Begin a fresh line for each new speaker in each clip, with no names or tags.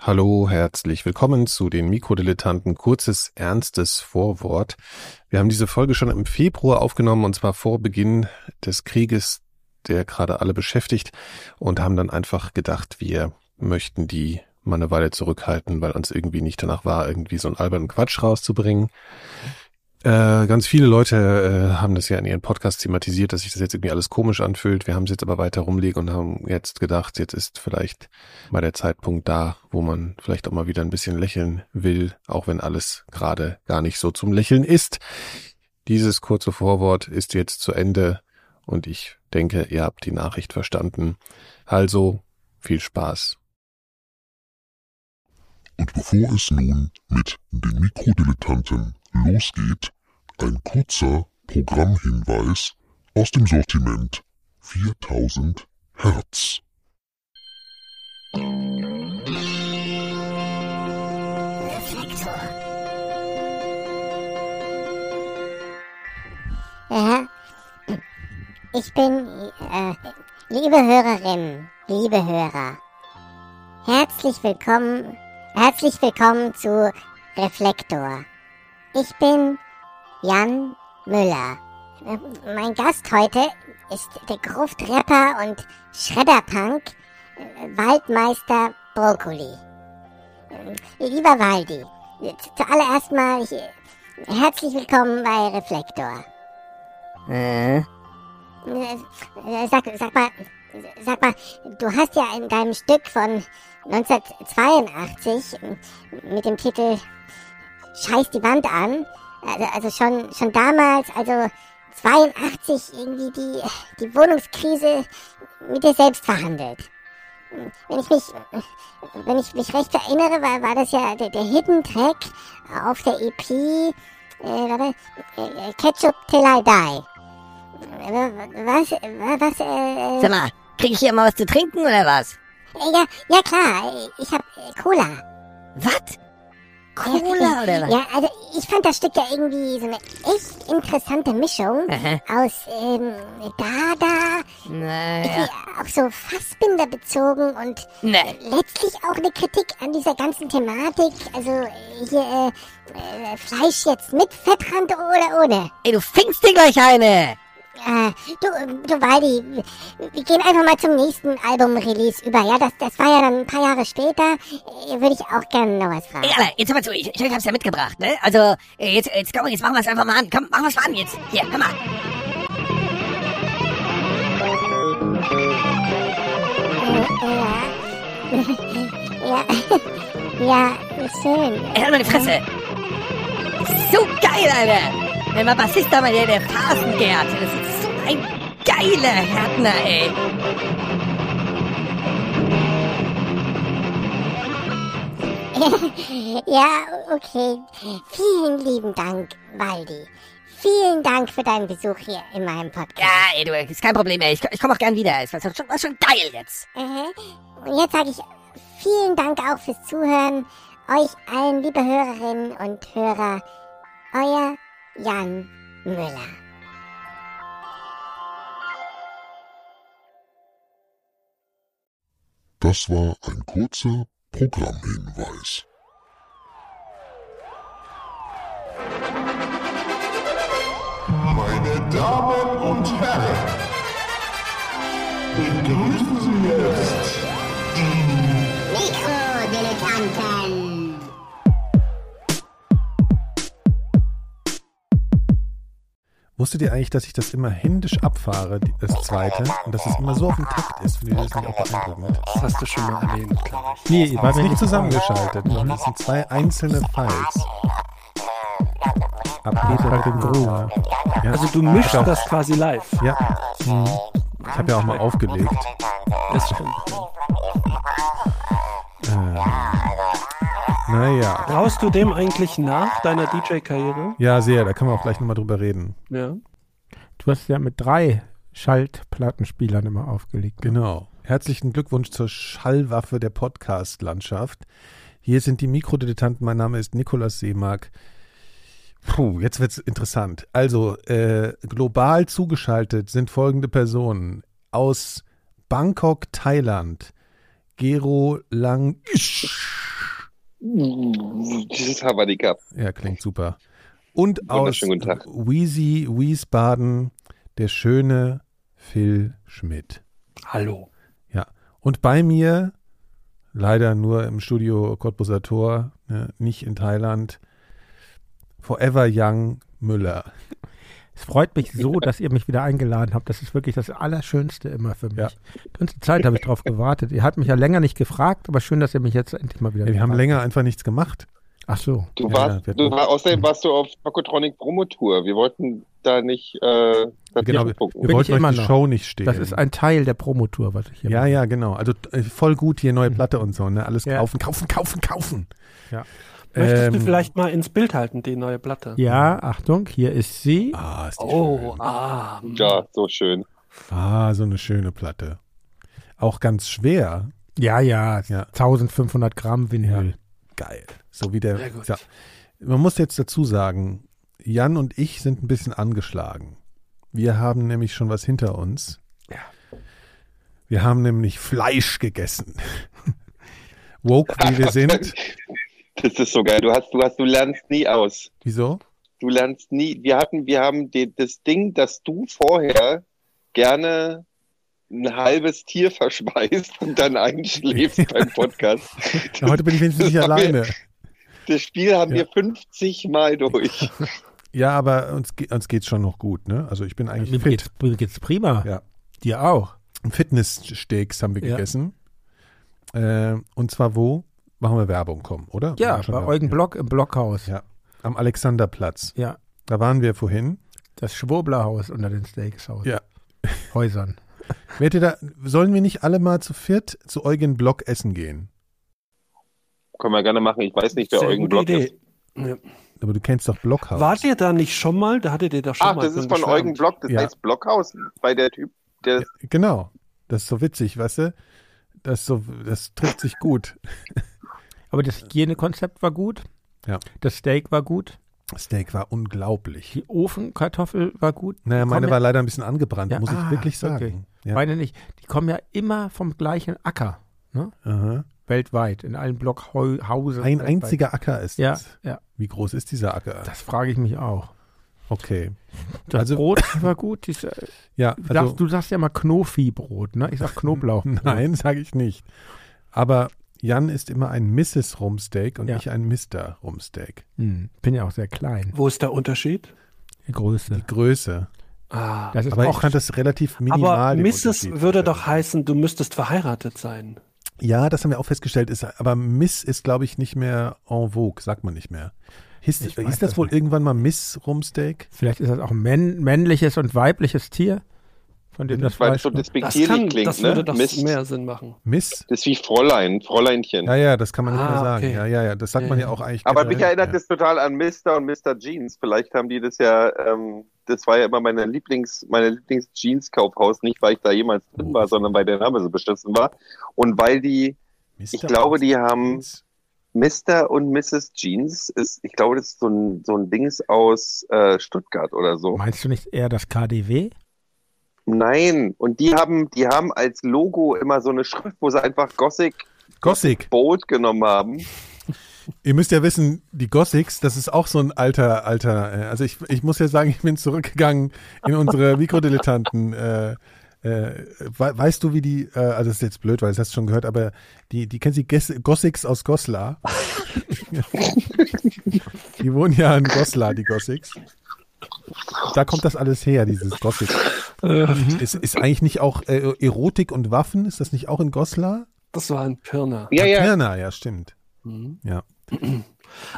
Hallo, herzlich willkommen zu den Mikrodilettanten. Kurzes, ernstes Vorwort. Wir haben diese Folge schon im Februar aufgenommen und zwar vor Beginn des Krieges, der gerade alle beschäftigt und haben dann einfach gedacht, wir möchten die mal eine Weile zurückhalten, weil uns irgendwie nicht danach war, irgendwie so einen albernen Quatsch rauszubringen. Äh, ganz viele Leute äh, haben das ja in ihren Podcasts thematisiert, dass sich das jetzt irgendwie alles komisch anfühlt. Wir haben es jetzt aber weiter rumliegen und haben jetzt gedacht, jetzt ist vielleicht mal der Zeitpunkt da, wo man vielleicht auch mal wieder ein bisschen lächeln will, auch wenn alles gerade gar nicht so zum Lächeln ist. Dieses kurze Vorwort ist jetzt zu Ende und ich denke, ihr habt die Nachricht verstanden. Also viel Spaß.
Und bevor es nun mit den Mikrodilettanten losgeht, ein kurzer Programmhinweis aus dem Sortiment 4000 Hertz.
Ja, ich bin, äh, liebe Hörerinnen, liebe Hörer, herzlich willkommen, herzlich willkommen zu Reflektor. Ich bin Jan Müller. Ähm, Mein Gast heute ist der Gruftrapper und Schredderpunk äh, Waldmeister Brokkoli. Ähm, Lieber Waldi, äh, zu- zuallererst mal ich, äh, herzlich willkommen bei Reflektor.
Äh,
Äh, Sag, sag mal, sag mal, du hast ja in deinem Stück von 1982 mit dem Titel Scheiß die Wand an, also, also schon, schon damals, also 82 irgendwie die, die Wohnungskrise mit dir selbst verhandelt. Wenn ich mich, wenn ich mich recht erinnere, war, war das ja der, der Hidden Track auf der EP, äh, warte, äh, Ketchup Till I Die. Äh, Was, was, äh,
sag mal, krieg ich hier mal was zu trinken oder was?
ja, ja klar, ich hab äh, Cola.
Was? Cola oder was?
Ja, also ich fand das Stück ja irgendwie so eine echt interessante Mischung
Aha.
aus ähm, Dada,
Naja.
die auf so Fassbinder bezogen und
Nee.
letztlich auch eine Kritik an dieser ganzen Thematik. Also äh, hier äh, äh, Fleisch jetzt mit Fettrand oder ohne.
Ey, du fängst dir gleich eine.
Äh, du, äh, du Waldi, wir- wir gehen einfach mal zum nächsten Album-Release über. Ja, das, das war ja dann ein paar Jahre später. Äh, Würde ich auch gerne noch was fragen.
Ey, Alter, jetzt hör mal zu, ich, ich hab's ja mitgebracht, ne? Also, äh, jetzt, jetzt komm, jetzt machen wir's einfach mal an. Komm, machen wir's mal an jetzt. Hier, komm mal.
Ja, ja, schön.
Ey, halt meine Fresse. So geil, Alter. Wenn man Bassist da mal der, der Phasengärt. Das ist so ein geiler Härtner, ey.
Ja, okay. Vielen lieben Dank, Waldi. Vielen Dank für deinen Besuch hier in meinem Podcast.
Ja, ey, du, ist kein Problem, ey. Ich, ich komm auch gern wieder. Es war schon, war schon geil jetzt.
Mhm. Und jetzt sage ich vielen Dank auch fürs Zuhören. Euch allen, liebe Hörerinnen und Hörer, euer Jan Müller.
Das war ein kurzer Programmhinweis.
Meine Damen und Herren, begrüßen Sie jetzt
Mikrodilettanten.
Wusstet ihr eigentlich, dass ich das immer händisch abfahre, die- das zweite, und dass es immer so auf dem Takt ist, wenn ihr das nicht auch beeindruckt habt?
Das hast du schon mal erwähnt, glaube ich.
Nee, ihr wart nicht zusammengeschaltet, sondern es sind zwei einzelne Files. Abgeht dem Groove. halt Ja,
Also du mischst das quasi live.
Ja, Hm.
Mhm.
ich habe ja auch mal aufgelegt.
Das stimmt.
Naja.
Brauchst du dem eigentlich nach deiner DJ-Karriere?
Ja, sehr, da können wir auch gleich nochmal drüber reden.
Ja.
Du hast ja mit drei Schaltplattenspielern immer aufgelegt.
Genau. Herzlichen Glückwunsch zur Schallwaffe der Podcast-Landschaft. Hier sind die Mikrodilettanten. Mein Name ist Nikolas Seemark. Puh, jetzt wird's interessant. Also, äh, global zugeschaltet sind folgende Personen aus Bangkok, Thailand. Gero Lang.
Dieses Haverdi Cup.
Ja, klingt super. Und aus
Wunderschönen guten Tag.
Wheezy Wiesbaden, der schöne Phil Schmidt.
Hallo.
Ja. Und bei mir, leider nur im Studio Cottbuser Tor, ne, nicht in Thailand, Forever Young Müller.
Es freut mich so, dass ihr mich wieder eingeladen habt. Das ist wirklich das Allerschönste immer für mich.
Ja.
Die ganze Zeit habe ich drauf gewartet. Ihr habt mich ja länger nicht gefragt, aber schön, dass ihr mich jetzt endlich mal wieder.
Ja, wir haben
gefragt
länger einfach nichts gemacht.
habt. Ach so.
Du
Ja,
warst,
wir hatten-
du war, außerdem warst du auf Pocotronic Promotour. Wir wollten da nicht äh,
Genau,
dazwischen
wir,
gucken.
wir
Bin
wollten
ich
euch
immer
die
noch.
Show nicht stehlen.
Das ist ein Teil der Promotour, was ich hier
ja,
mache.
ja, genau. Also äh, voll gut hier neue Platte und so, ne? Alles
Mhm. Ja.
kaufen, kaufen, kaufen, kaufen.
Ja.
Möchtest du
Ähm,
vielleicht mal ins Bild halten, die neue Platte?
Ja, Achtung, hier ist sie.
Ah, ist die
Oh,
schön.
ah. hm.
Ja, so schön.
Ah, so eine schöne Platte. Auch ganz schwer.
Ja, ja,
Ja.
1500 Gramm Vinyl.
Geil. So wie der.
Sehr gut.
Ja. Man muss jetzt dazu sagen, Jan und ich sind ein bisschen angeschlagen. Wir haben nämlich schon was hinter uns.
Ja.
Wir haben nämlich Fleisch gegessen. Woke, wie wir sind.
Das ist so geil. Du hast, du hast, du lernst nie aus.
Wieso?
Du lernst nie. Wir hatten, wir haben die, das Ding, dass du vorher gerne ein halbes Tier verschweißt und dann einschläfst beim Podcast.
Ja, heute bin ich wenigstens nicht
Das haben wir-
alleine.
Das Spiel haben
Ja.
wir 50 Mal durch.
Ja, aber uns, ge- uns geht's schon noch gut, ne? Also ich bin eigentlich
Mir,
fit.
geht's, mir geht's prima.
Ja.
Dir auch.
Fitnesssteaks haben wir
Ja.
gegessen. Äh, und zwar wo? Machen wir Werbung, komm, oder?
Ja,
Machen schon
bei
Werbung.
Eugen Block im Blockhaus.
Ja.
Ja.
Am Alexanderplatz. Da waren wir vorhin.
das Schwurblerhaus unter den Steakshaus.
Ja.
Häusern.
Werdet ihr da, sollen wir nicht alle mal zu viert zu Eugen Block essen gehen?
Können wir gerne machen. Ich weiß nicht, wer
Sehr
Eugen
gute
Block ist.
Idee.
Aber du kennst doch Blockhaus.
Wart ihr da nicht schon mal? Da hattet ihr da schon
Ach,
mal.
das ist von Eugen
geschwärmt.
Block. Das
Ja.
heißt Blockhaus, weil der Typ, der
Genau. Das ist so witzig, weißt du? Das, ist so, das trifft sich gut.
Aber das Hygienekonzept war gut.
Ja.
Das Steak war gut.
Steak war unglaublich.
Die Ofenkartoffel war gut.
Naja,
Die
meine
kommen
war leider ein bisschen angebrannt,
Ja,
muss ich
ah,
wirklich sagen.
ja,
Ja.
meine nicht. Die kommen ja immer vom gleichen Acker. Ne?
Aha.
Weltweit. In allen Blockhäusern.
Ein
weltweit.
einziger Acker ist
Ja,
das.
ja.
Wie groß ist dieser Acker?
Das frage ich mich auch.
Okay.
Das
Also-
Brot war gut. Dies, äh,
Ja,
du
also,
sagst, du sagst ja mal Knofi-Brot, ne? Ich sag Knoblauch.
nein, sage ich nicht. Aber Jan ist immer ein Mrs. Rumsteak und
Ja.
ich ein Mr. Rumsteak.
Hm, bin ja auch sehr klein.
Wo ist der Unterschied?
Die Größe.
Größe.
Ah.
Das ist
Aber ich
auch
fand das relativ minimal.
Aber
den
Mrs.
Unterschied.
würde doch heißen, du müsstest verheiratet sein.
Ja, das haben wir auch festgestellt. Ist, aber Miss ist, glaube ich, nicht mehr en vogue, sagt man nicht mehr. Hieß,
Ich
hieß
weiß
das,
das
wohl
nicht.
irgendwann mal Miss Rumsteak?
Vielleicht ist das auch ein männ männliches und weibliches Tier, von dem das
weil es
Fleisch
so
kommt.
Das,
despektierlich
kann,
klingt,
das würde
ne?
doch
Mist.
mehr Sinn machen.
Miss?
Das ist wie Fräulein, Fräuleinchen.
Ja, ja, das kann man nicht
Ah,
mehr sagen.
okay.
Ja, ja, ja. Das sagt
Ja,
man
ja.
ja auch eigentlich.
Aber
generell
mich erinnert
nicht mehr.
das total an Mr. und Mr. Jeans. Vielleicht haben die das ja, ähm, das war ja immer meine Lieblings, meine Lieblings-Jeans-Kaufhaus. Nicht, weil ich da jemals drin war, sondern weil der Name so beschissen war. Und weil die, ich
Mr.
glaube, die haben
Rumsteak.
Mr. und Mrs. Jeans ist, ich glaube, das ist so ein, so ein Dings aus äh, Stuttgart oder so.
Meinst du nicht eher das KDW?
Nein. Und die haben, die haben als Logo immer so eine Schrift, wo sie einfach Gothic
Gothic.
Bold genommen haben.
Ihr müsst ja wissen, die Gothics, das ist auch so ein alter, alter, äh, also ich, ich muss ja sagen, ich bin zurückgegangen in unsere Mikrodilettanten. Äh, äh, we- weißt du, wie die, äh, also das ist jetzt blöd, weil das hast du schon gehört, aber die, die kennst du, die Ges- Gothics aus Goslar? die wohnen ja in Goslar, die Gothics. Da kommt das alles her, dieses Gothic.
Äh, Mhm.
Mhm.
ist, ist eigentlich nicht auch äh, Erotik und Waffen, ist das nicht auch in Goslar?
Das war ein Pirner.
Ja, ja.
Pirna, ja, stimmt. Ja.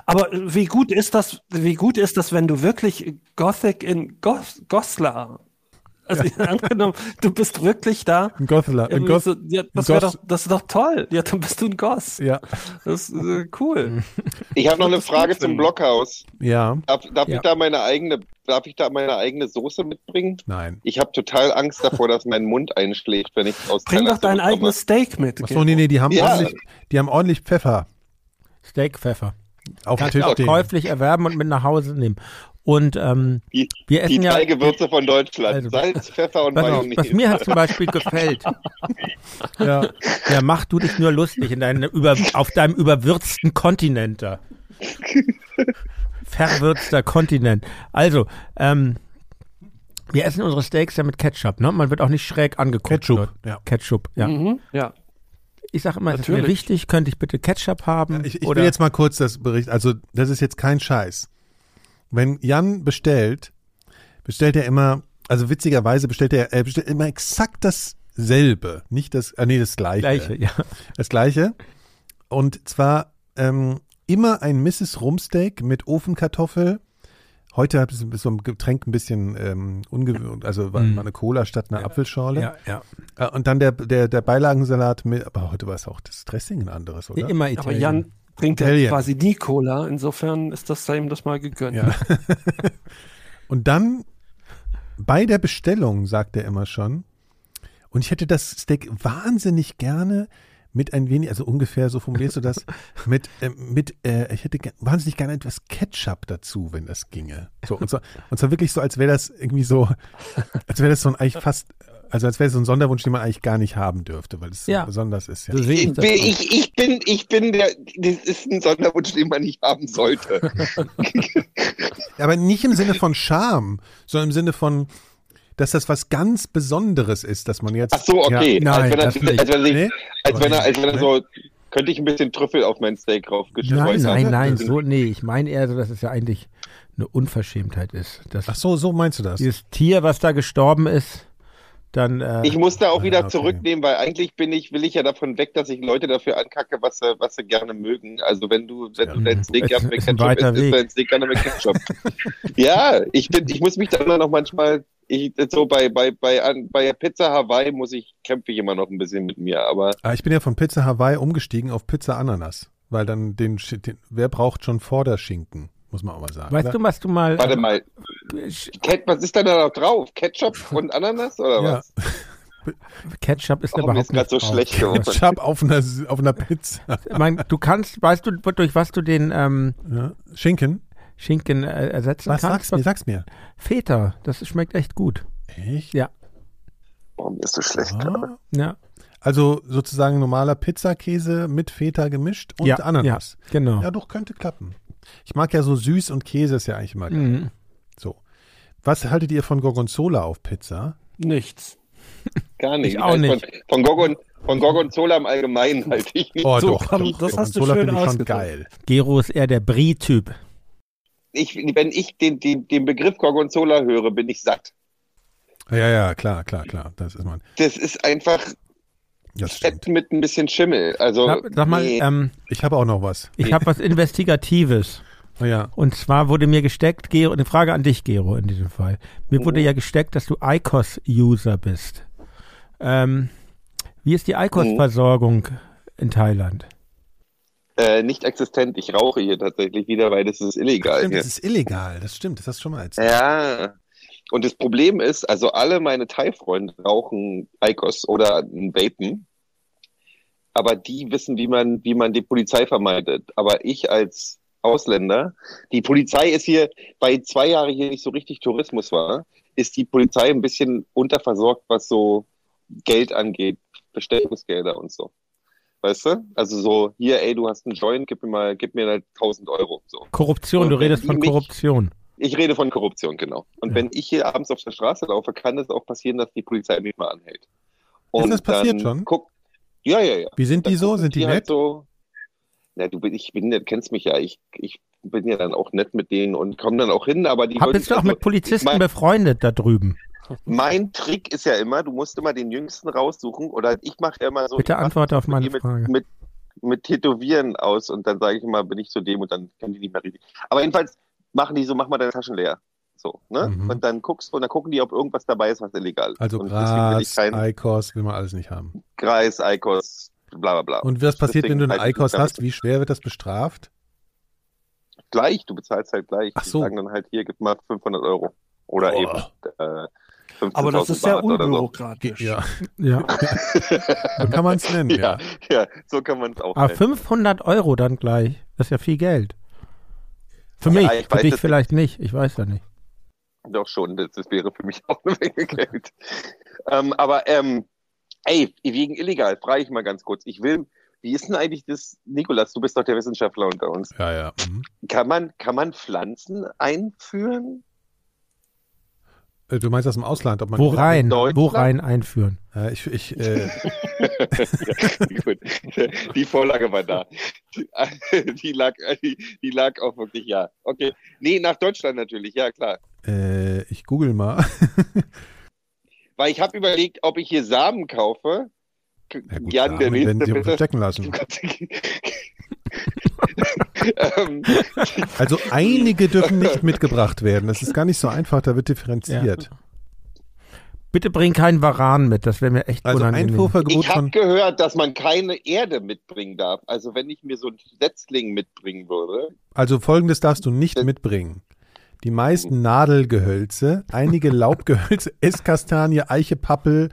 Aber äh, wie gut ist das, wie gut ist das, wenn du wirklich Gothic in Goth Goslar? Also angenommen, du bist wirklich da.
In Goslar. In
Irgendwie
Gos
so, ja, das,
in
wär
Goth-
doch, das ist doch toll. Ja, dann bist du ein Goss.
ja. Mhm.
Das ist äh, cool.
Ich habe noch eine Frage zum Blockhaus.
Ja.
Darf, darf
Ja.
ich da meine eigene, darf ich da meine eigene Soße mitbringen?
Nein.
Ich habe total Angst davor, dass mein Mund einschlägt, wenn ich aus
Bring doch
Thailand
dein
zurückkomme.
eigenes Steak mit.
Achso, nee, nee, die haben,
Ja.
ordentlich, die haben ordentlich Pfeffer
Steakpfeffer.
auf dem
Kannst
Tisch
du auch
stehen.
käuflich erwerben und mit nach Hause nehmen. Und ähm,
Die- Die
wir essen ja.
drei Gewürze von Deutschland.
Also-
Salz, Pfeffer und
Pass auf,
Mayonnaise.
was mir halt zum Beispiel gefällt. ja, ja, mach du dich nur lustig in deinem über, auf deinem überwürzten Kontinent da. Verwürzter Kontinent. Also, ähm, wir essen unsere Steaks ja mit Ketchup, ne? Man wird auch nicht schräg angeguckt.
Ketchup,
dort.
ja.
Ketchup, ja.
Mhm, ja.
Ich sage immer, es ist mir
Natürlich.
wichtig, könnte ich bitte Ketchup haben?
Ich, ich
oder
will jetzt mal kurz das Bericht. Also, das ist jetzt kein Scheiß. Wenn Jan bestellt, bestellt er immer, also witzigerweise bestellt er, er bestellt immer exakt dasselbe. Nicht das, ah nee, das Gleiche.
gleiche, ja.
Das Gleiche. Und zwar ähm, immer ein Mrs. Rumsteak mit Ofenkartoffel. Heute habe ich so ein Getränk ein bisschen ähm, ungewöhnlich, also war,
Mhm.
war eine Cola statt einer Apfelschorle.
ja, ja.
Äh, Und dann der, der, der Beilagensalat mit, aber heute war es auch das Dressing ein anderes, oder?
Immer
Aber
Italien.
Jan trinkt ja
Italien.
quasi nie Cola, insofern ist das ihm das mal gegönnt.
Ja. Und dann bei der Bestellung sagt er immer schon, und ich hätte das Steak wahnsinnig gerne mit ein wenig, also ungefähr so formulierst du das, mit, äh, mit äh, ich hätte ge- wahnsinnig gerne etwas Ketchup dazu, wenn das ginge. So, und, zwar, und zwar wirklich so, als wäre das irgendwie so, als wäre das so ein eigentlich fast, also als wäre es so ein Sonderwunsch, den man eigentlich gar nicht haben dürfte, weil es
Ja.
so besonders ist. Ja.
So sehe ich
Ich
das.
bin, ich, ich bin, ich bin der, das ist ein Sonderwunsch, den man nicht haben sollte.
Aber nicht im Sinne von Charme, sondern im Sinne von, dass das was ganz Besonderes ist, dass man jetzt.
Ach so, okay.
Ja,
nein,
als wenn er,
das nicht.
als wenn er, sich-
Nee?
als wenn er, als wenn er so, könnte ich ein bisschen Trüffel auf mein Steak draufgestreut
Nein, nein,
haben.
nein, so, nee, ich meine eher so, dass es ja eigentlich eine Unverschämtheit ist. Dass
Ach so, so meinst du das?
dieses Tier, was da gestorben ist, dann, äh,
Ich muss da auch wieder
Ah, okay.
zurücknehmen, weil eigentlich bin ich, will ich ja davon weg, dass ich Leute dafür ankacke, was sie, was sie gerne mögen. Also wenn du, wenn du dein Steak
Ist-
gerne mit
ist ein
Ketchup
weiter
isst, ist
Weg.
dein Steak gerne mit Ketchup. ja, ich bin, ich muss mich da immer noch manchmal, ich, so bei, bei, bei, an, bei Pizza Hawaii muss ich, kämpfe ich immer noch ein bisschen mit mir, aber
Ah, ich bin ja von Pizza Hawaii umgestiegen auf Pizza Ananas, weil dann den, Sch- den wer braucht schon Vorderschinken, muss man auch mal sagen. ne?
weißt du, was du mal,
warte mal,
Sch-
Ket- was ist denn da noch drauf? Ketchup und Ananas oder
Ja.
was?
Ketchup ist
Oh, mir
überhaupt
ist grad
nicht
so
drauf.
schlecht geworden.
Ich hab auf einer, auf einer Pizza.
Ich meine, du kannst, weißt du, durch was du den, ähm,
Ja. ne? Schinken?
Schinken äh, ersetzen
Was
kannst?
sagst du mir? Sag's mir.
Feta, das schmeckt echt gut.
Echt?
Ja,
Warum ist so schlecht?
Ah.
ja,
Also sozusagen normaler Pizzakäse mit Feta gemischt und
ja,
Ananas.
ja, genau.
Ja, doch, könnte klappen. Ich mag ja so süß und Käse ist ja eigentlich immer geil.
Mhm.
So. Was haltet ihr von Gorgonzola auf Pizza?
Nichts.
Gar nicht.
Ich auch
Also
nicht.
Von, von, Gorgon, von Gorgonzola im Allgemeinen halte ich nicht.
Oh,
So, komm, das hast du
Gorgonzola
schön
finde ich schon
ausgedrückt.
geil.
Gero ist eher der Brie-Typ.
Ich, wenn ich den, den, den Begriff Gorgonzola höre, bin ich satt.
Ja, ja, klar, klar, klar. Das ist man.
Das ist einfach
Das
Fett
stimmt.
mit ein bisschen Schimmel. Also,
Sag, sag mal,
nee.
ähm,
Ich habe auch noch was. Oh,
ich habe was Investigatives.
Ja.
Und zwar wurde mir gesteckt, Gero, eine Frage an dich, Gero, in diesem Fall. Mir
Oh.
wurde ja gesteckt, dass du ICOS-User bist. Ähm, wie ist die ICOS-Versorgung in Thailand?
äh, nicht existent. Ich rauche hier tatsächlich wieder, weil das ist illegal.
Stimmt,
Hier.
das ist illegal. Das stimmt. Das hast du schon mal erzählt.
Ja. Und das Problem ist, also alle meine Thai-Freunde rauchen Eikos oder einen Vapen. Aber die wissen, wie man, wie man die Polizei vermeidet. Aber ich als Ausländer, die Polizei ist hier, weil zwei Jahre hier nicht so richtig Tourismus war, ist die Polizei ein bisschen unterversorgt, was so Geld angeht, Bestellungsgelder und so. Weißt du? Also so, hier, ey, du hast einen Joint, gib mir mal, gib mir halt 1000 Euro. So.
Korruption, du
Und wenn Oh,
redest
die
von
mich-
Korruption.
Ich rede von Korruption, genau. Und wenn ich hier abends auf der Straße laufe, kann es auch passieren, dass die Polizei mich mal anhält.
das passiert
dann
schon?
Guck, ja, ja, ja.
Wie sind die
Dann
so?
gucken
Sind die
halt
nett?
so, na, du bin, ich bin, ja- kennst mich ja, ich, ich bin ja dann auch nett mit denen und komme dann auch hin, aber die
Hab,
würden-
bist du auch
also
mit Polizisten
mein-
befreundet da drüben?
Mein Trick ist ja immer, du musst immer den Jüngsten raussuchen oder ich mache ja immer so.
Bitte
ich mach
antworte auf meine
die mit,
Frage.
Mit, mit Tätowieren aus und dann sage ich immer, bin ich zu dem und dann können die nicht mehr reden. Aber jedenfalls machen die so, mach mal deine Taschen leer. So, ne?
Mhm.
Und dann guckst und dann gucken die, ob irgendwas dabei ist, was illegal ist.
Also
und deswegen will ich
Gras,
keinen
Eikos, will man alles nicht haben.
Kreis, Eikos, bla bla bla.
Und was passiert,
Deswegen
wenn du einen
halt
Eikos
damit-
hast? Wie schwer wird das bestraft?
gleich, du bezahlst halt gleich.
Ach
Die
so.
sagen dann halt hier, gib mal 500 Euro. Oder
Boah.
eben äh, 15.000
Aber das ist sehr
Baht oder so.
unbürokratisch.
Ja.
so kann man es nennen, ja. Ah,
Ja, ja, so kann man es auch
Aber
nennen.
500 Euro dann gleich. Das ist ja viel Geld. Für mich,
Ja, ich
für
weiß
dich
es
vielleicht nicht. Ich weiß ja nicht.
Doch schon, das, das wäre für mich auch eine Menge Geld. ähm, aber ähm, ey, wegen illegal, frage ich mal ganz kurz. Ich will, wie ist denn eigentlich das, Nikolas, du bist doch der Wissenschaftler unter uns.
Ja, ja. mhm.
Kann man, kann man Pflanzen einführen?
Äh, Du meinst aus dem Ausland, ob man.
Wo rein?
Deutschland?
Wo rein einführen?
Äh, ich, ich, äh,
Gut, die Vorlage war da. Die lag, die, die lag auch wirklich, ja. Okay. Nee, nach Deutschland natürlich, ja klar.
äh, ich google mal.
Weil ich habe überlegt, ob ich hier Samen kaufe. K-
Ja, gut,
Jan, der
Samen werden
nächste
sie
bitte.
verstecken lassen.
ähm,
Also einige dürfen nicht mitgebracht werden. Das ist gar nicht so einfach, da wird differenziert.
Bitte bring keinen Varan mit, das wäre mir echt
Also ein
unangenehm.
Vorvergebot
ich habe
von
gehört, dass man keine Erde mitbringen darf. Also wenn ich mir so einen Setzling mitbringen würde.
Also folgendes darfst du
Äh.
nicht mitbringen. Die meisten Nadelgehölze, einige Laubgehölze, Esskastanie, Eiche, Pappel,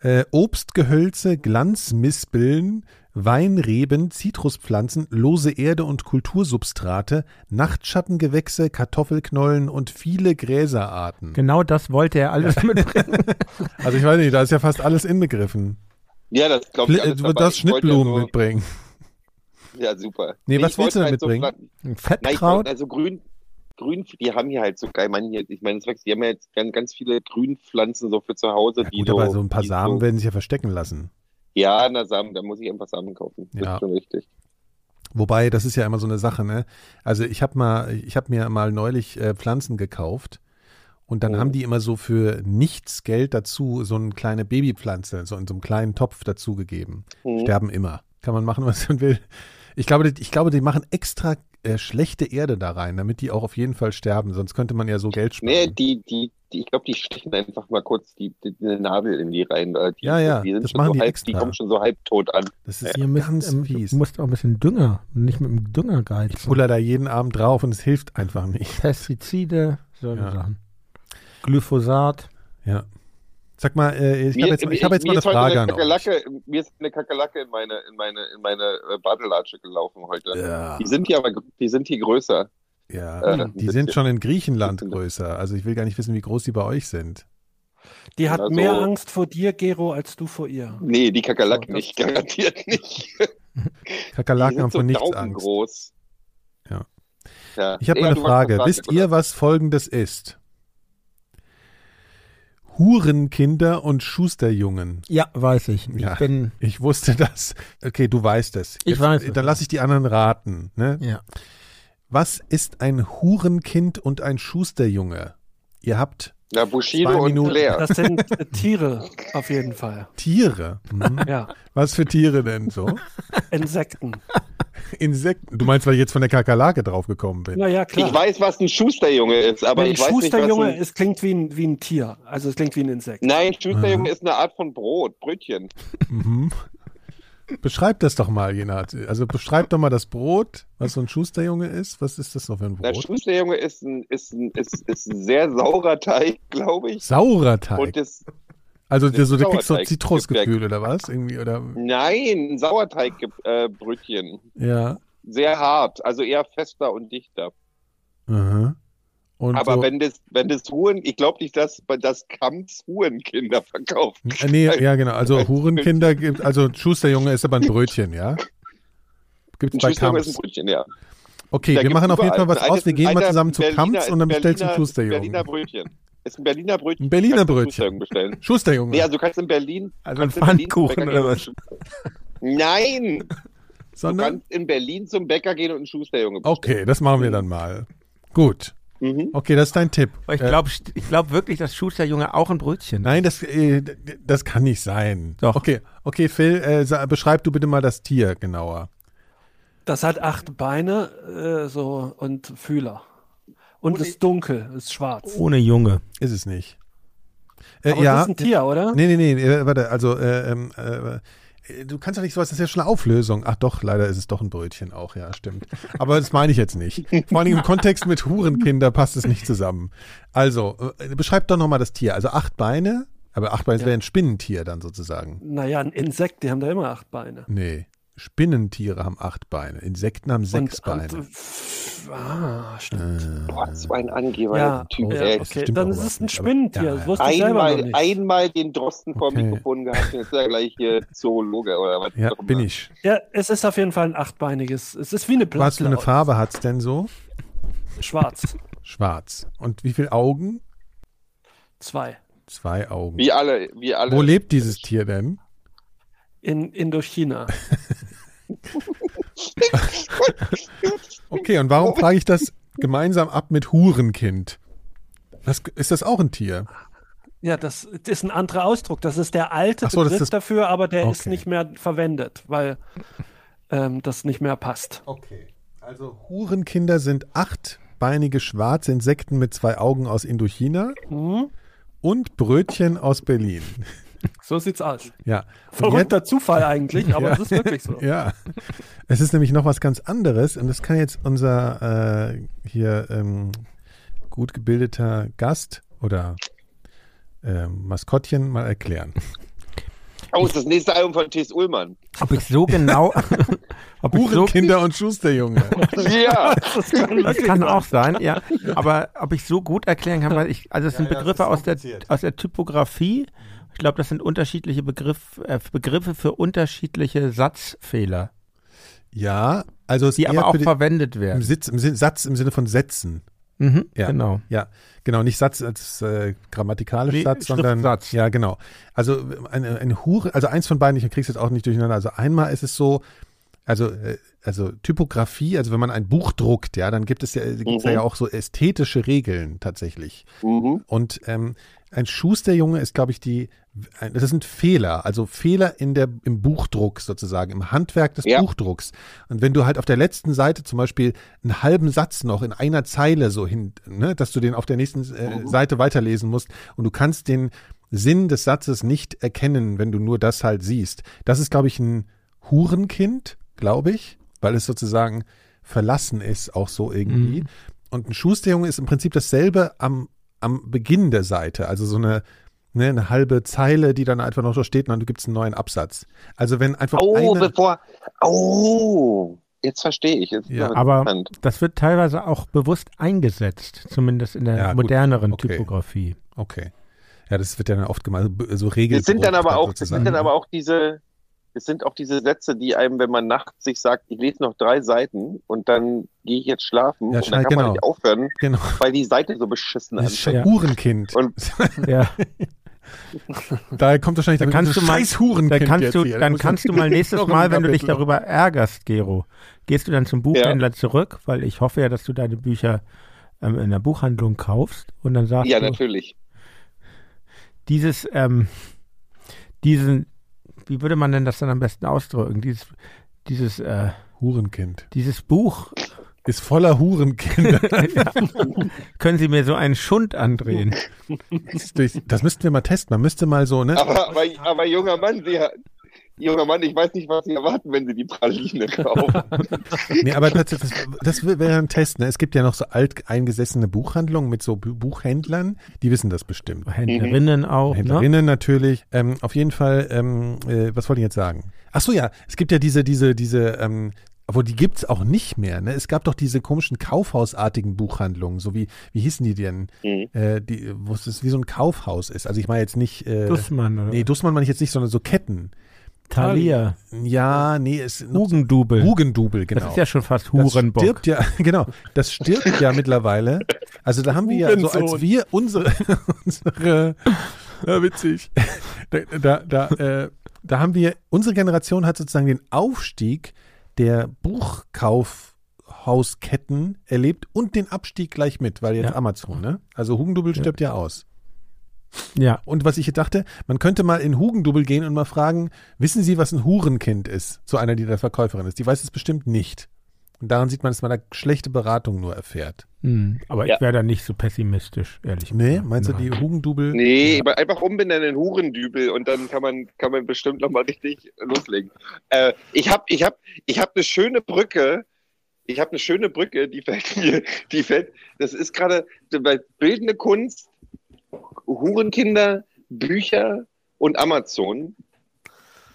äh, Obstgehölze, Glanzmispeln, Weinreben, Zitruspflanzen, lose Erde und Kultursubstrate, Nachtschattengewächse, Kartoffelknollen und viele Gräserarten.
Genau das wollte er alles mitbringen.
Also ich weiß nicht, da ist ja fast alles inbegriffen.
Ja, das glaube ich
Fli-
alles
äh, Du
dabei.
darfst
Ich wollte
Schnittblumen
ja,
mitbringen.
so, ja, super.
Nee, was
ich
willst
wollte
du
halt
denn mitbringen?
So, Pflanzen- Na, ich wollte
Fettkraut?
also grün, grün, die haben hier halt so geil, man, hier, ich meine, es wächst- die haben ja jetzt ganz, ganz viele Grünpflanzen so für zu Hause.
Ja,
die
gut, aber so ein paar
die
Samen werden sich ja verstecken lassen.
Ja, na Samen, da muss ich einfach Samen kaufen. Das
Ja.
ist schon richtig.
Wobei, das ist ja immer so eine Sache, ne? Also ich habe mal, ich habe mir mal neulich äh, Pflanzen gekauft und dann
Oh.
haben die immer so für nichts Geld dazu so eine kleine Babypflanze, so in so einem kleinen Topf dazugegeben.
Mhm.
Sterben immer. Kann man machen, was man will. Ich glaube, die- ich glaube, die machen extra äh, schlechte Erde da rein, damit die auch auf jeden Fall sterben. Sonst könnte man ja so Geld sparen.
Nee, die, die, die ich glaube, die stechen einfach mal kurz die, die, die Nabel in die rein. da. Die,
Ja, ja,
die sind
das
schon
machen
so
die
halb,
extra.
Die kommen schon so halbtot an.
das ist
Ihr müsst,
ganz
ähm,
fies.
du musst auch ein bisschen Dünger, nicht mit dem Dünger geizen.
Puller da jeden Abend drauf und es hilft einfach nicht.
Pestizide, solche
Ja.
Sachen. Glyphosat.
Ja. Sag mal, äh, ich
Mir-
habe jetzt, ich hab
mir-
jetzt mal
mir
eine
ist heute
Frage an euch.
Kakerlake, Mir ist eine Kakerlake in meine, in meine, in meine äh, Badelatsche gelaufen heute.
Ja.
Die sind hier aber, die sind hier größer.
Ja,
Äh,
die
das-
sind schon in Griechenland
das-
größer. Also ich will gar nicht wissen, wie groß die bei euch sind.
Die hat
Also-
mehr Angst vor dir, Gero, als du vor ihr.
Nee, die Kakerlake
So, das-
nicht, garantiert nicht. die
Kakerlaken
sind
haben
so
von nichts Angst.
daumengroß.
Ja.
Ja.
Ich habe
Ja,
mal
du genau.
eine
magst
Frage.
Kakerlake,
Wisst
oder?
ihr, was folgendes ist? Hurenkinder und Schusterjungen.
Ja, weiß ich.
Ja.
Ich bin,
Ich wusste das. Okay, du weißt es.
Ich weiß es.
Dann lasse ich die anderen raten. Ne?
ja.
Was ist ein Hurenkind und ein Schusterjunge? Ihr habt
Na, Bushido
Zwei
und
Minuten.
Blair.
Das sind äh, Tiere, auf jeden Fall.
Tiere. Mhm.
Ja,
Was für Tiere denn so?
Insekten.
Insekten. Du meinst, weil ich jetzt von der Kakerlake draufgekommen bin.
Naja, klar.
Ich weiß, was ein Schusterjunge ist, aber
Ein
ich weiß nicht, was
Schusterjunge,
ein...
es klingt wie ein, wie ein Tier. Also es klingt wie ein Insekt.
Nein, Schusterjunge
Mhm.
ist eine Art von Brot, Brötchen.
Mhm. Beschreib das doch mal, Jenat. Also beschreib doch mal das Brot, was so ein Schusterjunge ist. Was ist das noch für ein
Na,
Brot?
Schusterjunge ist ein, ist, ein, ist, ist ein sehr saurer Teig, glaube ich.
Saurer Teig.
Und das,
also der, so, der
Sauerteig-
kriegt so ein Zitrusgefühl
Gebäck.
oder was? Irgendwie, oder?
nein, ein Sauerteigbrötchen.
Ja.
Sehr hart, also eher fester und dichter.
Mhm. Und
Aber
so,
wenn das, wenn das Huren, ich glaube nicht, dass das Kamps Hurenkinder verkauft.
Äh, Nee, ja, genau. Also Hurenkinder gibt, also Schusterjunge ist aber ein Brötchen, ja? Gibt's
Ein
bei
Schusterjunge ist ein
Kamps.
Brötchen, ja.
Okay,
Da
wir
gibt's
machen auf jeden Fall
überall.
was
Ein
aus. Wir
altes-
gehen mal
alter
zusammen zu
Berliner-
Kamps und dann bestellst du
Berliner- Berliner
Schusterjunge.
Brötchen. Ist ein Berliner Brötchen.
Ein Berliner
Kannst du
Brötchen.
Schusterjungen bestellen.
Schusterjunge.
Nee, also du kannst in Berlin.
Also ein
kannst in Berlin zum
Pfannkuchen
Bäcker
oder was?
gehen und- Nein, du
Sondern?
kannst in Berlin zum Bäcker gehen und einen Schusterjunge
Okay, das machen wir dann mal. Gut.
bestellen. Mhm.
Okay, das ist dein Tipp.
Aber ich
Äh,
glaube ich glaub wirklich, dass Schusterjunge auch ein Brötchen
Nein, das, äh, d- d- das kann nicht sein.
Doch.
Okay, okay Phil, äh, sa- beschreib du bitte mal das Tier genauer.
Das hat acht Beine äh, so, und Fühler.
Oh,
Und ist dunkel, ist schwarz.
Ohne Junge.
Ist es nicht. Äh,
Aber
Oh, ja.
es ist ein Tier, oder?
Nee, nee, nee, äh, warte, also, äh, ähm, äh, äh, du kannst doch nicht sowas, das ist ja schon eine Auflösung. Ach doch, leider ist es doch ein Brötchen auch, ja, stimmt. Aber das meine ich jetzt nicht. Vor allem im Kontext mit Hurenkinder passt es nicht zusammen. Also, äh, beschreib doch nochmal das Tier. Also acht Beine, aber acht Beine das wäre ein Spinnentier dann sozusagen.
Naja, ein Insekt, die haben da immer acht Beine.
Nee. Spinnentiere haben acht Beine, Insekten haben sechs Beine. Äh,
Und, äh, ah, stimmt.
Boah, so ein Angeber,
Ja,
der Typ,
oh,
ja,
ey.
okay.
stimmt
Dann
aber
ist es
überhaupt
ein
nicht, aber-
Spinnentier.
Ja,
Das
ja.
wusste ich selber noch
Einmal,
nicht.
einmal den Drosten vor
Okay.
dem Mikrofon gehabt, jetzt ist er gleich hier Zoologe oder was
ja,
auch immer.
bin ich.
ja, es ist auf jeden Fall ein achtbeiniges. Es ist wie eine Platte.
Was für eine Farbe hat's denn so?
Schwarz.
Schwarz. Und wie viele Augen?
Zwei.
Zwei Augen.
Wie alle, wie alle.
Wo lebt dieses Tier denn?
In Indochina.
Okay, und warum frage ich das gemeinsam ab mit Hurenkind? Das, ist das auch ein Tier?
Ja, das, ist ein anderer Ausdruck. Das ist der alte
Ach so, das
Begriff
ist-
dafür, aber der ist
Okay.
nicht mehr verwendet, weil ähm, das nicht mehr passt.
Okay. Also Hurenkinder sind achtbeinige schwarze Insekten mit zwei Augen aus Indochina
Hm?
und Brötchen aus Berlin.
So sieht's aus.
Ja. Und jetzt,
Verrückter Zufall eigentlich, aber
Ja.
es ist wirklich so.
ja. Es ist nämlich noch was ganz anderes und das kann jetzt unser äh, hier ähm, gut gebildeter Gast oder ähm, Maskottchen mal erklären.
Oh, ist das nächste Album von T.S. Ullmann.
Ob ich so genau. ob ich so,
Hurenkinder und Schusterjunge.
Ja,
Das kann
das
wirklich
kann
sein.
auch sein, ja. Aber ob ich so gut erklären kann, weil ich. Also, es sind
ja, das
Begriffe
ist
aus, der,
kompliziert.
aus der Typografie. Ich glaube, das sind unterschiedliche Begriff, äh, Begriffe für unterschiedliche Satzfehler,
Ja, also es
die
eher
aber auch
für die-
verwendet
im,
werden.
Sitz, im Sin- Satz im Sinne von Sätzen.
Mhm,
Ja.
Genau.
Ja, genau, nicht Satz als äh, grammatikalisch
Nee,
Satz, sondern
Schriftsatz.
ja, genau. Also ein, ein Hure, also eins von beiden, ich krieg's jetzt auch nicht durcheinander. Also einmal ist es so, also äh, also Typografie, also wenn man ein Buch druckt, ja, dann gibt es ja gibt's
Mhm.
da ja auch so ästhetische Regeln tatsächlich.
Mhm.
Und ähm, ein Schusterjunge ist, glaube ich, die ein- das sind Fehler, also Fehler in der im Buchdruck sozusagen, im Handwerk des
Ja.
Buchdrucks. Und wenn du halt auf der letzten Seite zum Beispiel einen halben Satz noch in einer Zeile so hin, ne, dass du den auf der nächsten äh, Seite weiterlesen musst und du kannst den Sinn des Satzes nicht erkennen, wenn du nur das halt siehst. Das ist, glaube ich, ein Hurenkind, glaube ich, weil es sozusagen verlassen ist, auch so irgendwie. Und ein Schusterjunge ist im Prinzip dasselbe am, am Beginn der Seite, also so eine, ne, eine halbe Zeile, die dann einfach noch so steht und dann gibt es einen neuen Absatz. Also wenn einfach
oh,
eine,
bevor. Oh, jetzt verstehe ich. Jetzt ist
Ja,
doch
Aber
interessant.
das wird teilweise auch bewusst eingesetzt, zumindest in der
Ja, gut.
moderneren
Okay.
Typografie.
Okay. Ja, das wird ja dann oft gemacht, so- so Regeln.
Es sind dann aber auch, es
sozusagen.
sind dann aber auch diese, es sind auch diese Sätze, die einem, wenn man nachts sich sagt, ich lese noch drei Seiten und dann gehe ich jetzt schlafen
Ja,
und
schnell,
dann kann
genau.
man nicht aufhören,
Genau.
weil die Seite so beschissen
Das ist
ist.
ein
Ja.
Hurenkind.
Und
Ja.
Daher kommt wahrscheinlich
Dann
der
kannst
Begriff,
du mal-
scheiß Hurenkind.
Dann kannst
jetzt
du,
hier.
dann
Muss
kannst
ich-
du mal nächstes
noch
Mal, wenn du dich
Kapitel.
darüber ärgerst, Gero, gehst du dann zum Buchhändler zurück, weil ich hoffe ja, dass du deine Bücher ähm, in der Buchhandlung kaufst und dann sagst
Ja,
du,
natürlich.
dieses, ähm, diesen, wie würde man denn das dann am besten ausdrücken? Dieses, dieses, äh,
Hurenkind.
dieses Buch,
Ist voller Hurenkinder.
können Sie mir so einen Schund andrehen?
Mhm. das müssten wir mal testen. Man müsste mal so, ne?
Aber, aber, aber junger Mann, Sie, junger Mann, ich weiß nicht, was Sie erwarten, wenn Sie die Praline kaufen.
Nee, aber das, das, das wäre ein Test, ne? Es gibt ja noch so alt eingesessene Buchhandlungen mit so Bu- Buchhändlern. Die wissen das bestimmt.
Händlerinnen auch, ne?
Mhm. Händlerinnen natürlich. Ähm, auf jeden Fall, ähm, äh, was wollte ich jetzt sagen? Ach so, ja, es gibt ja diese, diese, diese, ähm, obwohl die gibt's auch nicht mehr. Ne? Es gab doch diese komischen Kaufhausartigen Buchhandlungen, so wie, wie hießen die denn? Äh, die, wo es ist wie so ein Kaufhaus ist. Also ich meine jetzt nicht. Äh,
Dussmann oder
Nee, Dussmann meine ich jetzt nicht, sondern so Ketten.
Thalia,
Ja, nee, es
Hugendubel.
Hugendubel, genau.
Das ist ja schon fast
Das
Hurenbock.
stirbt ja, genau. Das stirbt ja mittlerweile. Also da haben wir ja so, als
Hurensohn.
wir unsere, unsere ja, witzig. Da, da, da, äh, da haben wir, unsere Generation hat sozusagen den Aufstieg der Buchkaufhausketten erlebt und den Abstieg gleich mit, weil jetzt
Ja.
Amazon, ne? Also Hugendubel stirbt ja aus.
Ja.
Und was ich hier dachte, man könnte mal in Hugendubel gehen und mal fragen, wissen Sie, was ein Hurenkind ist? Zu einer, die da Verkäuferin ist. Die weiß es bestimmt nicht. Und daran sieht man, dass man da schlechte Beratung nur erfährt.
Hm, aber
Ja.
ich wäre da nicht so pessimistisch, ehrlich
Nee,
gesagt.
meinst du
Nein.
die Hugendubel?
Nee, aber einfach umbenennen in Hurendübel und dann kann man, kann man bestimmt nochmal richtig loslegen. Äh, ich habe ich hab, ich hab eine schöne Brücke. Ich habe eine schöne Brücke, die fällt mir, die fällt, das ist gerade bei bildende Kunst, Hurenkinder, Bücher und Amazon.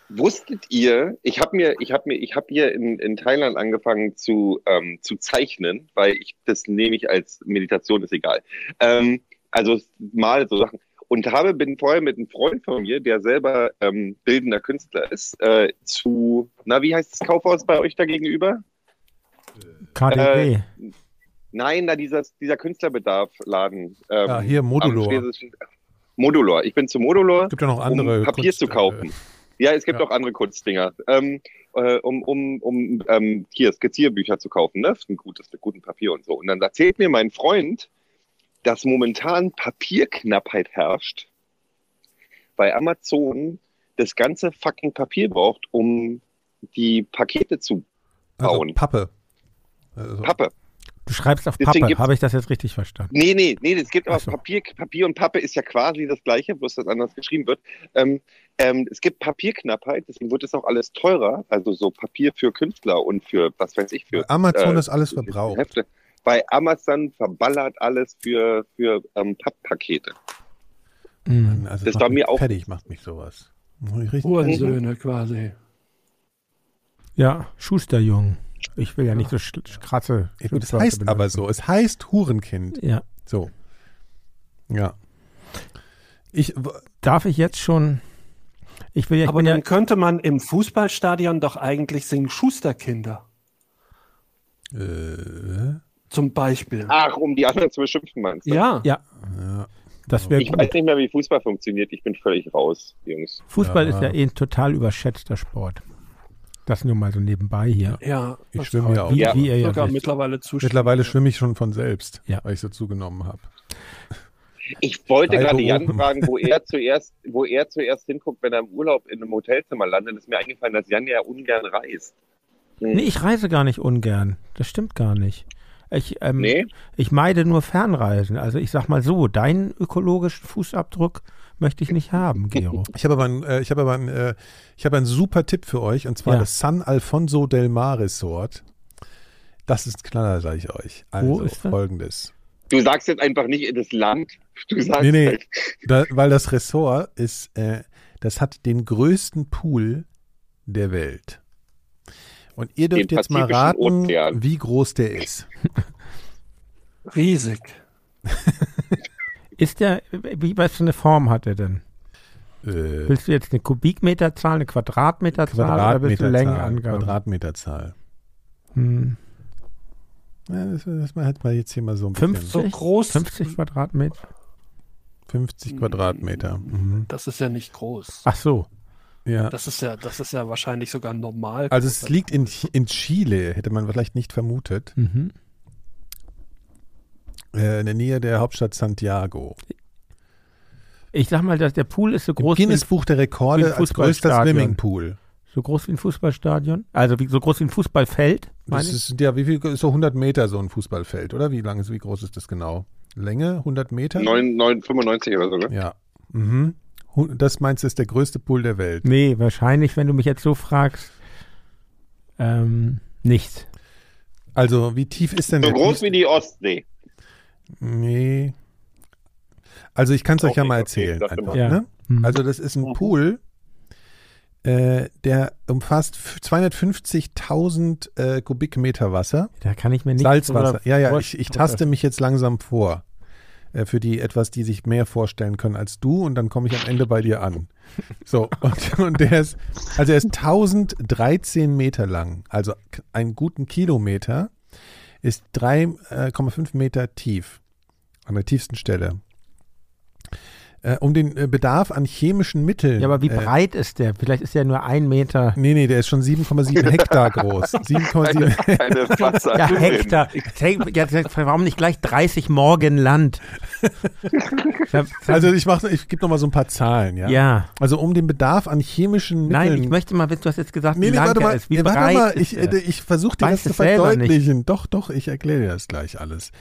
Wusstet ihr, ich habe mir, ich habe mir, ich habe hier in, in Thailand angefangen zu, ähm, zu zeichnen, weil ich das nehme ich als Meditation, ist egal. Ähm, also mal so Sachen. Und habe, bin vorher mit einem Freund von mir, der selber ähm, bildender Künstler ist, äh, zu, na, wie heißt das Kaufhaus bei euch da gegenüber?
Äh,
KDW.
Nein, da dieser, dieser Künstlerbedarf-Laden. Ähm,
Ja, Ah, hier
am
Modulor.
Schlesischen- Modulor. Ich bin zu Modulor,
Gibt ja noch andere.
um Papier
Kunst-
zu kaufen. Ja, es gibt
Ja.
auch andere Kunstdinger. Ähm, äh, um um, um ähm, hier Skizzierbücher zu kaufen, ne? Ein gutes, mit gutem Papier und so. Und dann erzählt mir mein Freund, dass momentan Papierknappheit herrscht, weil Amazon das ganze fucking Papier braucht, um die Pakete zu
Also
bauen.
Pappe. Also,
Pappe.
Du schreibst auf
Deswegen
Pappe.
gibt's-
Habe ich das jetzt richtig verstanden?
Nee, nee, nee, es gibt
Ach
aber
so.
Papier, Papier und Pappe ist ja quasi das gleiche, bloß dass anders geschrieben wird. Ähm, ähm, es gibt Papierknappheit, deswegen wird es auch alles teurer, also so Papier für Künstler und für, was weiß ich, für
Amazon
äh,
ist alles verbraucht.
Hefte. Bei Amazon verballert alles für, für ähm, Papppakete.
Mhm.
Also,
Das
macht
war mir
mich
auch-
Fertig macht mich sowas. Muss ich richtig-
Hurensöhne quasi.
Ja, Schusterjung. Ich will ja nicht so sch sch- krasse.
Ja, gut,
Schimpfworte
das heißt
benutzen.
aber so. Es heißt Hurenkind.
Ja.
So. Ja. Ich, w-
Darf ich jetzt schon? Ich will ja. Ich
Aber
bin ja
dann könnte man im Fußballstadion doch eigentlich singen Schusterkinder.
äh,
Zum Beispiel.
Ach, um die anderen zu beschimpfen, meinst du?
Ja.
ja. Das wäre
Ich weiß
gut.
nicht mehr, wie Fußball funktioniert. Ich bin völlig raus, Jungs.
Fußball
Ja.
ist ja eh ein total überschätzter Sport. Das nur mal so nebenbei hier.
Ja.
ich
das
schwimme ja auch.
Wie,
Ja.
wie ihr ja
sogar
wisst.
mittlerweile zustimmen.
Mittlerweile schwimme ich schon von selbst,
Ja.
weil ich so zugenommen habe.
Ich wollte
Drei
gerade Jan
Berufe.
fragen, wo er zuerst, wo er zuerst hinguckt, wenn er im Urlaub in einem Hotelzimmer landet. Ist mir eingefallen, dass Jan ja ungern reist.
Nee, ich reise gar nicht ungern. Das stimmt gar nicht. Ich, ähm,
Nee?
ich meide nur Fernreisen. Also ich sag mal so, deinen ökologischen Fußabdruck möchte ich nicht haben, Gero.
Ich habe aber einen, äh, ich habe aber einen, äh, ich habe einen super Tipp für euch und zwar
Ja.
das San Alfonso del Mar Resort. Das ist ein Knaller, sage ich euch. Also
Wo ist das?
folgendes.
Du sagst jetzt einfach nicht das Land. Du sagst
Nee, nee,
halt,
da, weil das Ressort ist, äh, das hat den größten Pool der Welt. Und ihr dürft
Den
jetzt mal raten,
Pazifischen Ozean.
wie groß der ist.
Riesig.
Ist der, wie, was für eine Form hat er denn?
Äh,
Willst du jetzt eine Kubikmeterzahl, eine Quadratmeterzahl oder willst du
Quadratmeterzahl.
Längenangabe?
Quadratmeterzahl.
Hm,
Ja, das, das hat man jetzt hier mal so ein bisschen.
50,
So groß.
50 Quadratmeter?
50 Quadratmeter. Mhm.
Das ist ja nicht groß.
Ah.
Ach so.
Ja.
Das ist ja, das ist ja wahrscheinlich sogar normal.
Also es liegt in, Ch- in Chile, hätte man vielleicht nicht vermutet,
Mhm.
äh, in der Nähe der Hauptstadt Santiago.
Ich sag mal, dass der Pool ist so
Im
groß, wie ein,
Guinness Buch der
wie ein
Rekorde als größter
Fußballstadion.
Swimmingpool.
so groß wie ein Fußballstadion. Also wie, so groß wie ein Fußballfeld.
Das
meine ich.
ist ja wie viel ist so 100 Meter so ein Fußballfeld, oder wie lang ist wie groß ist das genau? Länge 100 Meter?
9, 9, 95 oder so, ne?
Ja. Mhm. Hu- Das meinst du ist der größte Pool der Welt?
Nee, wahrscheinlich, wenn du mich jetzt so fragst, ähm, nicht.
Also wie tief ist denn
So
der
groß
tiefste-
wie die Ostsee.
Nee. Also ich kann es euch
Auch
ja mal
nicht, okay,
erzählen.
das immer.
einfach,
Mhm.
Ja.
ne?
Hm.
Also das ist ein Pool, äh, der umfasst f- 250.000 äh, Kubikmeter Wasser,
Da kann ich mir nicht
Salzwasser.
drüber
Ja, ja,
vor-
ich, ich taste mich jetzt langsam vor. Äh, für die etwas, die sich mehr vorstellen können als du und dann komme ich am Ende bei dir an. So, und, und der ist, also er ist 1013 Meter lang, also k- einen guten Kilometer, ist 3,5 Meter tief, an der tiefsten Stelle. Äh, um den äh, Bedarf an chemischen Mitteln.
Ja, aber wie
äh,
breit ist der? Vielleicht ist der nur ein Meter.
Nee, nee, der ist schon 7,7 Hektar groß. 7,7
Eine Wasser.
Ja, Hektar. Ich denk- ja, Warum nicht gleich 30 Morgen Land?
Also ich mache, ich gebe noch mal so ein paar Zahlen, ja.
ja.
Also um den Bedarf an chemischen Mitteln.
Nein, ich möchte mal wissen, du hast jetzt gesagt,
Nee,
wie
nee,
lang
warte
er
mal,
ist, wie
nee, warte
breit
mal,
ist
ich,
er.
äh, ich versuche dir das
Weiß
zu
es selber nicht.
verdeutlichen. Doch, doch, ich erkläre dir das gleich alles.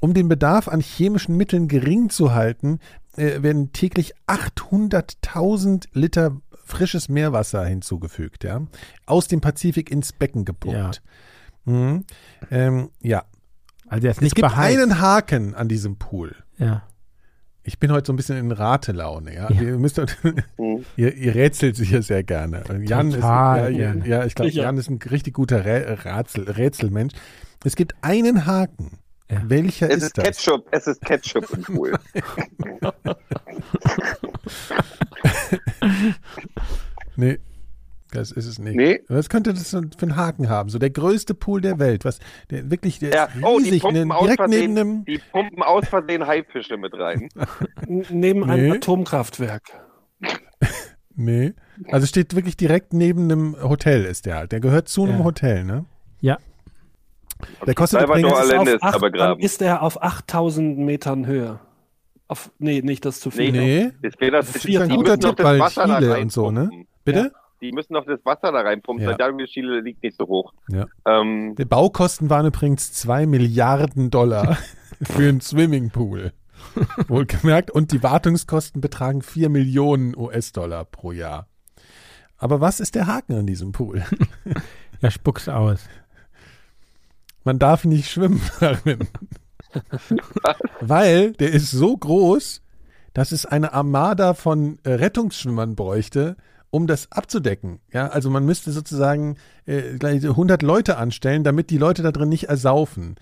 Um den Bedarf an chemischen Mitteln gering zu halten, äh, werden täglich 800.000 Liter frisches Meerwasser hinzugefügt, ja, aus dem Pazifik ins Becken gepumpt. Mhm. Ähm, ja.
Also er ist
Es
nicht
gibt
beheizt.
einen Haken an diesem Pool.
ja.
Ich bin heute so ein bisschen in Ratelaune, ja. Ihr, müsst,
Mhm.
ihr, ihr rätselt sicher sehr gerne. Jan
Total,
ist, ja,
Jan.
ja, ja, ich glaube,
Sicher.
Jan ist ein richtig guter Rä Rätsel, Rätselmensch. Es gibt einen Haken.
Ja.
Welcher
Es
ist,
ist
das?
Ketchup, es ist Ketchup und cool.
Nee, das ist es nicht.
Nee.
Was könnte das denn für einen Haken haben? So der größte Pool der Welt. Was, der wirklich, der
Ja,
ist
oh, die
riesig,
pumpen,
ne,
aus
direkt neben
Versehen,
einem.
die pumpen aus Versehen Haifische mit rein.
N neben einem
Nee.
Atomkraftwerk.
Nee. Also steht wirklich direkt neben einem Hotel, ist der halt. Der gehört zu einem
Ja.
Hotel, ne?
Ja.
Der kostet
Salvador
übrigens-
Ist
Allende
auf
ist aber
dann
graben.
ist er auf 8000 Metern Höhe. Auf, nee, nicht das ist zu viel.
Nee.
Ist mir das,
Das ist
die
ein
müssen
guter
auf das
Tipp, weil
Wasser da
Chile und so, ne?
reinpumpen.
Bitte?
Die müssen auf das Wasser da reinpumpen,
Ja.
weil dadurch Chile liegt nicht so hoch.
Ja.
Ähm,
Die Baukosten waren übrigens 2 Milliarden Dollar für einen Swimmingpool. Wohlgemerkt. Und die Wartungskosten betragen 4 Millionen US-Dollar pro Jahr. Aber was ist der Haken an diesem Pool?
Ja, spuck's aus.
Man darf nicht schwimmen darin. Weil der ist so groß, dass es eine Armada von äh, Rettungsschwimmern bräuchte, um das abzudecken. Ja, also man müsste sozusagen äh, gleich 100 Leute anstellen, damit die Leute da drin nicht ersaufen.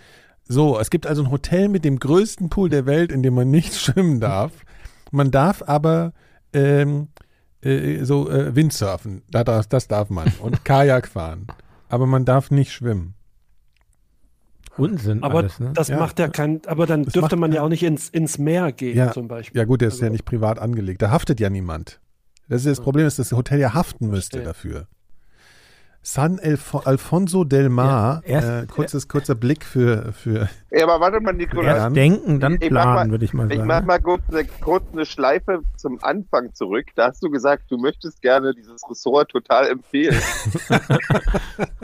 So, es gibt also ein Hotel mit dem größten Pool der Welt, in dem man nicht schwimmen darf. Man darf aber ähm, äh, so äh, Windsurfen, da darf, das darf man und Kajak fahren, aber man darf nicht schwimmen.
Unsinn
Aber
alles, ne?
das
Ja.
macht ja kein, aber dann
Das
dürfte
macht
man ja
kein-
auch nicht ins, ins Meer gehen
Ja,
zum Beispiel.
Ja gut, der ist ja
Also-
nicht privat angelegt. Da haftet ja niemand. Das ist das Problem, ist, dass das Hotel ja haften müsste
Verstehe.
dafür. San Elfo Alfonso del Mar,
Ja, erst-
äh, kurzes, kurzer Blick für, für
ja, aber warte mal, Nikolas.
Ja,
Erst denken, dann
Ich mach
planen,
mal-
würde ich mal
Ich
sagen.
mache mal kurz eine, kurz eine Schleife zum Anfang zurück. Da hast du gesagt, du möchtest gerne dieses Ressort total empfehlen.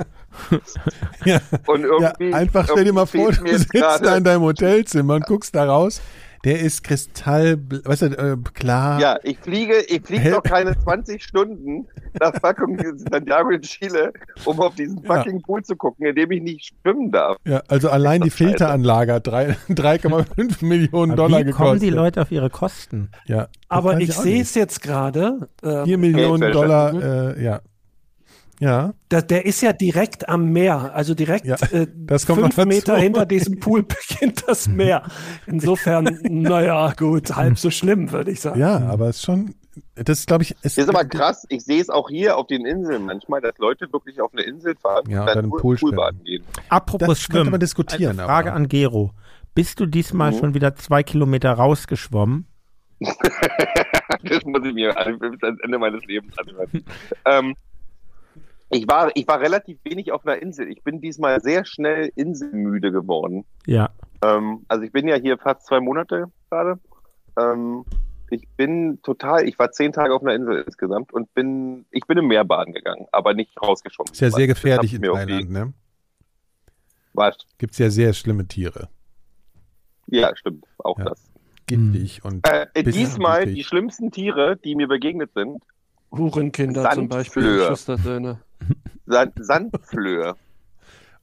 Ja.
Und
ja,
irgendwie.
einfach stell dir mal vor,
fehlt mir
du
jetzt
sitzt da in
gerade-
deinem Hotelzimmer und guckst da raus. Der ist kristall, weißt du, äh, klar.
Ja, ich fliege, ich fliege
Hä?
noch keine 20 Stunden nach fucking Santiago in Chile, um auf diesen
Ja.
fucking Pool zu gucken, in dem ich nicht schwimmen darf.
Ja, also allein die
Ist doch scheiße.
Filteranlage hat drei- 3,5 Millionen
Aber
Dollar
wie kommen
gekostet.
die Leute auf ihre Kosten?
Ja, das
Aber
weiß
ich
auch
sehe
nicht.
es jetzt gerade. Ähm,
4 Millionen
Geldwäsche. Mhm.
Dollar, äh, ja. Ja.
da, der ist ja direkt am Meer, also direkt
Ja,
äh,
das kommt noch
fünf
dazu.
Meter hinter diesem Pool beginnt das Meer. Insofern, naja, gut, halb so schlimm, würde ich sagen.
Ja, aber es ist schon, das glaube ich, ist,
Ist aber krass, ich sehe es auch hier auf den Inseln manchmal, dass Leute wirklich auf eine Insel fahren
Ja,
dann
und dann im
nur
Pool schwimmen.
Poolbaden gehen.
Apropos
Das könnte
Schwimmen.
man diskutieren,
Genau,
Genau.
Eine Frage
aber.
an Gero. Bist du diesmal schon wieder zwei Kilometer rausgeschwommen?
das muss ich mir an- bis ans Ende meines Lebens anhören. ähm, ich, war, ich war relativ wenig auf einer Insel. Ich bin diesmal sehr schnell inselmüde geworden.
Ja.
Ähm, also ich bin ja hier fast zwei Monate gerade. Ähm, ich bin total, ich war zehn Tage auf einer Insel insgesamt und bin, ich bin im Meer baden gegangen, aber nicht rausgeschwommen.
ist ja sehr
Das
gefährlich
hat
in
mir irgendwie-
Thailand, ne?
Was?
Gibt es ja sehr schlimme Tiere.
Ja, stimmt, auch
Ja.
das.
Giftig und
Äh,
Bisschen
diesmal
mutig.
die schlimmsten Tiere, die mir begegnet sind,
Hurenkinder zum Beispiel,
Sandflöhe.
Schwestersöhne.
Sand Sandflöhe.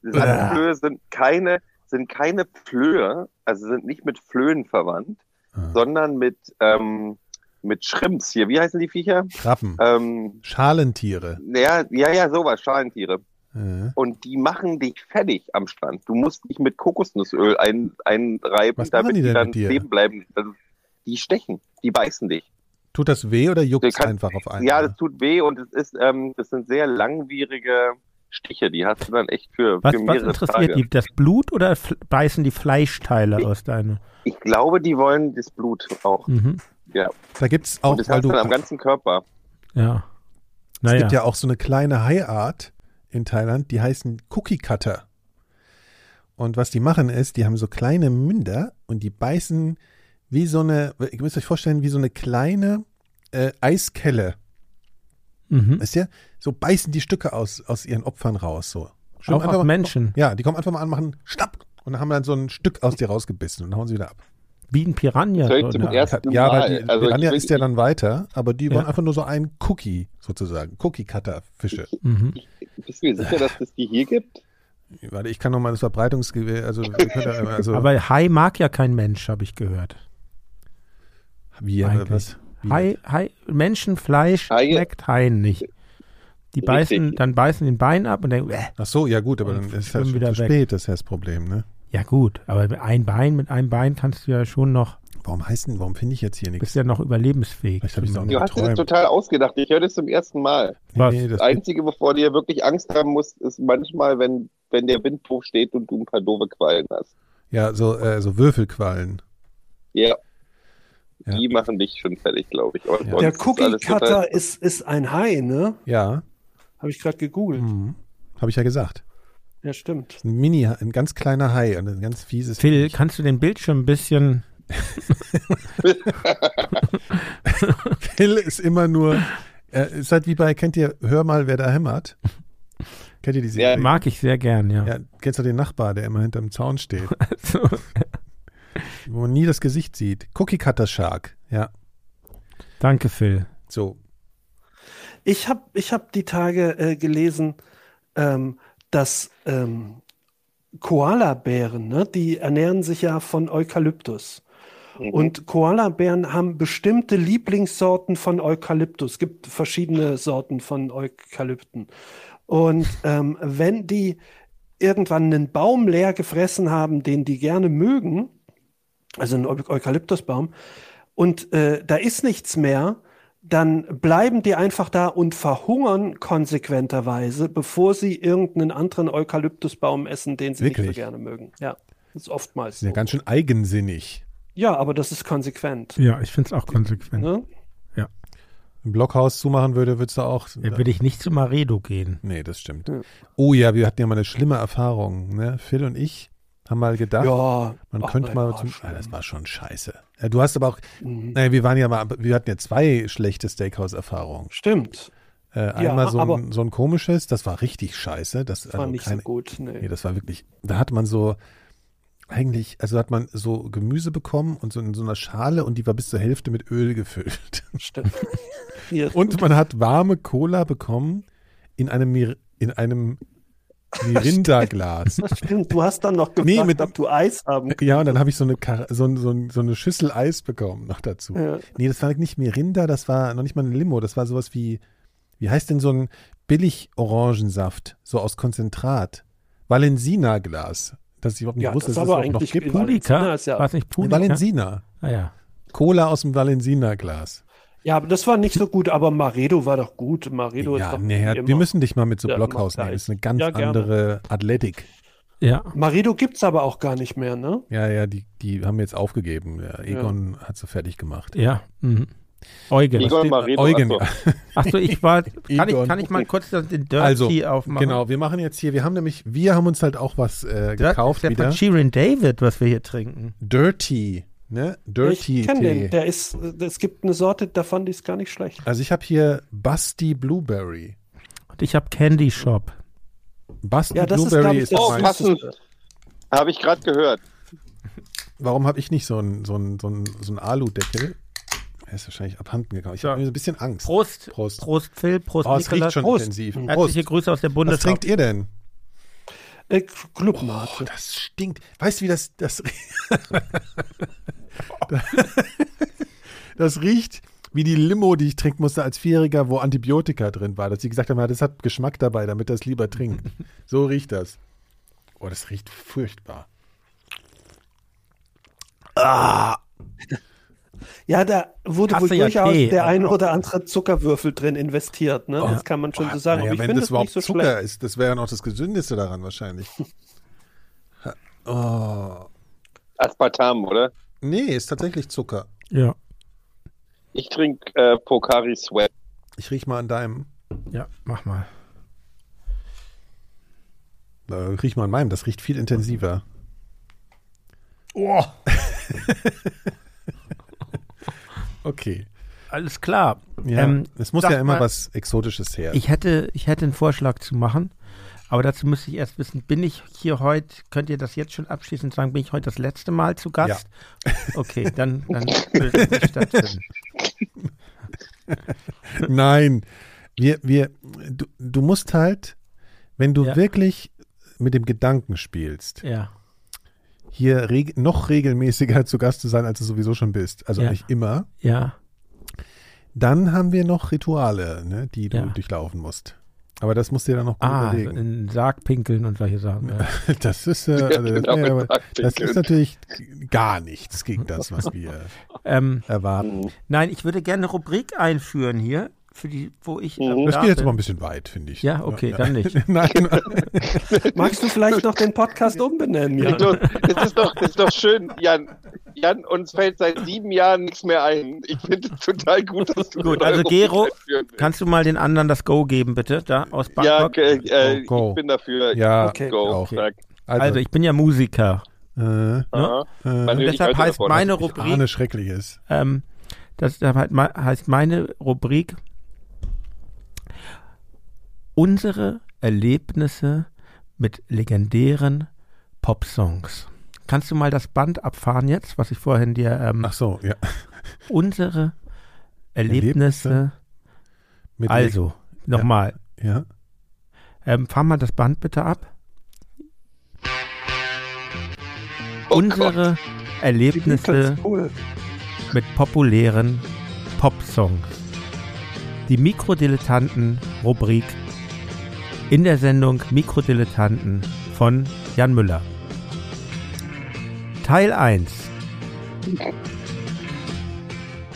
Sandflöhe sind keine, sind keine Flöhe, also sind nicht mit Flöhen verwandt,
Ah.
sondern mit, ähm, mit Schrimps hier. Wie heißen die Viecher?
Krabben.
Ähm,
Schalentiere.
ja, ja, ja, sowas, Schalentiere.
Äh.
Und die machen dich fertig am Strand. Du musst dich mit Kokosnussöl ein, einreiben,
Was machen
damit
die
die,
denn
dann
mit dir?
leben bleiben. Also, die stechen, die beißen dich.
Tut das weh oder juckt
Der
es
kann-
einfach auf einen?
Ja, das tut weh und es ist, ähm, das sind sehr langwierige Stiche. Die hast du dann echt für,
Was,
für
was
mehrere Tage.
interessiert die? Das Blut oder fl- beißen die Fleischteile aus deinem?
Ich glaube, die wollen das Blut auch.
Mhm.
da gibt es auch,
und das
weil
hast du
du,
dann am
es
ganzen Körper.
Ja.
gibt
Naja.
ja auch so eine kleine Haiart in Thailand, die heißen Cookie Cutter. Und was die machen ist, die haben so kleine Münder und die beißen wie so eine, ihr müsst euch vorstellen, wie so eine kleine äh, Eiskelle.
Mhm.
Wisst ihr? So beißen die Stücke aus, aus ihren Opfern raus. So. Schwimmen
Auch auf Menschen.
Ja, die kommen einfach mal an, machen schnapp und haben dann so ein Stück aus dir rausgebissen und hauen sie wieder ab.
Wie ein Piranha.
Das höre ich
So
zum
eine Art.
ersten- Zum
ja,
Mal.
weil die
Also ich
Piranha
bin-
ist ja dann weiter, aber die waren
Ja.
einfach nur so ein Cookie sozusagen, Cookie-Cutter-Fische.
mhm.
Bist du dir sicher, dass das die hier gibt?
Warte, ich kann nochmal das Verbreitungs... Also, wir können da- also
Aber Hai mag ja kein Mensch, habe ich gehört.
Wie, aber
Eigentlich.
was? Wie?
Hai, Hai, Menschenfleisch
Haie-
schmeckt Haien nicht. Die beißen,
Richtig.
dann beißen den Bein ab und denken, äh,
Ach so, ja gut, aber dann
Und
ist das
schwimmen
schon
wieder
zu
weg.
spät, das ist ja das Problem, ne?
ja gut, aber ein Bein, mit einem Bein kannst du ja schon noch,
Warum heißt denn, warum finde ich jetzt hier nichts?
bist ja noch überlebensfähig.
Ich hab
Bist
ihn
noch-
auch
Du
Ja,
hast dir das
träumen.
total ausgedacht. Ich höre das zum ersten Mal.
was?
das
Das Einzige, wovor du hier wirklich Angst haben musst, ist manchmal, wenn, wenn der Wind hoch steht und du ein paar doofe Quallen hast.
ja, so, äh, so Würfelquallen.
Ja.
Ja.
Die machen dich schon fertig, glaube ich. Und
Ja.
sonst
Der
ist alles Also, total-
Cookie-Cutter ist, ist ein Hai, ne?
Ja,
Habe ich gerade gegoogelt.
mhm. habe ich ja gesagt.
Ja, stimmt.
Ein Mini, ein ganz kleiner Hai und ein ganz fieses.
Phil, kannst du den Bildschirm ein bisschen,
Phil ist immer nur, äh, ist halt wie bei, kennt ihr, hör mal, wer da hämmert? Kennt ihr diese?
Ja.
mag ich sehr gern, ja.
ja, kennst du den Nachbar, der immer hinterm Zaun steht,
So.
wo man nie das Gesicht sieht? Cookie Cutter Shark, ja.
Danke, Phil.
So,
Ich habe ich hab die Tage äh, gelesen, ähm, dass ähm, Koalabären, ne, die ernähren sich ja von Eukalyptus.
Mhm.
Und Koalabären haben bestimmte Lieblingssorten von Eukalyptus. Es gibt verschiedene Sorten von Eukalypten. Und ähm, wenn die irgendwann einen Baum leer gefressen haben, den die gerne mögen, also einen Eu Eukalyptusbaum, und äh, da ist nichts mehr, dann bleiben die einfach da und verhungern konsequenterweise, bevor sie irgendeinen anderen Eukalyptusbaum essen, den sie nicht
Wirklich?
so gerne mögen. Ja, das ist oftmals
ist ja
so.
ganz schön eigensinnig.
Ja, aber das ist konsequent.
Ja, ich finde es auch konsequent.
Ne?
Ein Blockhaus zumachen würde, würdest du auch.
Da würde ich nicht zu Maredo gehen.
Nee, das stimmt.
Ja.
Oh ja, wir hatten ja mal eine schlimme Erfahrung. Ne? Phil und ich haben mal gedacht,
Ja,
man
Ach, oh,
könnte
nein,
mal
war Mhm.
zum.
schlimm.
Ah, das war schon scheiße. Ja, du hast aber auch. Naja, wir waren ja mal. Wir hatten ja zwei schlechte Steakhouse-Erfahrungen.
stimmt.
Äh, einmal so
aber-
ein, so ein komisches, das war richtig scheiße. Das,
War
also
nicht
keine-
so gut. Nee.
Nee, das war wirklich. Da hat man so. Eigentlich, also hat man so Gemüse bekommen und so in so einer Schale und die war bis zur Hälfte mit Öl gefüllt.
Stimmt. Hier.
Und man hat warme Cola bekommen in einem, Mir in einem Mirinda-Glas.
Stimmt, du hast dann noch gefragt,
Nee, mit-
ob du Eis haben kannst.
Ja, und dann habe ich so eine, Kar- so, ein- so, ein- so eine Schüssel Eis bekommen noch dazu.
Ja.
Nee, das war halt nicht Mirinda, das war noch nicht mal eine Limo, das war sowas wie, wie heißt denn so ein Billig-Orangensaft, so aus Konzentrat? Valensina-Glas, dass ich überhaupt nicht
Ja,
wusste,
das
dass es
aber
das noch
eigentlich
gibt.
Valensina
Pulica?
ist ja-
War es nicht
Nee,
Pulica?
Valensina.
Ah ja.
Cola aus dem Valensina-Glas.
Ja, aber das war nicht so gut, aber Maredo war doch gut. Maredo ist
Ja,
doch
nee,
wie
Herr,
immer.
wir müssen dich mal mit so
Ja,
Blockhaus
immer
nehmen. Das ist eine
gleich.
ganz
Ja, gerne.
andere Athletik.
Ja.
Maredo gibt's aber auch gar nicht mehr, ne?
Ja, ja, die, die haben jetzt aufgegeben. Ja, Egon hat so fertig gemacht.
Ja. Mhm. Eugen.
Egon Maredo,
Eugen.
achso.
Achso, ich war. Kann ich,
Egon.
kann ich mal kurz das- den Dirty
Also,
aufmachen?
genau, wir machen jetzt hier, wir haben nämlich, wir haben uns halt auch was äh,
Dirty
gekauft
ist der
wieder.
von Sheeran David, was wir hier trinken.
Dirty, ne? Dirty
ich kenne
Tee.
den. Der ist, es gibt eine Sorte davon, die ist gar nicht schlecht.
Also ich habe hier Basti Blueberry.
Und ich habe Candy Shop.
Basti
Ja, das ist,
Blueberry
glaube ich,
ist,
der
Oh,
mein,
passt. passend. Habe ich gerade gehört.
warum habe ich nicht so einen so einen- so einen- so einen Aludeckel? Er ist wahrscheinlich abhanden gekommen. Ich
Ja.
habe mir so ein bisschen Angst.
Prost.
Prost.
Prost, Phil. Prost,
Oh, es riecht
Nikolas.
schon
Prost.
intensiv.
Herzliche
Prost.
Grüße aus der
Was
Bundesrepublik.
trinkt ihr denn?
Äh,
Oh,
Clubmate.
das stinkt. Weißt du, wie das das Das riecht wie die Limo, die ich trinken musste als Vierjähriger, wo Antibiotika drin war, dass sie gesagt haben, ja, das hat Geschmack dabei, damit das lieber trinkt. So riecht das. Oh, das riecht furchtbar.
Ja, da wurde wohl
Hasse ja
durchaus
Tee,
der
aber-
ein oder andere Zuckerwürfel drin investiert, ne? Das kann man schon so sagen.
Naja,
Aber ich
wenn
finde
das
es nicht
überhaupt
so
Zucker
schlecht.
ist, das wäre ja noch das Gesündeste daran wahrscheinlich. oh.
Aspartam, oder?
Nee, ist tatsächlich Zucker.
Ja.
Ich trinke äh, Pokari Sweat.
Ich riech mal an deinem.
Ja, mach mal.
Äh, riech mal an meinem, das riecht viel intensiver.
Oh,
Okay.
alles klar.
Ja,
Ähm,
es muss
sag
ja immer
mal,
was Exotisches her.
Ich hätte, ich hätte einen Vorschlag zu machen, aber dazu müsste ich erst wissen, bin ich hier heute, könnt ihr das jetzt schon abschließend sagen, bin ich heute das letzte Mal zu Gast? Okay, dann, dann wird es nicht stattfinden.
Nein, wir, wir, du, du musst halt, wenn du
Ja.
wirklich mit dem Gedanken spielst,
Ja.
hier reg noch regelmäßiger zu Gast zu sein, als du sowieso schon bist. Also
Ja.
eigentlich immer.
Ja.
Dann haben wir noch Rituale, ne, die du
Ja.
durchlaufen musst. Aber das musst du dir dann noch gut
Ah,
überlegen.
in den Sarg pinkeln und solche Sachen. Ja.
Das ist, äh, also das,
Genau,
ja, aber
mit
das
Taktik.
ist natürlich gar nichts gegen das, was wir
ähm,
erwarten.
nein, ich würde gerne eine Rubrik einführen hier, für die, wo ich. äh,
Das
da
geht Mhm. jetzt
bin.
aber ein bisschen weit, finde ich.
Ja, okay, dann nicht.
Nein,
Magst du vielleicht noch den Podcast umbenennen?
Leg
Ja.
los. Es ist doch, es ist doch schön, Jan. Jan, uns fällt seit sieben Jahren nichts mehr ein. Ich finde es total gut, dass du
Gut,
eine
also
Rubrik
Gero,
einführen willst.
kannst du mal den anderen das Go geben, bitte? Da aus
Ja,
Bangkok.
g- äh,
Go.
ich bin dafür.
ja,
Okay.
Go.
auch.
Sag.
also, ich bin ja Musiker. ne?
äh,
Aha. Man
äh,
hört nicht
deshalb
weiter
heißt
davon.
meine
ich
Rubrik.
ahne Schreckliches.
Ähm, das da halt me- heißt meine Rubrik Unsere Erlebnisse mit legendären Popsongs. Kannst du mal das Band abfahren jetzt, was ich vorhin dir ähm,
Ach so, ja.
unsere Erlebnisse.
Erlebnisse Mit
Also, nochmal.
Ja.
Ähm, fahr mal das Band bitte ab.
Oh
unsere Erlebnisse
Cool.
mit populären Popsongs. Die Mikrodilettanten-Rubrik in der Sendung Mikrodilettanten von Jan Müller. Teil 1.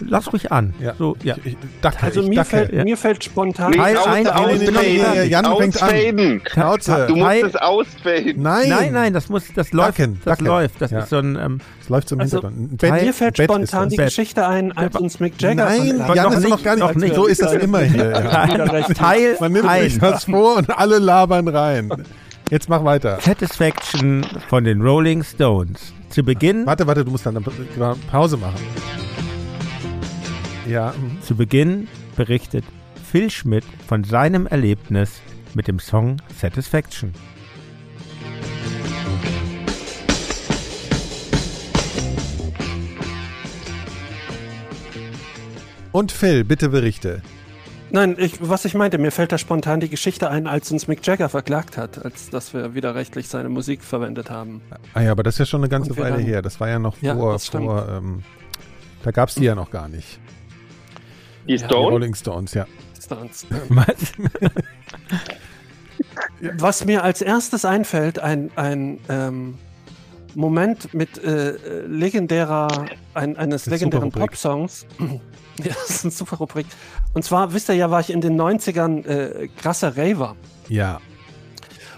Lass ruhig an.
Ja.
So, ja.
Ich, ich, dacke,
Also
ich
mir
dacke.
fällt,
ja.
mir fällt spontan.
Teil
aus-
eins,
aus-
aber ich bin noch nicht
ausfaden.
fertig.
Jan fängt an.
Ausfaden.
Schnauze.
Du musst
Teil-
es ausfaden.
Nein,
Nein, nein, das muss, das läuft,
Dacken,
das
Dacken.
läuft, das
Ja.
ist so ein, ähm,
Es läuft so im
Also,
Hintergrund. Ein
Teil-
Mir fällt
Bett ist
spontan
das.
die
Bett.
Geschichte ein, als uns Mick Jagger
Nein,
verklagt
Jan
Noch
ist noch
nicht,
gar nicht.
noch nicht.
So ist das immer hier. Ja.
Teil
Man nimmt sich
1.
das vor und alle labern rein. Jetzt mach weiter.
Satisfaction von den Rolling Stones. Zu Beginn,
Warte, warte, du musst dann eine genau Pause machen. Ja, mhm.
zu Beginn berichtet Phil Schmidt von seinem Erlebnis mit dem Song Satisfaction.
Und Phil, bitte berichte.
Nein, ich, was ich meinte, mir fällt da spontan die Geschichte ein, als uns Mick Jagger verklagt hat, als dass wir widerrechtlich seine Musik verwendet haben.
Ah ja, aber das ist ja schon eine ganze
Und wir
Weile
dann-
her. Das war ja noch
Ja,
vor,
das stimmt.
vor ähm, da gab es die ja noch gar nicht.
Die
Die
Stone?
Rolling Stones, ja.
Distanz.
Was?
Was mir als erstes einfällt, ein, ein ähm, Moment mit äh, legendärer, ein, eines
Eine
legendären
super Rubrik.
Popsongs. ja, das ist eine super Rubrik. Und zwar, wisst ihr ja, war ich in den 90ern äh, krasser Raver.
Ja.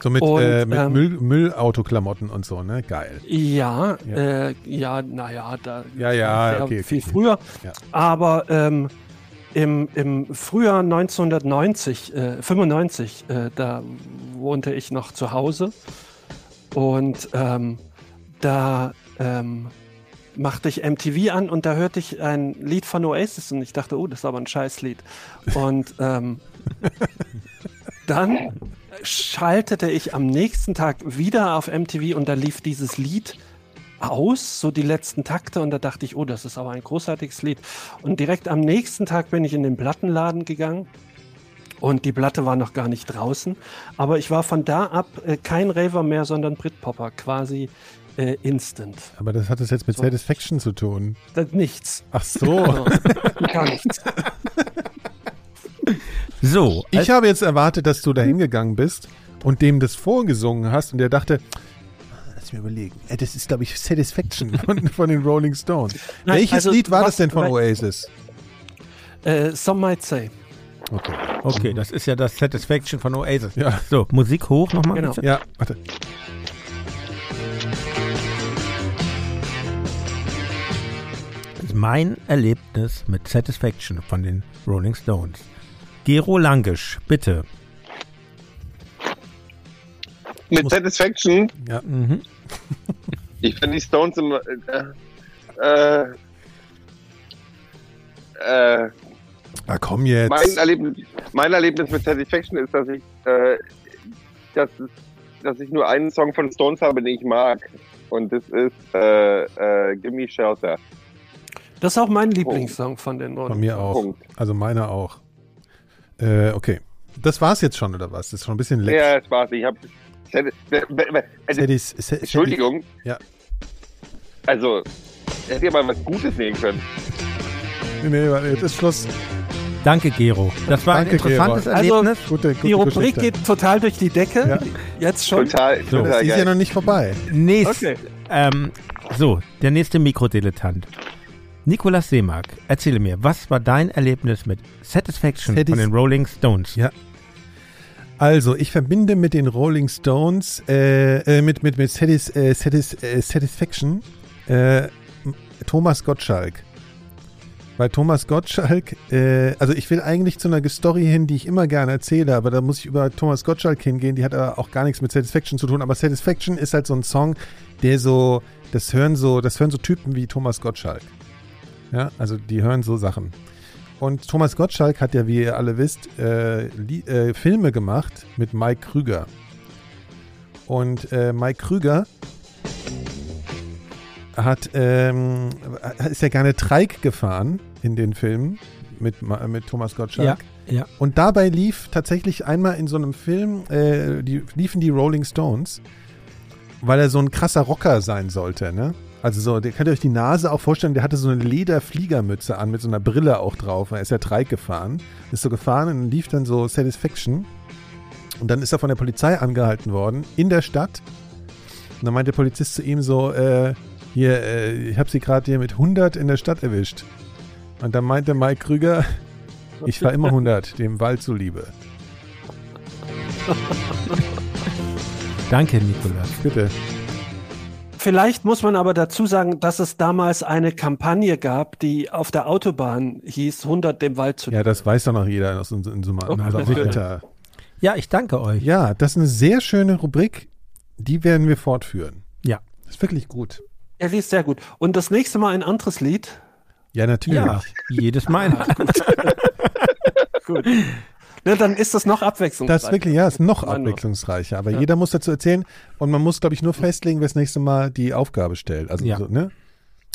So mit,
Und,
äh, mit
ähm,
Müll, Müllautoklamotten und so, ne? Geil.
Ja,
Ja.
ja, äh, ja naja, da
Ja, ja,
sehr
okay, okay,
viel
okay.
früher.
Ja.
Aber ähm, im, im Frühjahr 1990, äh, 95, äh, da wohnte ich noch zu Hause und ähm, da ähm, machte ich MTV an und da hörte ich ein Lied von Oasis und ich dachte, oh, das ist aber ein Scheißlied. Und ähm, dann schaltete ich am nächsten Tag wieder auf MTV und da lief dieses Lied aus, so die letzten Takte und da dachte ich, oh, das ist aber ein großartiges Lied. Und direkt am nächsten Tag bin ich in den Plattenladen gegangen und die Platte war noch gar nicht draußen, aber ich war von da ab äh, kein Raver mehr, sondern Britpopper, quasi äh, instant.
Aber das hat es jetzt mit
So.
Satisfaction zu tun.
Das, nichts.
Ach so.
Gar nichts.
So,
Ich habe jetzt erwartet, dass du da hingegangen bist und dem das vorgesungen hast und der dachte, lass mir überlegen, Äh, das ist, glaube ich, Satisfaction von, von den Rolling Stones.
Nein,
Welches
also,
Lied war
was-
das denn von
weil-
Oasis?
äh, some might say.
Okay.
okay, das ist ja das Satisfaction von Oasis.
Ja.
So, Musik hoch nochmal.
Genau.
bitte.
Ja, warte.
Das ist mein Erlebnis mit Satisfaction von den Rolling Stones. Gero Langisch, bitte.
Mit Satisfaction?
Ja.
Mhm.
Ich finde die Stones immer. Äh, äh, äh,
Ah, komm jetzt.
mein, Erlebnis, mein Erlebnis mit Satisfaction ist, dass ich, äh, dass, es- dass ich nur einen Song von Stones habe, den ich mag. Und das ist äh, äh, Gimme Shelter.
Das ist auch mein Lieblingssong von den
Von
Rolling.
mir auch.
Punkt.
Also meiner auch. Äh, okay. Das war's jetzt schon, oder was? Das ist schon ein bisschen leck.
Ja, Spaß. Ich habe.
Satis-
also,
Sa-
Entschuldigung.
Ja.
Also, hätte ihr mal was Gutes nehmen können.
Nee, nee, warte, jetzt ist Schluss.
Danke, Gero. Das war
Danke,
ein interessantes
Gero.
Also,
Erlebnis.
Gute, gute
Die Rubrik
Geschichte.
geht total durch die Decke.
Ja.
Jetzt schon.
Total,
Das
total
ist ja
geil.
noch nicht vorbei.
Nächst,
Okay.
ähm, so, der nächste Mikrodilettant. Nikolas Seemark, erzähle mir, was war dein Erlebnis mit Satisfaction
Satis-
von den Rolling Stones?
Ja. Also, ich verbinde mit den Rolling Stones, äh, äh, mit, mit, mit Satis, äh, Satis, äh, Satisfaction, äh, m- Thomas Gottschalk. Weil Thomas Gottschalk, äh, also ich will eigentlich zu einer Story hin, die ich immer gerne erzähle, aber da muss ich über Thomas Gottschalk hingehen, die hat aber auch gar nichts mit Satisfaction zu tun. Aber Satisfaction ist halt so ein Song, der so, das hören so, das hören so Typen wie Thomas Gottschalk. Ja, also die hören so Sachen. Und Thomas Gottschalk hat ja, wie ihr alle wisst, äh, Lie- äh, Filme gemacht mit Mike Krüger. Und äh, Mike Krüger hat, ähm, ist ja gerne Treik gefahren in den Filmen mit, Ma- mit Thomas Gottschalk.
ja.
Und dabei lief tatsächlich einmal in so einem Film, äh, die, liefen die Rolling Stones, weil er so ein krasser Rocker sein sollte, ne? Also so, der könnt ihr euch die Nase auch vorstellen, der hatte so eine Lederfliegermütze an mit so einer Brille auch drauf. Er ist ja Dreieck gefahren, ist so gefahren und lief dann so Satisfaction. Und dann ist er von der Polizei angehalten worden in der Stadt. Und dann meint der Polizist zu ihm so, äh, hier, äh, ich habe sie gerade hier mit 100 in der Stadt erwischt. Und dann meinte Mike Krüger, ich war immer 100, dem Wald zuliebe.
Danke, Nikolas.
Bitte.
Vielleicht muss man aber dazu sagen, dass es damals eine Kampagne gab, die auf der Autobahn hieß, 100 dem Wald zu
Ja, das weiß doch noch jeder aus uns- in so einem- in
Okay.
unserem Alter.
Ja, ich danke euch.
Ja, das ist eine sehr schöne Rubrik. Die werden wir fortführen.
Ja.
Das ist wirklich gut.
Er liest sehr gut. Und das nächste Mal ein anderes Lied.
Ja, natürlich.
jedes Mal. ein-
Gut. Ne, dann ist das noch abwechslungsreich.
Das ist wirklich, ja, ist noch
Mann,
abwechslungsreicher. Aber jeder muss dazu erzählen. Und man muss, glaube ich, nur festlegen, wer das nächste Mal die Aufgabe stellt. Also,
Ja.
so, ne?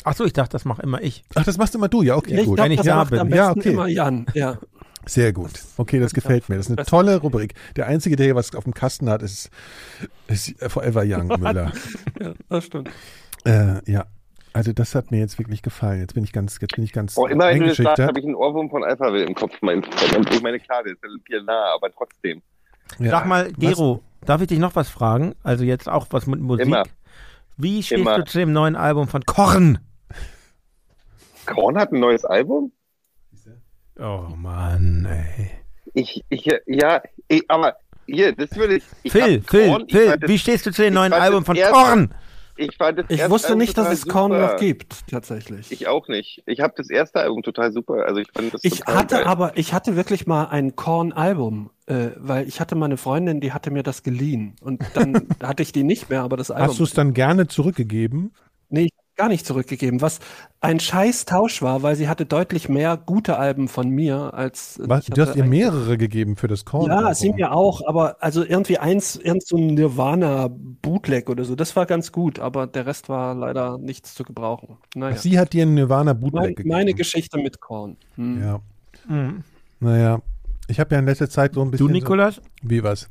Achso, ich dachte, das mache immer ich.
Ach, das machst immer du. Ja, okay,
Ich
gut.
glaube,
Wenn ich
das
da
macht
bin.
am besten
Ja, okay.
immer Jan. Ja.
Sehr gut. Okay, das gefällt mir. Das ist eine tolle Rubrik. Der Einzige, der hier was auf dem Kasten hat, ist, ist Forever Young Müller.
ja, das stimmt.
Äh, ja. Also das hat mir jetzt wirklich gefallen. Jetzt bin ich ganz, jetzt bin ich ganz
Oh, immer wenn du das sagst,
eingeschüchtert.
habe ich einen Ohrwurm von Alphaville im Kopf. Mein, ich meine, klar, der ist hier nah, aber trotzdem.
Ja.
Sag mal, Gero, darf ich dich noch was fragen? Also jetzt auch was mit Musik.
Immer.
Wie stehst
Immer.
du zu dem neuen Album von Korn?
Korn hat ein neues Album?
Oh Mann, ey.
Ich, ich, ja, ich, aber hier, das würde ich. ich
Phil,
hab
Phil,
Korn, ich
Phil,
fand das-
wie stehst du zu dem
ich
neuen
fand
Album
das
von
erst-
Korn?
Ich, fand das
Ich
erste
wusste
Album
nicht, dass
total
es Korn
super.
noch gibt, tatsächlich.
Ich auch nicht. Ich habe das erste Album total super. Also ich fand das
Ich
total
hatte
geil.
aber, ich hatte wirklich mal ein Korn-Album, äh, weil ich hatte meine Freundin, die hatte mir das geliehen. Und dann hatte ich die nicht mehr, aber das Album.
Hast du es dann gerne zurückgegeben?
Nee, ich hab gar nicht zurückgegeben, was ein scheiß Tausch war, weil sie hatte deutlich mehr gute Alben von mir als. äh,
Was,
ich
du hast
hatte
ihr
ein-
mehrere gegeben für das Korn.
Ja, sie mir auch, aber also irgendwie eins, irgend so ein Nirvana-Bootleg oder so, das war ganz gut, aber der Rest war leider nichts zu gebrauchen. Naja.
Sie hat dir einen Nirvana Bootleg
Mein,
gegeben.
meine Geschichte mit Korn. Hm.
Ja.
Mhm.
Naja. Ich habe ja in letzter Zeit so ein bisschen.
Du, Nikolas?
So, wie was?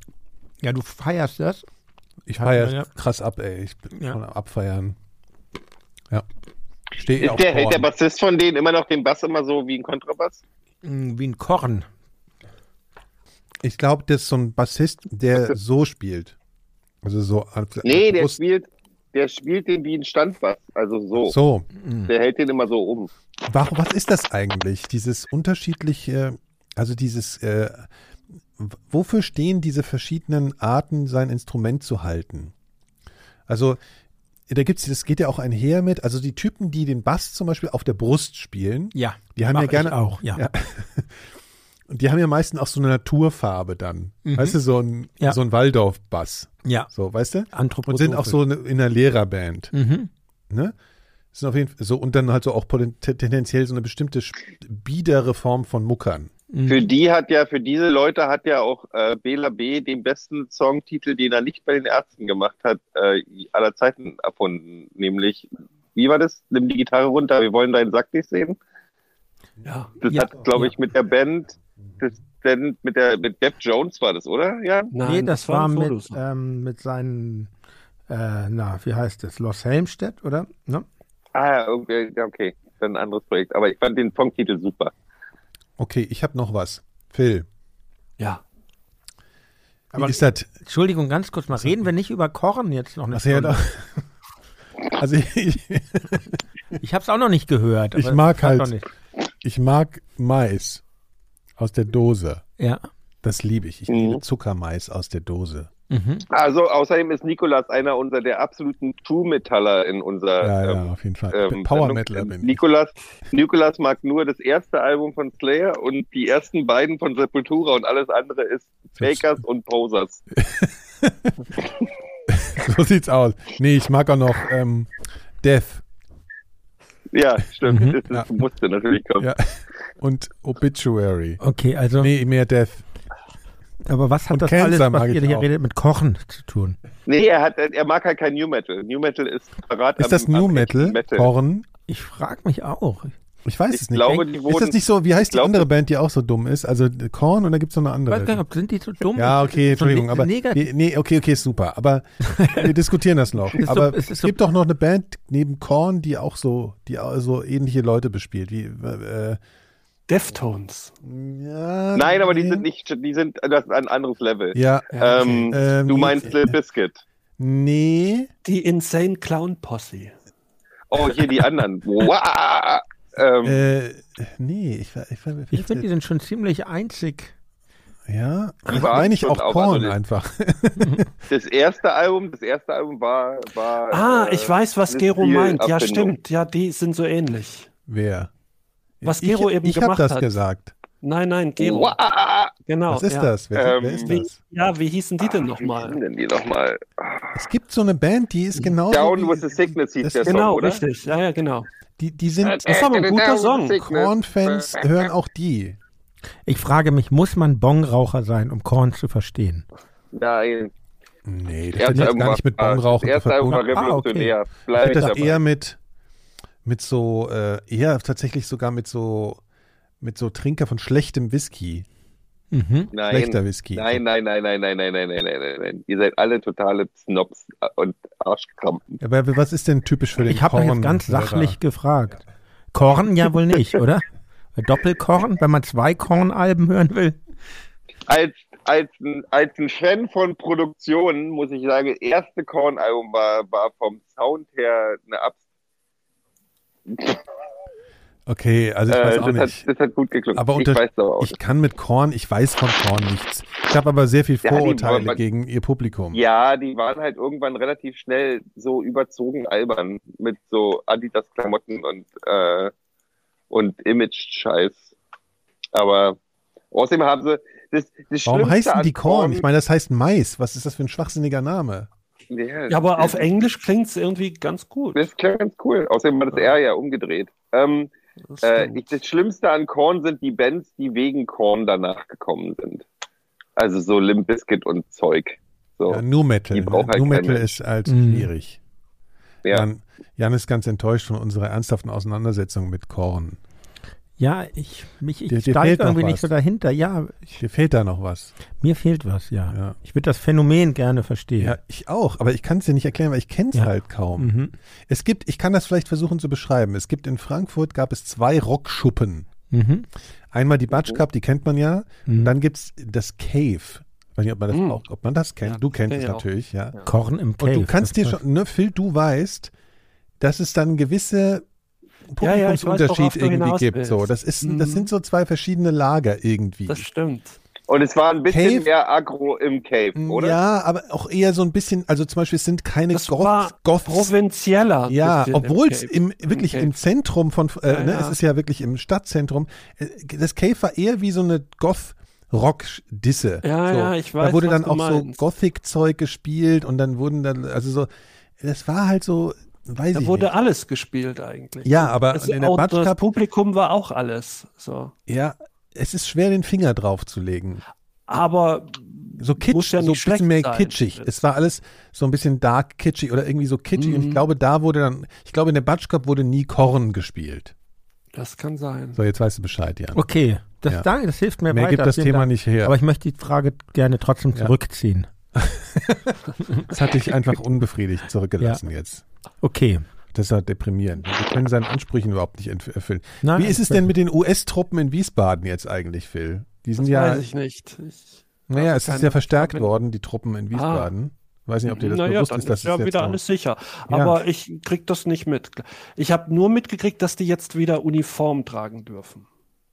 Ja, du feierst das.
Ich feiere
Ja.
krass ab, ey. Ich bin
Ja.
von am abfeiern. Ja. Stehe
Ist
auf
der, hält der
Korn.
Bassist von denen immer noch den Bass immer so wie ein Kontrabass?
Mm, Wie ein Korn.
Ich glaube, das ist so ein Bassist, der so spielt. Also so.
Nee, der
Brust-
spielt, der spielt den wie ein Standbass. Also so.
So.
Mhm.
Der hält den immer so um.
Warum, was ist das eigentlich? Dieses unterschiedliche, also dieses, äh, w- wofür stehen diese verschiedenen Arten, sein Instrument zu halten? Also, da gibt's, das geht ja auch einher mit, also die Typen, die den Bass zum Beispiel auf der Brust spielen,
Ja.
Die haben
mach
ja gerne-
ich auch, ja.
Ja. und die haben ja meistens auch so eine Naturfarbe dann. Weißt du, so ein,
Mhm. Ja.
so ein Waldorf-Bass.
ja.
So, weißt du? Und
Anthroposophisch.
sind auch so eine, in einer Lehrerband.
Mhm.
Ne? Sind auf jeden Fall, so, und dann halt so auch poten- te- tendenziell so eine bestimmte sp- biedere Form von Muckern.
Mhm.
Für die hat ja, für diese Leute hat ja auch äh, Bela B. den besten Songtitel, den er nicht bei den Ärzten gemacht hat, äh, aller Zeiten erfunden. Nämlich, wie war das? Nimm die Gitarre runter, wir wollen deinen Sack nicht sehen.
Ja.
Das
Ja,
hat, glaube
ja.
ich, mit der Band, das Band mit der mit Depp Jones war das, oder? Ja.
Nein,
nee, das, war
ein
mit, äh,
Solo-Song.
ähm, mit seinen, äh, na, wie heißt es? Los Helmstedt, oder? Ne?
Ah, ja, okay, ja, okay. Dann ein anderes Projekt. Aber ich fand den Songtitel super.
Okay, ich habe noch was. Phil,
Ja.
wie ist das?
Entschuldigung, ganz kurz mal. Reden wir nicht über Korn jetzt noch eine
Ach so, ja,
Stunde?
da- Also ich,
Ich habe es auch noch nicht gehört.
Ich
aber
mag
das hat
halt-
noch nicht-
Ich mag Mais aus der Dose.
Ja.
das liebe ich. Ich
Mhm.
liebe Zuckermais aus der Dose.
Mhm.
Also außerdem ist Nikolas einer unserer der absoluten True-Metaller in unserer
Ja, ja,
ähm,
auf jeden Fall.
ähm,
Power
Sendung.
Metaler bin ich.
Nikolas, Nikolas mag nur das erste Album von Slayer und die ersten beiden von Sepultura und alles andere ist Fakers und Posers.
So sieht's aus. Nee, ich mag auch noch ähm, Death
Ja, stimmt.
Mhm.
Das ist, musste natürlich kommen.
Ja. und Obituary.
Okay, also,
Nee, mehr Death.
aber was hat
und
das
Cancer
alles,
mag
was
ich
ihr hier
auch.
redet, mit Kochen zu tun?
Nee, er, hat, er mag halt kein New Metal. New Metal ist Verrat
Ist
an-
das
an
New
echten
Metal? Horn?
Ich frage mich auch.
Ich weiß
Ich
es nicht.
glaube, die
ist das
wurden-
nicht so, wie heißt die
glaub-
andere Band, die auch so dumm ist? Also Korn und da gibt's noch eine
Ich weiß gar nicht,
andere.
ob sind die so dumm?
Ja, okay,
So ein
Entschuldigung, aber nee,
Negativ-
nee, okay, okay, ist super. Aber wir diskutieren das noch.
Es ist so-
aber
es ist
es
so-
gibt doch noch eine Band neben Korn, die auch so, die auch so ähnliche Leute bespielt. Wie, äh,
Deftones.
ja,
Nein, aber die
nee.
sind nicht, die sind das ist ein anderes Level.
Ja,
Ja, okay.
ähm,
Ähm,
du meinst Lil Biscuit.
nee.
Die Insane Clown Posse.
Oh, hier die anderen. Wow. Ähm,
Äh, nee, ich, war- ich, war-
Ich finde, die sind schon ziemlich einzig.
ja,
die waren
meine ich
schon
auch
auch,
Korn
also die-
einfach.
Das erste Album, das erste Album war. war
Ah,
äh,
ich weiß, was
eine
Gero meint. Ja,
Stilabfindung.
stimmt. Ja, die sind so ähnlich.
Wer?
Was Gero
ich,
eben
ich
gemacht
hab das
hat.
gesagt.
Nein, nein, Gero.
Wow.
Genau.
Oh,
Was ist
ja.
das? Wer,
Ähm,
wer ist
Wie,
das?
ja, wie hießen die denn
Ah, Wie sind
nochmal?
denn die nochmal?
Es gibt so eine Band, die ist genau
Down with the Sickness hieß
das-
der Song,
Genau,
oder?
richtig. Ja, ja, genau.
die, die
Äh,
sind
Das ist aber ein guter Song.
Korn-Fans hören auch die.
Ich frage mich, muss man Bongraucher sein, um Korn zu verstehen?
Nein.
Nee, das
Das erste
hat jetzt
Album
gar
war,
nicht mit
das
Bongrauchen zu
erste Album war
tun.
revolutionär.
Ah, Ich
Bleib
hätte
ich
das
dabei.
eher mit, mit so, äh, eher tatsächlich sogar mit so, mit so Trinker von schlechtem Whisky.
Mhm.
Schlechter
Nein.
Whisky.
Nein, nein, nein, nein, nein, nein, nein, nein, nein, nein, nein. Ihr seid alle totale Snobs und Arschkrampen.
Aber was ist denn typisch für den
Ich habe
Korn?
mich jetzt ganz sachlich gefragt. Korn ja wohl nicht, oder? Doppelkorn, wenn man zwei Kornalben hören will.
Als, als, ein- als ein Fan von Produktionen muss ich sagen, das erste Korn-Album war, war vom Sound her eine Abs
Okay, also ich
Äh,
weiß auch
das,
nicht.
Hat, das hat gut geklappt.
Aber
ich
unter-
weiß aber auch.
Ich kann mit Korn, ich weiß von Korn nichts. Ich habe aber sehr viel
Ja, die
Vorurteile
wollen wir-
gegen ihr Publikum.
ja, die waren halt irgendwann relativ schnell so überzogen albern mit so Adidas Klamotten und äh, und Image Scheiß. Aber außerdem haben sie das, das
Warum
Schlimmste
heißen
an
die Korn? Ich meine, das heißt Mais. Was ist das für ein schwachsinniger Name?
ja,
Ja, aber auf
das-
Englisch klingt es irgendwie ganz gut.
Das klingt ganz cool. Außerdem war das R ja umgedreht. Ähm,
Das
äh,
stimmt.
ich, das Schlimmste an Korn sind die Bands, die wegen Korn danach gekommen sind. Also so Limp Bizkit und Zeug. So.
Ja, New Metal.
Die
Ne?
braucht halt
New
kein
Metal
Mensch.
ist halt
Mhm.
schwierig.
Ja.
Jan, Jan ist ganz enttäuscht von unserer ernsthaften Auseinandersetzung mit Korn.
Ja, ich, mich,
Dir-
ich
dir
steige
fehlt noch
irgendwie nicht
was.
so dahinter. Ja,
Dir fehlt da noch was.
mir fehlt was, ja.
Ja.
Ich würde das Phänomen gerne verstehen.
Ja, ich auch, aber ich kann es dir nicht erklären, weil ich kenne es
Ja.
halt kaum.
Mhm.
Es gibt, ich kann das vielleicht versuchen zu beschreiben. Es gibt in Frankfurt gab es zwei Rockschuppen.
Mhm.
Einmal die
Oh.
Batsch Cup, die kennt man ja.
Mhm.
Und dann gibt's das Cave. Ich weiß nicht, ob man das auch, ob man das kennt.
Mhm. Ja,
du kennst
kenn
es
ich auch.
natürlich, ja.
Korn im
Und
Cave.
du kannst dir
das war-
schon, ne, Phil, du weißt, dass es dann gewisse
Ja, ja, ich weiß, worauf
Publikumsunterschied
du
irgendwie
hinaus
gibt.
willst.
So, das ist,
Mhm.
das sind so zwei verschiedene Lager irgendwie.
Das stimmt.
Und es war ein bisschen
Cave? Mm,
mehr Agro im Cave, oder?
Ja, aber auch eher so ein bisschen, also zum Beispiel es sind keine
Das
Goths,
war
Goths
provinzieller.
Ja,
bisschen im
obwohl es
Cape.
im, wirklich
Cape.
im Zentrum von, äh,
Ja,
ne,
ja.
es ist ja wirklich im Stadtzentrum. Äh, Das Cave war eher wie so eine Goth-Rock-Disse.
Ja,
so.
ja, ich
Da
weiß,
wurde
was
dann
du
auch
meinst.
so Gothic-Zeug gespielt und dann wurden dann, also so, das war halt so, weiß
Da
ich
wurde
nicht.
alles gespielt eigentlich.
Ja, aber
das,
in der
auch, das
Batschkap,
Publikum war auch alles. So.
ja, es ist schwer, den Finger drauf zu legen.
Aber
So kitsch,
Muss ja
so ein
nicht schlecht
bisschen mehr
sein.
kitschig. Es war alles so ein bisschen dark kitschig oder irgendwie so kitschig.
Mhm.
Und ich glaube, da wurde dann, ich glaube, in der Batschkap wurde nie Korn gespielt.
das kann sein.
So, jetzt weißt du Bescheid, Jan.
Okay, das,
Ja.
danke, das hilft mir
Mehr
weiter.
gibt das
Vielen
Thema
Dank.
nicht her.
Aber ich möchte die Frage gerne trotzdem zurückziehen.
Das hat dich einfach unbefriedigt zurückgelassen jetzt.
Okay,
Das ist ja deprimierend. Wir können seinen Ansprüchen überhaupt nicht erfüllen. Nein, Wie ist es denn mit den US-Truppen in Wiesbaden jetzt eigentlich, Phil? Die sind
das
ja.
Weiß ich nicht. Ich
naja,
hab
es ist
keine-
ja verstärkt
hab-
worden, die Truppen in Wiesbaden. Weiß nicht, ob dir das
naja,
bewusst
dann
ist, dass
ist
es
ja
jetzt
wieder
auch-
alles sicher.
Ja.
Aber ich krieg das nicht mit. Ich habe nur mitgekriegt, dass die jetzt wieder Uniform tragen dürfen.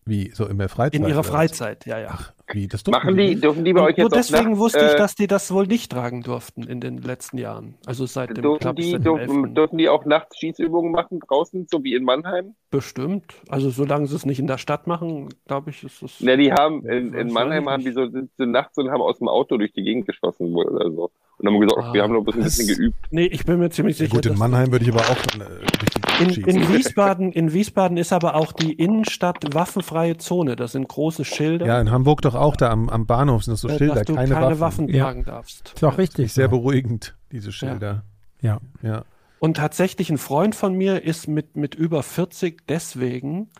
Wie, so in der Freizeit?
In
oder
ihrer
was?
Freizeit, ja, ja.
Wie, das durften
Machen die, dürfen die bei euch
Und
jetzt
nur
auch
deswegen
nachts,
wusste ich,
äh,
dass die das wohl nicht tragen durften in den letzten Jahren. Also seit dem
dürfen
Club
die,
seit dem
dürfen,
11.
dürfen die auch nachts Schießübungen machen draußen, so wie in Mannheim?
Bestimmt. Also solange sie es nicht in der Stadt machen, glaube ich, ist das.
Na, die haben in, in
Weiß
Mannheim
ich
haben die so, sind so nachts und haben aus dem Auto durch die Gegend geschossen wohl oder so. Und haben gesagt, ach,
Ah,
wir haben nur ein bisschen, ein bisschen
Was?
geübt.
Nee, ich bin mir ziemlich
Ja,
sicher.
gut, in
dass-
Mannheim würde ich aber auch dann, äh, richtig
in,
schießen.
in, Wiesbaden, in Wiesbaden ist aber auch die Innenstadt waffenfreie Zone. Das sind große Schilder,
ja, in Hamburg doch auch da am, am Bahnhof sind das so
äh,
Schilder,
dass du
keine, Waffen.
Ja.
tragen darfst.
Ist auch richtig.
Ist sehr
so.
beruhigend, diese Schilder.
Ja.
Ja.
Und tatsächlich ein Freund von mir ist mit, mit über 40 deswegen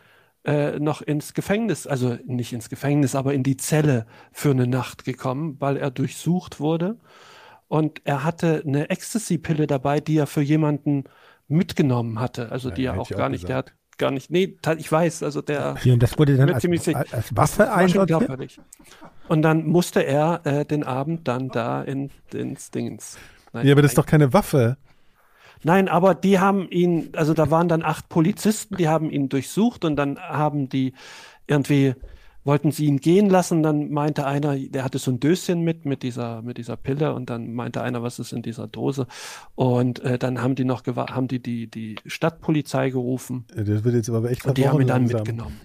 äh, noch ins Gefängnis, also nicht ins Gefängnis, aber in die Zelle für eine Nacht gekommen, weil er durchsucht wurde. Und er hatte eine Ecstasy-Pille dabei, die er für jemanden mitgenommen hatte. Also
Ja,
die er
hätte
auch
ich auch
gar nicht, der
gesagt.
hat gar nicht, nee, ta- ich weiß, also der
Hier, Und das wurde dann
Mir
als,
ziemlich sicher.
als- als
Das
Waffe
war schon
einsortiert.
glaubwürdig. Und dann musste er äh, den Abend dann da in, ins Dingens. Nein,
ja, aber das ist doch keine Waffe.
Nein, aber die haben ihn, also da waren dann acht Polizisten, die haben ihn durchsucht und dann haben die irgendwie, wollten sie ihn gehen lassen, dann meinte einer, der hatte so ein Döschen mit, mit dieser, mit dieser Pille und dann meinte einer, was ist in dieser Dose? Und äh, dann haben die noch, gewa- haben die, die die Stadtpolizei gerufen
Das wird jetzt aber echt
und die haben
verworren
ihn dann
langsam.
mitgenommen.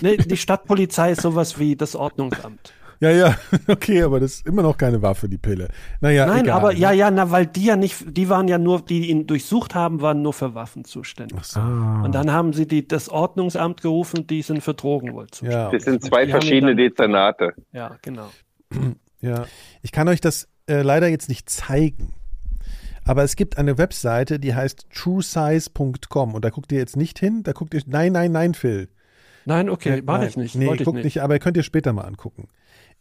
Nee, die Stadtpolizei ist sowas wie das Ordnungsamt.
Ja, ja, okay, aber das ist immer noch keine Waffe, die Pille. Naja,
Nein,
egal,
aber
ne?
ja, ja, na, weil die ja nicht, die waren ja nur, die ihn durchsucht haben, waren nur für Waffen zuständig.
Ach so.
Ah.
Und dann haben sie die, das Ordnungsamt gerufen, die sind für Drogen wohl zuständig.
Ja,
Das sind zwei
Die haben ihn
verschiedene
dann-
Dezernate.
Ja, genau.
ja. Ich kann euch das äh, leider jetzt nicht zeigen. Aber es gibt eine Webseite, die heißt truesize.com und da guckt ihr jetzt nicht hin, da guckt ihr, nein, nein, nein, Phil.
Nein, okay, mach
Nein,
ich nicht.
Nee,
wollte ich
guckt nicht.
nicht.
aber könnt ihr später mal angucken.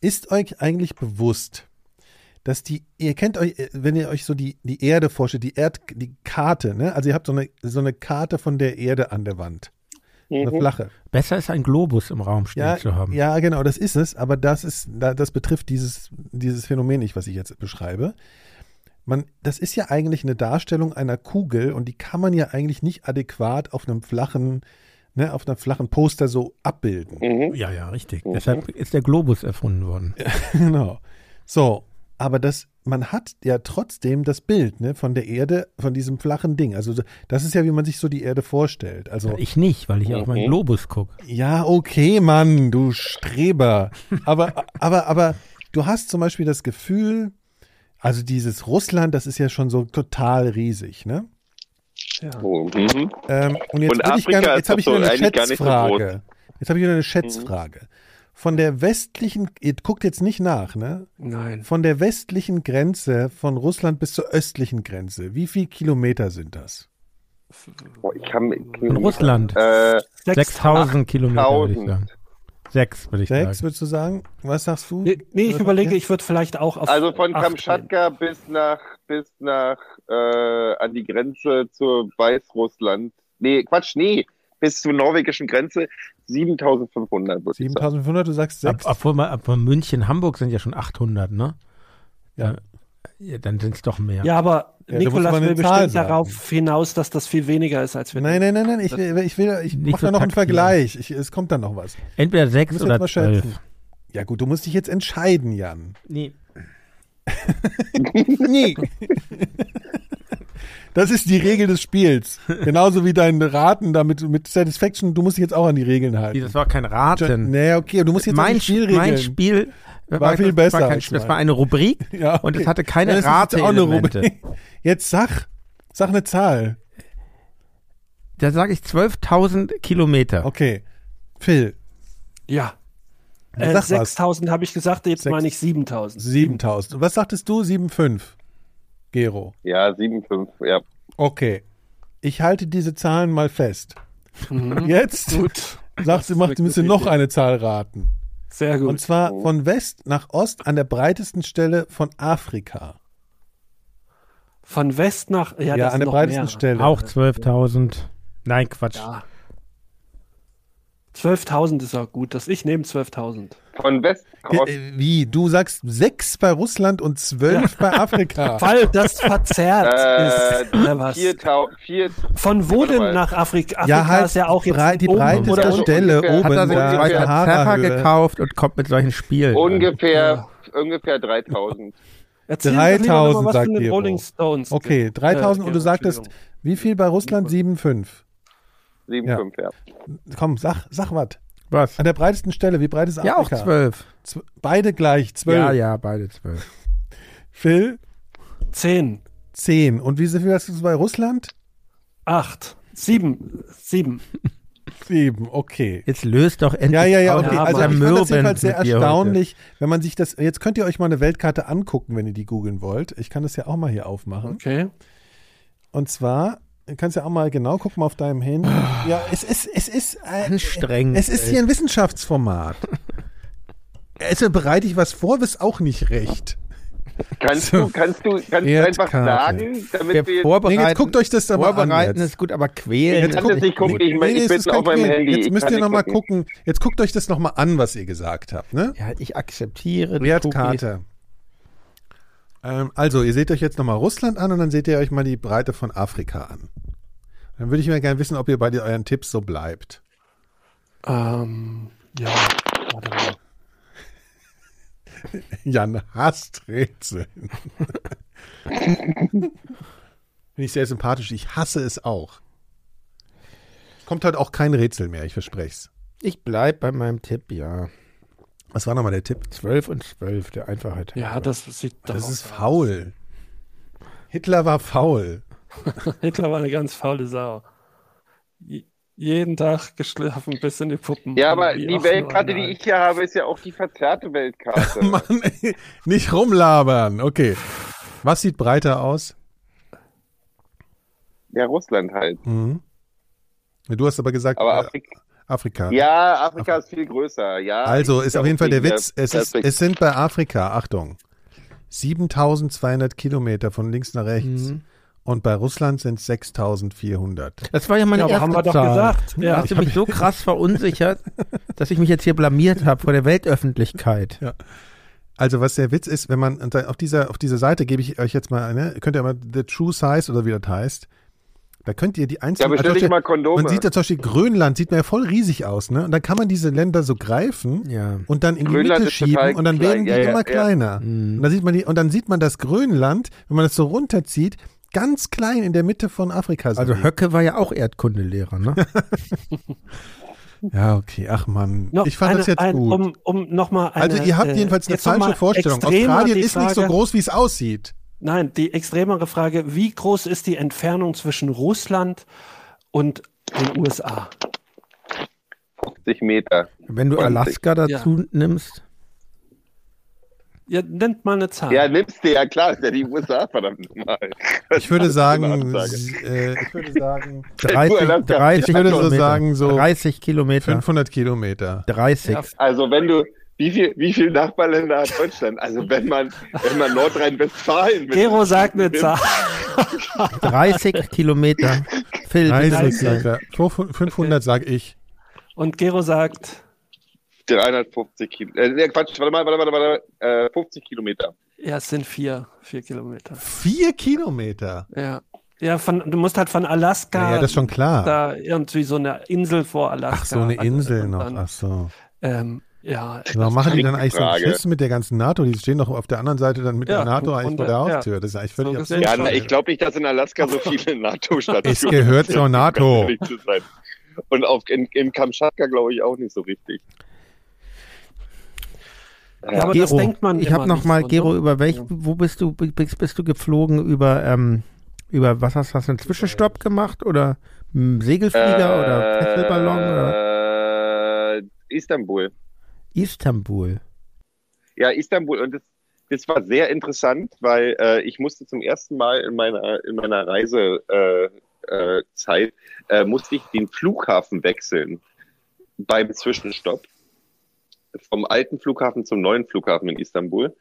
Ist euch eigentlich bewusst, dass die, ihr kennt euch, äh, wenn ihr euch so die, die Erde vorstellt, die Erd, die Karte, ne? Also ihr habt so eine, so eine Karte von der Erde an der Wand. Eine flache.
Besser ist ein Globus im Raum stehen
Ja,
zu haben.
ja, genau, das ist es. Aber das ist, da- das betrifft dieses, dieses Phänomen nicht, was ich jetzt beschreibe. Man, das ist ja eigentlich eine Darstellung einer Kugel und die kann man ja eigentlich nicht adäquat auf einem flachen, ne, auf einem flachen Poster so abbilden.
Mhm.
Ja, ja, richtig.
Mhm.
Deshalb ist der Globus erfunden worden.
Genau. So, aber das, man hat ja trotzdem das Bild ne, von der Erde, von diesem flachen Ding. Also das ist ja, wie man sich so die Erde vorstellt. Also
Ich nicht, weil ich ja auf
Mhm.
meinen Globus gucke.
ja, okay, Mann, du Streber. Aber, aber, aber du hast zum Beispiel das Gefühl, also dieses Russland, das ist ja schon so total riesig, ne?
Oh, mhm.
Ähm, und
Und
jetzt, will ich
Afrika
gerne,
ist
jetzt
doch
habe ich
so
wieder eine
eigentlich gar nicht so groß. Mhm.
Schätzfrage. jetzt habe ich wieder eine Schätzfrage. Von der westlichen, ihr guckt jetzt nicht nach, ne?
Nein.
Von der westlichen Grenze von Russland bis zur östlichen Grenze, wie viel Kilometer sind das?
Boah, ich kann,
In Russland.
Äh,
6000 Kilometer, würde ich
8000.
sagen. Sechs, würde ich
Sechs,
sagen.
würdest du sagen? Was sagst du?
Ah, Nee, nee, ich überlege,
Ja?
ich würde vielleicht auch auf.
also von
acht gehen.
Kamtschatka bis nach, bis nach, äh, an die Grenze zu Weißrussland. Nee, Quatsch, nee, bis zur norwegischen Grenze 7500, würde ich sagen.
7500, du sagst
Ab,
sechs.
ab, von, ab von München, Hamburg sind ja schon 800, ne?
Ja.
ja dann sind es doch mehr.
Ja, aber
Ja, da muss
Nikolas
man
will
eine Zahl
bestimmt
sagen.
darauf hinaus, dass das viel weniger ist, als wir.
Nein, nein, nein, nein, ich, ich will, ich
Nicht
mach
so
da noch einen
taktieren.
Vergleich. Ich, es kommt dann noch was.
Entweder
Du
sechs
musst
oder
jetzt mal schätzen.
zwölf.
Ja gut, du musst dich jetzt entscheiden, Jan.
Nee.
Nee. Das ist die Regel des Spiels. Genauso wie dein Raten damit mit Satisfaction, du musst dich jetzt auch an die Regeln
Wie,
halten.
Das war kein Raten.
Naja, okay, und du musst jetzt an
mein,
die
Spiel
Spielregeln.
mein Spiel
War viel besser
War kein,
als
Spiel, das
mein.
war eine Rubrik
Ja,
und es
okay.
hatte keine
Ja, das ist jetzt auch eine
Rate-Elemente.
Rubrik. Jetzt sag, sag eine Zahl.
Da sage ich 12.000 Kilometer.
Okay. Phil,
Ja.
Dann
Äh,
sag was.
6000 habe ich gesagt, jetzt
Sechs-
meine ich 7000.
7000. Und Was sagtest du? 75. Gero.
Ja, 7,5, ja.
Okay. Ich halte diese Zahlen mal fest. Jetzt
Mhm. Gut,
sagst du, machst,
eine
müsst ihr
gute
noch
Idee.
eine Zahl raten.
sehr gut.
Und zwar von West nach Ost an der breitesten Stelle von Afrika.
Von West nach,
ja, ja an der breitesten mehr. Stelle. Auch 12.000. Nein, Quatsch. Ja.
12.000 ist auch gut. Das, ich nehme 12.000.
Von West.
Wie? Du sagst 6 bei Russland und 12 bei Afrika.
Weil das verzerrt äh, ist. Oder was?
Vier, vier,
Von wo denn nach Afrika? Afrika
ja, halt ist ja auch jetzt brei, die breiteste oder Stelle ungefähr, oben. Hat er sich
ungefähr
Pfeffer gekauft und kommt mit solchen Spielen.
Ungefähr, ja. ungefähr 3000.
Erzähl 3000 mal, sagt ihr. Okay, 3000 äh, und du sagtest, wie viel bei
Hm.
Russland? 7,5.
7,5, ja.
ja. Komm, sag, sag was.
Was?
An der breitesten Stelle, wie breit ist Afrika?
Ja, auch 12.
Z beide gleich, 12.
Ja, ja, beide 12.
Phil?
10.
10. Und wie viel hast du bei Russland?
8. 7. 7.
7, okay.
Jetzt löst doch endlich.
Ja, ja, ja, okay. Also ich fand das jedenfalls sehr erstaunlich, wenn man sich das. Jetzt könnt ihr euch mal eine Weltkarte angucken, wenn ihr die googeln wollt. Ich kann das ja auch mal hier aufmachen.
Okay.
Und zwar, du kannst ja auch mal genau gucken mal auf deinem Handy. ja, es ist, es ist
äh, anstrengend.
Es ist hier ein Wissenschaftsformat. also bereite ich was vor, ist auch nicht recht.
Kannst so, du, kannst du, kannst du einfach sagen, damit wir, wir
vorbereiten, nee, jetzt guckt euch das da mal
vorbereiten an. Jetzt. ist gut, aber quälen.
Jetzt kann das nicht gucken, ich,
nee,
ich bin um auf meinem Handy.
Jetzt müsst ihr nochmal gucken. gucken. Jetzt guckt euch das nochmal an, was ihr gesagt habt, ne?
Ja, ich akzeptiere
die Wertkarte. Ähm, also, ihr seht euch jetzt nochmal Russland an und dann seht ihr euch mal die Breite von Afrika an. Dann würde ich mir gerne wissen, ob ihr bei die, euren Tipps so bleibt.
Ähm, ja, warte mal.
Jan hasst Rätsel. Finde ich sehr sympathisch. Ich hasse es auch. Kommt heute auch kein Rätsel mehr, ich verspreche es.
Ich bleibe bei meinem Tipp, ja.
Was war nochmal der Tipp?
12 und 12, der Einfachheit.
Ja, das sieht
Das ist faul. Aus. Hitler war faul.
Hitler war eine ganz faule Sau. Jeden Tag geschlafen bis in die Puppen.
Ja, aber die, die Weltkarte, die ich hier habe, ist ja auch die verzerrte Weltkarte.
Mann, ey, nicht rumlabern. Okay. Was sieht breiter aus?
Ja, Russland halt.
Mhm. Du hast aber gesagt,
aber Afrik äh,
Afrika.
Ja, Afrika Af ist viel größer. Ja,
also ist auf jeden Fall der Witz, es, ist, es sind bei Afrika, Achtung, 7200 Kilometer von links nach rechts. Mhm. Und bei Russland sind 6400.
Das war ja meine ja, erste
haben wir doch gesagt.
Ja. Hast du mich so krass verunsichert, dass ich mich jetzt hier blamiert habe vor der Weltöffentlichkeit.
Ja. Also was der Witz ist, wenn man auf dieser, auf dieser Seite gebe ich euch jetzt mal eine, könnt ihr mal The True Size oder wie das heißt, da könnt ihr die einzelnen.
Ja, bestell also, mal Kondome.
Man sieht ja zum Beispiel Grönland, sieht man ja voll riesig aus, ne? Und dann kann man diese Länder so greifen
ja.
und dann in Grönland die Mitte schieben und dann werden die ja, immer kleiner. Und, dann sieht man die, und dann sieht man das Grönland, wenn man das so runterzieht, ganz klein in der Mitte von Afrika sind.
Also Höcke war ja auch Erdkundelehrer, ne?
ja, okay, ach man. No, ich fand
eine,
das jetzt
ein,
gut.
Um, um noch mal eine,
also ihr habt äh, jedenfalls eine falsche Vorstellung. Australien ist Frage, nicht so groß, wie es aussieht.
Nein, die extremere Frage, wie groß ist die Entfernung zwischen Russland und den USA?
50 Meter.
Wenn du 50. Alaska dazu ja. nimmst.
Ja, nennt mal eine
Ah.
Zahl.
Ja, nimmst du, ja klar, ist ja die USA, verdammt nochmal.
Ich würde sagen, äh, ich würde sagen,
30, 30
ich würde so sagen, so
30 Kilometer.
500 Kilometer.
30.
also wenn du, wie viel, wie viel Nachbarländer hat Deutschland? Also wenn man, wenn man Nordrhein-Westfalen.
Gero sagt eine Zahl.
30 Kilometer.
Phil, 30 Kilometer. 500 sag ich.
Und Gero sagt.
350 Kilometer. Äh, Quatsch, warte mal, warte mal, warte mal. Äh, 50 Kilometer.
Ja, es sind vier, vier Kilometer.
Vier Kilometer?
Ja. Ja, von, du musst halt von Alaska.
Ja, ja das ist schon klar.
Da irgendwie so eine Insel vor Alaska.
Ach, so eine Insel also, noch. Dann, Ach so.
Ähm, ja.
Warum Genau, machen die dann eigentlich Frage. so einen Schluss mit der ganzen NATO? Die stehen doch auf der anderen Seite dann mit ja, der NATO eigentlich und, vor der Haustür. Ja. Das ist eigentlich völlig so
absurd. Ja, na, ich glaube nicht, dass in Alaska so viele NATO-Stationen
Es gehört zur NATO.
Und auf, in, in Kamtschatka glaube ich auch nicht so richtig.
Ja, aber Gero, das denkt man. Ich habe noch
ne?
mal, so, ne? Gero, über welch, wo bist du, bist, bist du geflogen? Über, ähm, über was hast, hast du einen Zwischenstopp gemacht? Oder m, Segelflieger
äh,
oder Fesselballon? Oder?
Äh, Istanbul.
Istanbul.
Ja, Istanbul. Und das, das war sehr interessant, weil äh, ich musste zum ersten Mal in meiner, in meiner äh, Reisezeit äh, musste ich den Flughafen wechseln beim Zwischenstopp vom alten Flughafen zum neuen Flughafen in Istanbul.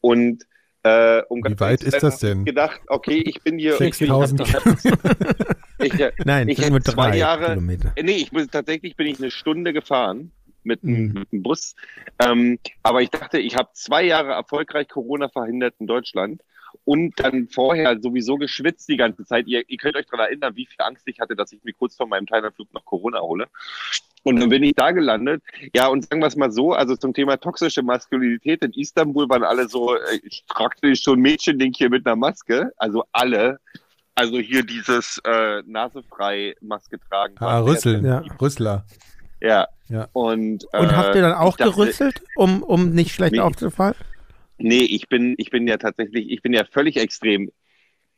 Und Äh, um
Wie weit ist das denn?
gedacht, okay, ich bin hier.
6000 Kilometer.
Ich, äh,
Nein,
ich
das sind
hätte
nur
zwei
drei
Jahre.
Kilometer.
Äh, Nee, ich bin, tatsächlich bin ich eine Stunde gefahren mit, dem-
Mhm.
mit dem Bus. Ähm, aber ich dachte, ich habe zwei Jahre erfolgreich Corona verhindert in Deutschland und dann vorher sowieso geschwitzt die ganze Zeit. Ihr, ihr könnt euch daran erinnern, wie viel Angst ich hatte, dass ich mir kurz vor meinem Teilnahmeflug noch Corona hole. Und dann bin ich da gelandet. Ja, und sagen wir es mal so, also zum Thema toxische Maskulinität in Istanbul waren alle so, äh, ich fragte schon Mädchending hier mit einer Maske. Also alle. Also hier dieses äh, nasefrei Maske tragen.
Ah, Rüssel.
Ja.
Rüssler.
Ja.
Ja.
Und, äh,
Und habt ihr dann auch
ich dachte-
gerüsselt, um, um nicht schlecht
Nee.
aufzufallen?
Nee, ich bin, ich bin ja tatsächlich, ich bin ja völlig extrem.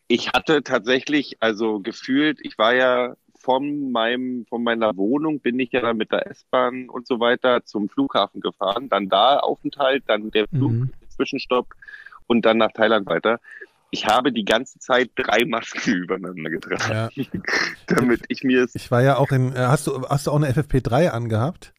Ich hatte tatsächlich, also gefühlt, ich war ja von meinem, von meiner Wohnung bin ich ja dann mit der S-Bahn und so weiter zum Flughafen gefahren, dann da Aufenthalt, dann der Flug,
Mhm.
Zwischenstopp und dann nach Thailand weiter. Ich habe die ganze Zeit drei Masken übereinander getragen,
Ja.
damit ich mir es
Ich war ja auch in. äh, Hast du, hast du auch eine FFP3 angehabt?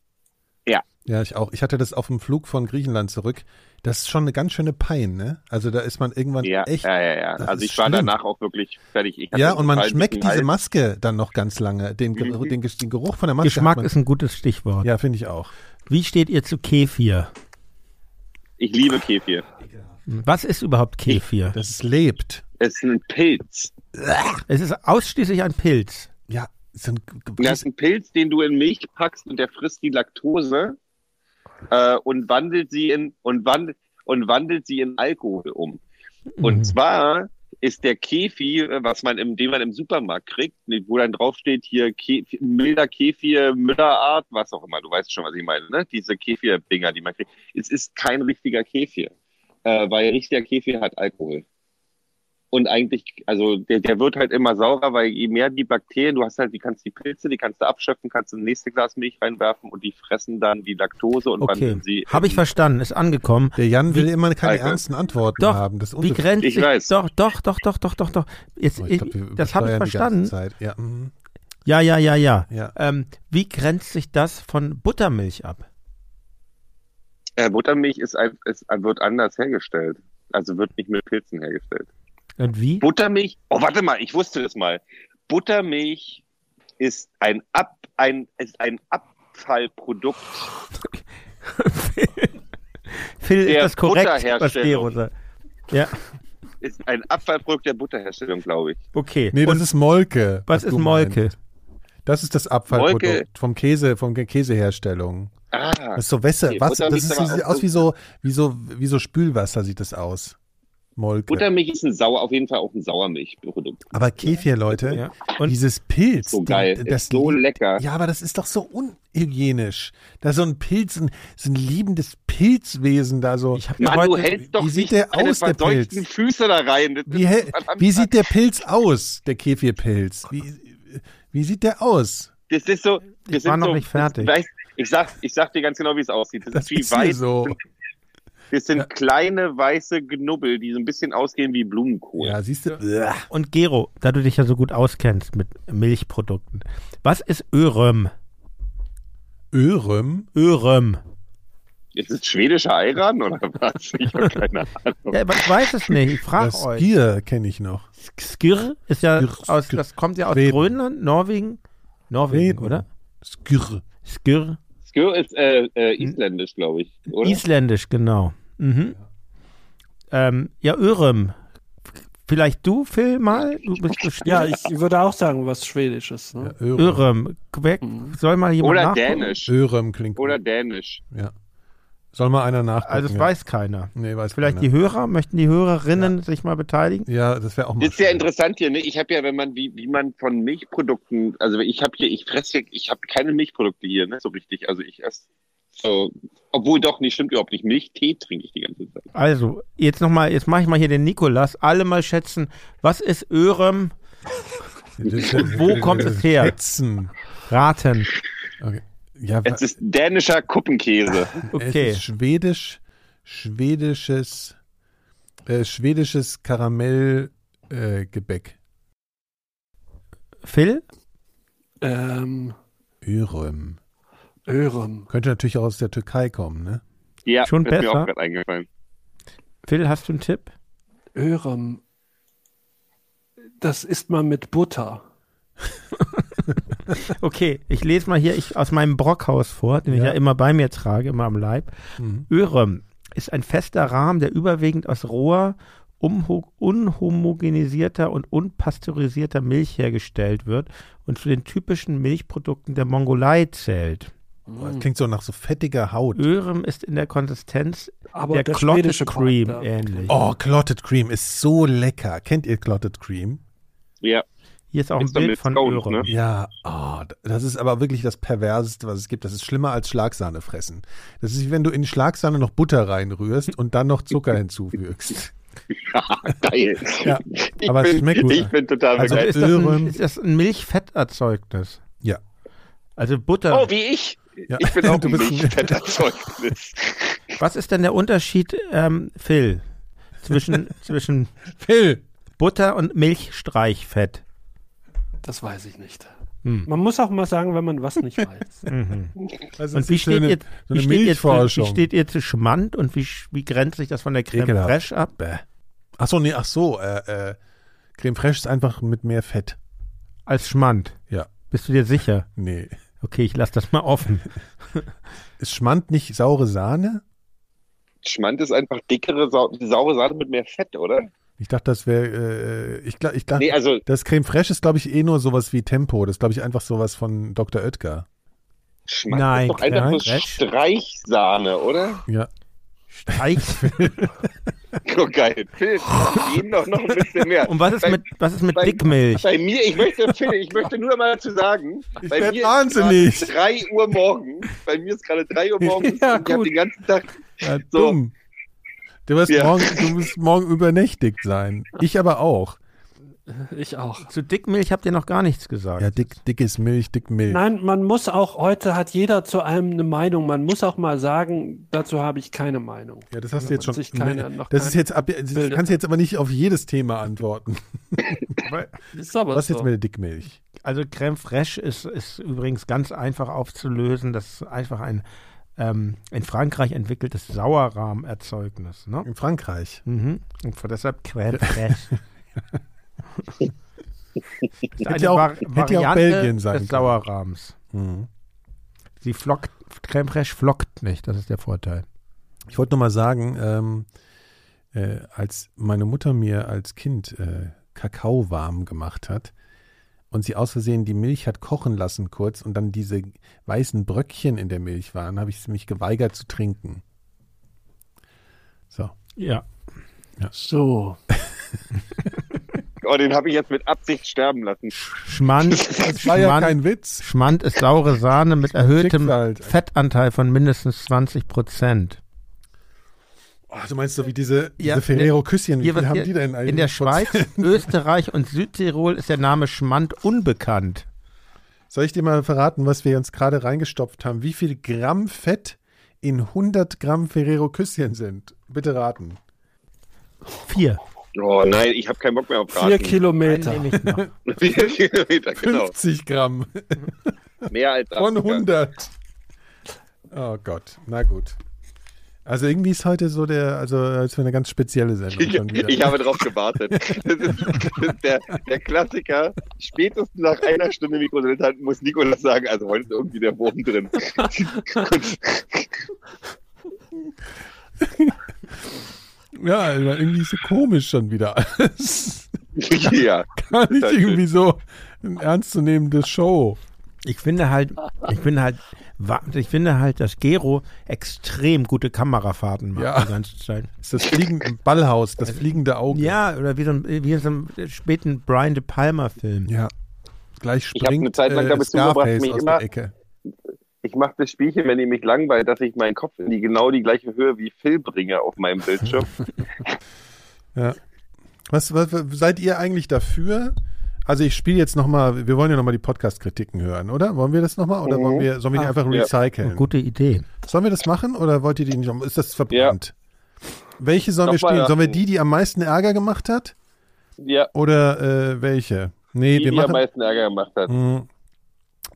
Ja.
Ja, ich auch. Ich hatte das auf dem Flug von Griechenland zurück. Das ist schon eine ganz schöne Pein, ne? Also da ist man irgendwann
ja,
echt.
ja, Also ja, ja.
das
Also
ist
ich war
schlimm.
danach auch wirklich fertig. Ich hatte
Ja, und man
total
schmeckt
dicken
diese
Hals.
Maske dann noch ganz lange. Den, Ge-
Mhm.
den, Ge- den Geruch von der Maske. hat
Geschmack
man,
ist ein gutes Stichwort.
Ja, finde ich auch.
Wie steht ihr zu Kefir?
Ich liebe Kefir.
Was ist überhaupt Kefir?
Das lebt.
Es ist ein Pilz.
Es ist ausschließlich ein Pilz.
Ja, so ein G- G-
Das ist ein Pilz, den du in Milch packst und der frisst die Laktose äh, und wandelt sie in und wandelt und wandelt sie in Alkohol um. Und zwar ist der Kefir, äh, was man im, den man im Supermarkt kriegt, ne, wo dann draufsteht hier Kefir, milder Kefir, Müllerart, was auch immer. Du weißt schon, was ich meine, ne? Diese Kefir-Dinger, die man kriegt. Es ist kein richtiger Kefir, äh, weil richtiger Kefir hat Alkohol. Und eigentlich, also der, der wird halt immer saurer, weil je mehr die Bakterien, du hast halt, die kannst die Pilze, die kannst du abschöpfen, kannst du ein nächstes Glas Milch reinwerfen und die fressen dann die Laktose und
Okay,
wandeln sie. ähm,
habe ich verstanden, ist angekommen.
Der Jan will immer keine
Alter.
ernsten Antworten
Doch,
haben. Das ist
Wie
unbe-
grenzt
Ich
sich-
weiß.
Doch, doch, doch, doch, doch, doch, doch. Jetzt,
Oh,
ich
glaub, wir
das habe ich
übersteuern die ganze
verstanden.
Zeit. Ja, mhm.
Ja, ja, ja, ja.
Ja.
Ähm, wie grenzt sich das von Buttermilch ab?
Äh, Buttermilch ist, ein, ist wird anders hergestellt. Also wird nicht mit Pilzen hergestellt.
Und wie?
Buttermilch, oh warte mal, ich wusste das mal. Buttermilch ist ein, Ab, ein, ist ein Abfallprodukt.
Phil, ist
der
das korrekt, was
Butterherstellung.
Gero sagt? Ja,
Ist ein Abfallprodukt der Butterherstellung, glaube ich.
okay.
Nee, das
Und
ist Molke.
was ist
du
Molke?
meinst. Das ist das Abfallprodukt
Molke.
vom Käse, vom Ge- Käseherstellung.
Ah,
Das ist so Wässer.
Okay,
was,
Butter
das
liegt
ist,
aber
sieht
auch-
aus wie so, wie so, wie so Spülwasser sieht das aus. Molke.
Buttermilch ist ein sauer, auf jeden Fall auch ein Sauermilchprodukt.
aber Kefir, Leute,
Ja. Und-
dieses Pilz,
So
die-
geil,
das
ist so
liebt-
lecker.
Ja, aber das ist doch so unhygienisch. Da so ein Pilz, ein, so ein liebendes Pilzwesen da so.
Ich habe ja
Mann, du
heute,
hältst doch
wie sieht
nicht
der
deine
aus, der Pilz?
verseuchten Füße da rein. Das
Wie,
ist
hell-
verdammt-
wie sieht der Pilz aus, der Kefirpilz? Wie, wie sieht der aus?
Das ist so. Das
war
sind
noch
so,
nicht fertig.
Das, weißt, ich, sag, ich sag dir ganz genau, wie es aussieht. Das,
Das
ist wie
ist hier
weiß.
so.
Das sind kleine weiße Knubbel, die so ein bisschen ausgehen wie Blumenkohl.
Ja, siehst du?
und Gero, da du dich ja so gut auskennst mit Milchprodukten. Was ist Örem?
Örem?
Örem.
Ist es schwedischer Ayran oder was? Ich habe keine Ahnung.
Ja, aber ich weiß es nicht, ich frage
Das
euch.
Bier kenne ich noch.
Skir ist ja
Skir-
aus,
Skir-
das kommt ja aus
Schweden.
Grönland, Norwegen, Norwegen,
Schweden.
oder?
Skirr.
Skir,
Skir ist äh, äh,
Hm?
isländisch, glaube ich. Oder?
isländisch, genau. Mhm. Ähm, ja, Örem. Vielleicht du, Phil, mal? Du bist bestimmt.
Ja, ich würde auch sagen, was Schwedisches.
Hm?
Ja,
Ne?
Örem.
Örem. Quäk,
Mhm.
soll mal jemand
oder
nachgucken?
dänisch.
Örem klingt.
Oder dänisch.
Ja. Soll mal einer nachgucken.
Also, es
ja.
weiß keiner.
Nee, weiß
Vielleicht die
keiner.
Hörer, möchten die Hörerinnen sich mal beteiligen?
Ja, das wäre auch mal.
Das ist ja
schön.
interessant hier, ne? Ich habe ja, wenn man, wie, wie man von Milchprodukten, also ich habe hier, ich fresse hier, ich habe keine Milchprodukte hier, ne? So richtig. Also ich esse so, obwohl doch, nicht stimmt überhaupt nicht. Milchtee trinke ich die ganze Zeit.
Also, jetzt nochmal, jetzt mache ich mal hier den Nikolas. Alle mal schätzen, was ist Örem?
Das-
Wo kommt es her?
Hetzen.
Raten.
Okay. Ja,
Es ist dänischer Kuppenkäse.
Okay.
Es ist schwedisch, schwedisches, äh, schwedisches Karamellgebäck. Äh, Gebäck.
Phil?
Ähm,
Örem.
Örem.
Könnte natürlich auch aus der Türkei kommen, ne?
Ja,
Schon
ist mir
besser.
auch gerade eingefallen.
Phil, hast du einen Tipp?
Örem, das isst man mit Butter.
okay, ich lese mal hier ich, aus meinem Brockhaus vor, den ja. ich ja immer bei mir trage, immer am Leib. Mhm. Örem ist ein fester Rahmen, der überwiegend aus roher, unhomogenisierter und unpasteurisierter Milch hergestellt wird und zu den typischen Milchprodukten der Mongolei zählt.
Oh, das klingt so nach so fettiger Haut.
Örem ist in der Konsistenz der, der, Clotted Cream ähm, Quark, ähnlich.
Oh, Clotted Cream ist so lecker. Kennt ihr Clotted Cream?
Ja.
Hier ist auch Jetzt ein Bild von Scout, Örem. Ne?
Ja, oh, das ist aber wirklich das Perverseste, was es gibt. Das ist schlimmer als Schlagsahne fressen. Das ist wie wenn du in die Schlagsahne noch Butter reinrührst und dann noch Zucker hinzufügst.
Ja, geil.
Ja, ich aber
bin,
es schmeckt gut.
Ich bin total
also
begeistert.
Ist das, ein, ist das ein Milchfetterzeugnis?
Ja.
Also Butter.
Oh, wie ich. Ja. Ich bin auch ein Milchfetterzeugnis.
Was ist denn der Unterschied, ähm, Phil, zwischen, zwischen
Phil.
Butter und Milchstreichfett?
Das weiß ich nicht. Hm. Man muss auch mal sagen, wenn man was nicht weiß.
mhm. also und wie, steht, eine, ihr, so wie, steht ihr zu, wie steht ihr zu Schmand und wie, wie grenzt sich das von der Creme Ekelhaft. Fraiche ab? Bäh.
Ach so, nee, ach so. Äh, äh, Creme Fraiche ist einfach mit mehr Fett.
Als Schmand?
Ja.
Bist du dir sicher?
Nee.
Okay, ich lasse das mal offen.
ist Schmand nicht saure Sahne?
Schmand ist einfach dickere, Sa saure Sahne mit mehr Fett, oder?
Ich dachte, das wäre, äh, ich, glaub, ich dachte,
nee, also,
das Creme Fraiche ist, glaube ich, eh nur sowas wie Tempo. Das ist, glaube ich, einfach sowas von Dr. Oetker.
Schmand Nein, ist doch einfach nur Streichsahne, oder?
Ja.
Streich.
oh, geil. Phil, ihm doch noch ein bisschen mehr.
Und was ist bei, mit, was ist mit bei, Dickmilch?
Bei mir, ich möchte, Phil, ich möchte nur mal dazu sagen,
ich
bei mir
wahnsinnig.
ist 3 Uhr morgens, bei mir ist gerade 3 Uhr morgens
ja,
und ich habe den ganzen Tag
ja, so, dumm. Du wirst, ja. morgen, du musst morgen übernächtigt sein. Ich aber auch.
Ich auch.
Zu Dickmilch habt ihr noch gar nichts gesagt.
Ja, dick, dickes Milch, dick Milch.
Nein, man muss auch, heute hat jeder zu einem eine Meinung. Man muss auch mal sagen, dazu habe ich keine Meinung.
Ja, das hast du jetzt schon. Keine, das keine ist jetzt ab, das kannst du jetzt aber nicht auf jedes Thema antworten.
ist aber
Was
so.
jetzt mit der Dickmilch?
Also Creme Fraiche ist, ist übrigens ganz einfach aufzulösen. Das ist einfach ein ähm, in Frankreich entwickeltes Sauerrahmerzeugnis. Ne?
In Frankreich.
Mhm. Und von deshalb Crème fraîche.
hätte ja auch, Var hätte ja auch Belgien sein
des Sauerrahms.
Hm.
Mhm. Sie flockt, Crème fraîche flockt nicht, das ist der Vorteil.
Ich wollte nur mal sagen, ähm, äh, als meine Mutter mir als Kind äh, Kakao warm gemacht hat, und sie aus Versehen die Milch hat kochen lassen kurz und dann diese weißen Bröckchen in der Milch waren, habe ich mich geweigert zu trinken. So.
Ja.
ja.
So.
oh, den habe ich jetzt mit Absicht sterben lassen.
Schmand,
das war Schmand, ja kein Witz.
Schmand ist saure Sahne mit erhöhtem Fettanteil von mindestens 20 Prozent.
Oh, du meinst so wie diese, ja, diese Ferrero-Küsschen, wie viel haben die denn
eigentlich? In der Schweiz, Österreich und Südtirol ist der Name Schmand unbekannt.
Soll ich dir mal verraten, was wir uns gerade reingestopft haben? Wie viel Gramm Fett in 100 Gramm Ferrero-Küsschen sind? Bitte raten.
Vier.
Oh nein, ich habe keinen Bock mehr auf Raten.
Vier Kilometer.
Nein, Vier Kilometer, genau.
50 Gramm.
Mehr als Afrika.
Von 100. Oh Gott, na gut. Also irgendwie ist heute so der, also als eine ganz spezielle Sendung.
Ich, ich habe darauf gewartet. Das ist, das ist der, der, Klassiker. Spätestens nach einer Stunde Mikrodilettanten muss Nikolas sagen, also heute ist irgendwie der Wurm drin.
ja, irgendwie so komisch schon wieder alles.
ja.
Gar nicht irgendwie so eine ernstzunehmende Show.
Ich finde halt, ich finde halt, ich finde halt, dass Gero extrem gute Kamerafahrten macht
ja.
die ganze Zeit.
Das ist das fliegende Ballhaus, das fliegende Auge.
Ja, oder wie so ein, wie in so einem späten Brian De Palma Film.
Ja. Gleich springt
ich
äh,
habe eine Zeit lang damit zugebracht,
Scarface
mich
aus der Ecke.
Ich mache das Spielchen, wenn ich mich langweilt, dass ich meinen Kopf in die genau die gleiche Höhe wie Phil bringe auf meinem Bildschirm.
ja. Was, was seid ihr eigentlich dafür? Also ich spiele jetzt nochmal, wir wollen ja nochmal die Podcast-Kritiken hören, oder? Wollen wir das nochmal oder mhm. wollen wir, sollen wir die einfach recyceln? Ja.
Gute Idee.
Sollen wir das machen oder wollt ihr die nicht? Ist das verbrannt? Ja. Welche sollen wir spielen? Sollen wir die, die am meisten Ärger gemacht hat?
Ja.
Oder äh, welche?
Nee, die, wir die machen, am meisten Ärger gemacht hat. Mh.
Äh,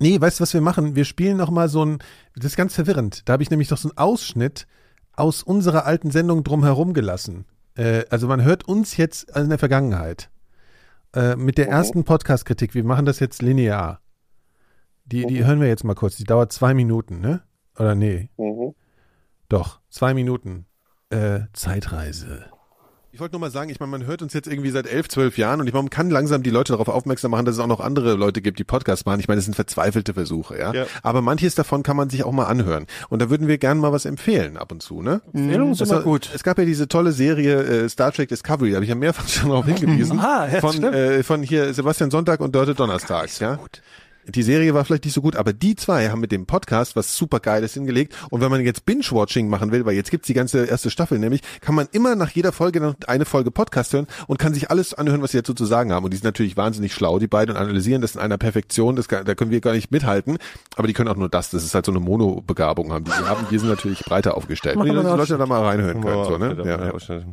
Nee, weißt du, was wir machen? Wir spielen nochmal so ein, das ist ganz verwirrend. Da habe ich nämlich noch so einen Ausschnitt aus unserer alten Sendung drumherum gelassen. äh, also man hört uns jetzt in der Vergangenheit. Äh, mit der
Mhm.
ersten Podcast-Kritik, wir machen das jetzt linear. Die, die hören wir jetzt mal kurz. Die dauert zwei Minuten, ne? Oder nee,
Mhm.
doch, zwei Minuten. Äh, Zeitreise. Ich wollte nur mal sagen, ich meine, man hört uns jetzt irgendwie seit elf, zwölf Jahren und ich meine, man kann langsam die Leute darauf aufmerksam machen, dass es auch noch andere Leute gibt, die Podcasts machen. Ich meine, das sind verzweifelte Versuche, ja?
Ja.
Aber manches davon kann man sich auch mal anhören. Und da würden wir gerne mal was empfehlen ab und zu, ne?
Empfehlungen sind
Es war-
immer gut.
Es gab ja diese tolle Serie äh, Star Trek Discovery, da habe ich ja mehrfach schon darauf hingewiesen.
Ah, ja,
von,
stimmt.
äh, von hier Sebastian Sonntag und Dörte Donnerstag, ja? Die Serie war vielleicht nicht so gut, aber die zwei haben mit dem Podcast was super Geiles hingelegt. Und wenn man jetzt Binge-Watching machen will, weil jetzt gibt's die ganze erste Staffel, nämlich kann man immer nach jeder Folge noch eine Folge Podcast hören und kann sich alles anhören, was sie dazu zu sagen haben. Und die sind natürlich wahnsinnig schlau, die beiden, und analysieren das in einer Perfektion. Das, kann- da können wir gar nicht mithalten. Aber die können auch nur das. Das ist halt so eine Mono-Begabung haben, die sie haben. Wir sind natürlich breiter aufgestellt.
Machen
Die
wir
Leute
einen
Leute da mal reinhören können. So,
Machen wir
ne?
einen
ja, ja.
Ausschnitt.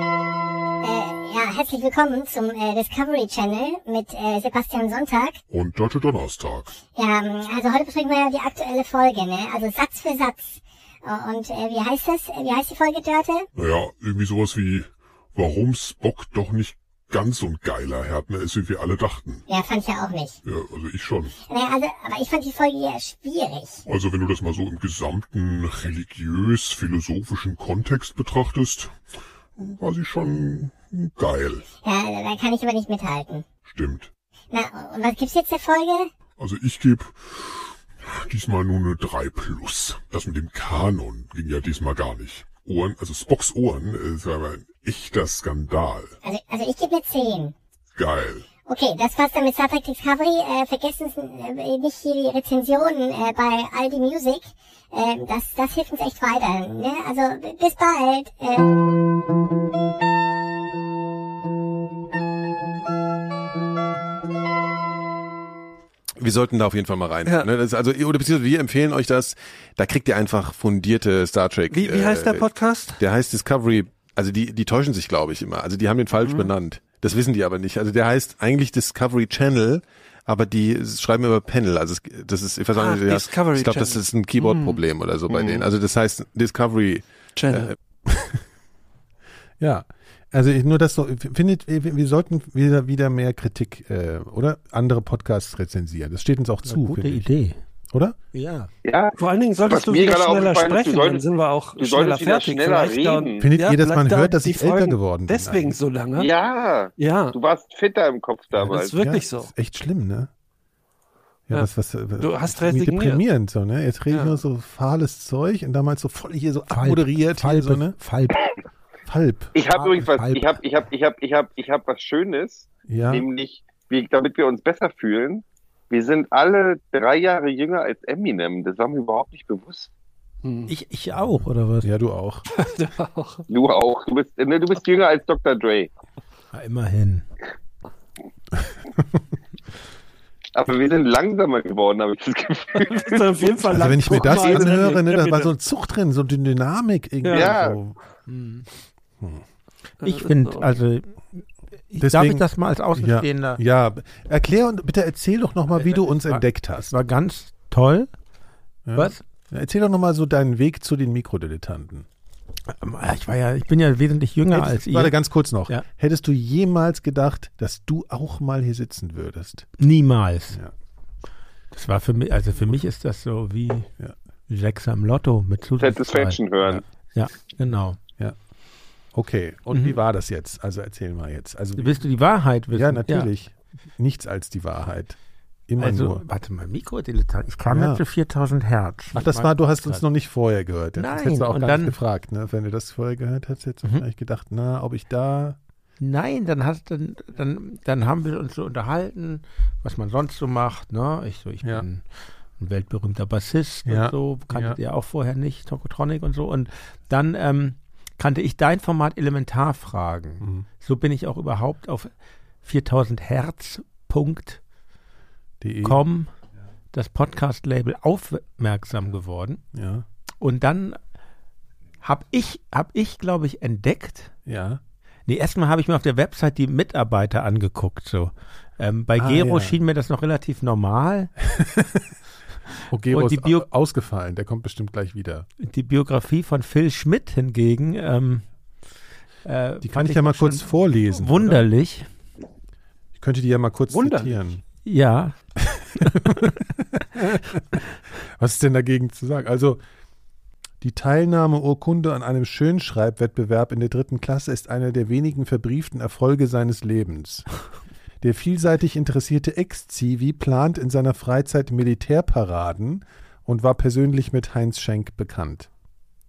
Äh, ja, herzlich willkommen zum äh, Discovery Channel mit äh, Sebastian Sonntag.
Und Dörte Donnerstag.
Ja, ähm, also heute besprechen wir die aktuelle Folge, ne? Also Satz für Satz. Äh, Und äh, wie heißt das? Äh, Wie heißt die Folge, Dörte?
Naja, irgendwie sowas wie, warum Spock doch nicht ganz so ein geiler Härtner ist, wie wir alle dachten.
Ja, fand ich ja auch nicht.
Ja, also ich schon.
Naja, also, aber ich fand die Folge ja schwierig.
Also wenn du das mal so im gesamten religiös-philosophischen Kontext betrachtest, war sie schon geil.
Ja, da kann ich aber nicht mithalten.
Stimmt.
Na, und was gibt's jetzt der Folge?
Also ich gebe diesmal nur eine 3 plus. Das mit dem Kanon ging ja diesmal gar nicht. Ohren, also Spocks Ohren, äh, ist aber ein echter Skandal.
Also, also ich gebe eine 10.
Geil.
Okay, das war's dann mit Star Trek Discovery. Äh, vergessen Sie äh, nicht hier die Rezensionen äh, bei Aldi Music. Äh, das, das hilft uns echt weiter. Ne? Also b- bis bald. Äh,
Wir sollten da auf jeden Fall mal rein.
Ja.
Ne, das ist also, oder beziehungsweise wir empfehlen euch das. Da kriegt ihr einfach fundierte Star Trek.
Wie, wie heißt der
äh,
Podcast?
Der heißt Discovery. Also die, die täuschen sich, glaube ich, immer. Also die haben den
Mhm.
falsch benannt. Das wissen die aber nicht. Also der heißt eigentlich Discovery Channel, aber die schreiben immer Panel. Also es, das ist, ich weiß
Ah,
nicht, ja,
Discovery
ich glaube, das
Channel. Mhm.
ist ein Keyboard-Problem oder so bei denen. Also das heißt Discovery.
Channel.
Ja, also ich, nur das so, findet, wir, wir sollten wieder, wieder mehr Kritik äh, oder andere Podcasts rezensieren. Das steht uns auch zu,
Gute
finde ich.
Idee.
Oder?
Ja.
Ja,
Vor allen Dingen
Was
solltest du
mir
wieder
gerade
schneller
aufgefallen ist, du
sprechen, dann
solltest-
sind wir auch
du
schneller
solltest wieder
fertig.
schneller
Vielleicht dauert-
reden.
Findet ihr, dass
vielleicht
man
dauert
hört, dass
die
ich älter
Folgen
geworden bin
Deswegen
eigentlich?
so lange.
ja,
ja.
du warst fitter im Kopf
Das ist
damals.
wirklich
ja,
so.
Ist echt schlimm, ne? Ja,
Ja.
was, was, was,
Du hast
irgendwie
resigniert.
deprimierend so, ne? Jetzt rede ich
Ja.
nur so fahles Zeug und damals so voll hier so abmoderiert, hier
Falb,
so, ne?
Falb.
Falb.
Ich habe
Ah,
übrigens was,
halb.
ich habe, ich habe, ich habe, ich habe, ich habe was Schönes,
Ja.
nämlich, wie, damit wir uns besser fühlen. Wir sind alle drei Jahre jünger als Eminem. Das war mir überhaupt nicht bewusst.
Hm.
Ich, ich auch, oder was?
ja, du auch.
Du auch. Du bist, ne, du bist jünger als Dr. Dre.
Ja, immerhin.
Aber wir sind langsamer geworden, habe ich das Gefühl.
Das ist auf jeden Fall
Also
lang.
wenn ich mir
Guck
das
mal,
anhöre, ne,
ja,
da war
bitte.
so ein Zug drin, so eine Dynamik irgendwie.
Ja.
So.
Hm.
Ja,
Ich
das
finde,
ist so.
also, ich, darf
Deswegen-
ich das mal als
Ja,
Außenstehender?
ja, erklär und bitte erzähl doch nochmal, wie
Äh,
du uns
war-
entdeckt
Es
hast.
war ganz toll.
Ja.
Was?
Erzähl doch nochmal so deinen Weg zu den Mikrodilettanten.
Ich war ja, ich bin ja wesentlich jünger als ihr.
warte, ganz kurz noch.
Ja.
Hättest du jemals gedacht, dass du auch mal hier sitzen würdest?
Niemals.
Ja.
Das war für mich, also für mich ist das so wie
Ja.
Sechs am Lotto mit Zusatzzahl.
Satisfaction hören.
Ja, genau.
Okay,
Mhm.
und wie war das jetzt? Also erzähl mal jetzt. Also, wie,
Willst du die Wahrheit wissen?
ja, natürlich. Nichts als die Wahrheit. Immer
Also,
nur.
warte mal, Mikrodilettant. Ich kam
Ja.
ja. zu 4000 Hertz.
Ach, das war, du hast uns noch nicht vorher gehört. Jetzt
Nein,
hättest du auch
und
gar
dann- Mhm.
nicht gefragt, ne? Wenn du das vorher gehört hättest, hättest du vielleicht gedacht, na, ob ich da.
Nein, dann hast dann, dann, dann haben wir uns so unterhalten, was man sonst so macht. Ne? Ich, so, ich
Ja.
bin ein weltberühmter Bassist
Ja.
und so, kanntet
Ja.
ihr auch vorher nicht, Tokotronic und so. Und dann ähm, kannte ich dein Format Elementarfragen.
Mhm.
So bin ich auch überhaupt auf 4000 Hertz.com,
De.
das Podcast-Label, aufmerksam geworden.
Ja.
Und dann habe ich, hab ich glaube ich, entdeckt,
Ja.
Nee, erstmal habe ich mir auf der Website die Mitarbeiter angeguckt. So. Ähm, bei
Ah,
Gero
ja.
schien mir das noch relativ normal.
Ogero ist Bio ausgefallen, der kommt bestimmt gleich wieder.
Die Biografie von Phil Schmidt hingegen, ähm,
äh, die kann ich ja mal kurz vorlesen.
Wunderlich. Oder?
Ich könnte die ja mal kurz
Wunderlich.
zitieren.
Ja.
Was ist denn dagegen zu sagen? Also, die Teilnahmeurkunde an einem Schönschreibwettbewerb in der dritten Klasse ist einer der wenigen verbrieften Erfolge seines Lebens. Der vielseitig interessierte Ex-Zivi plant in seiner Freizeit Militärparaden und war persönlich mit Heinz Schenk bekannt.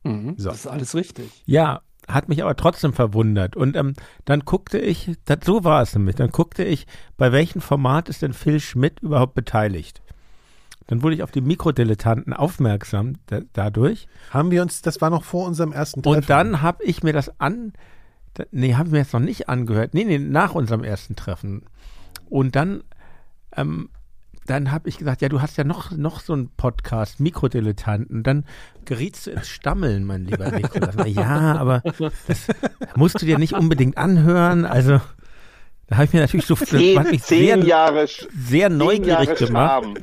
Mhm, so. Das ist alles richtig.
Ja, hat mich aber trotzdem verwundert. Und ähm, dann guckte ich, das, so war es nämlich, dann guckte ich, bei welchem Format ist denn Phil Schmidt überhaupt beteiligt? Dann wurde ich auf die Mikrodilettanten aufmerksam da, dadurch.
Haben wir uns, das war noch vor unserem ersten
Treffen. Und dann habe ich mir das an, da, nee, habe ich mir jetzt noch nicht angehört. Nee, nee, nach unserem ersten Treffen. Und dann, ähm, dann habe ich gesagt, ja, du hast ja noch, noch so einen Podcast, Mikrodilettanten. Dann gerietst du ins Stammeln, mein lieber Nikolas. Na ja, aber das musst du dir nicht unbedingt anhören. Also, da habe ich mir natürlich so
zehn,
mich
zehn
sehr,
Jahre,
sehr neugierig
Jahre
gemacht.
Scham.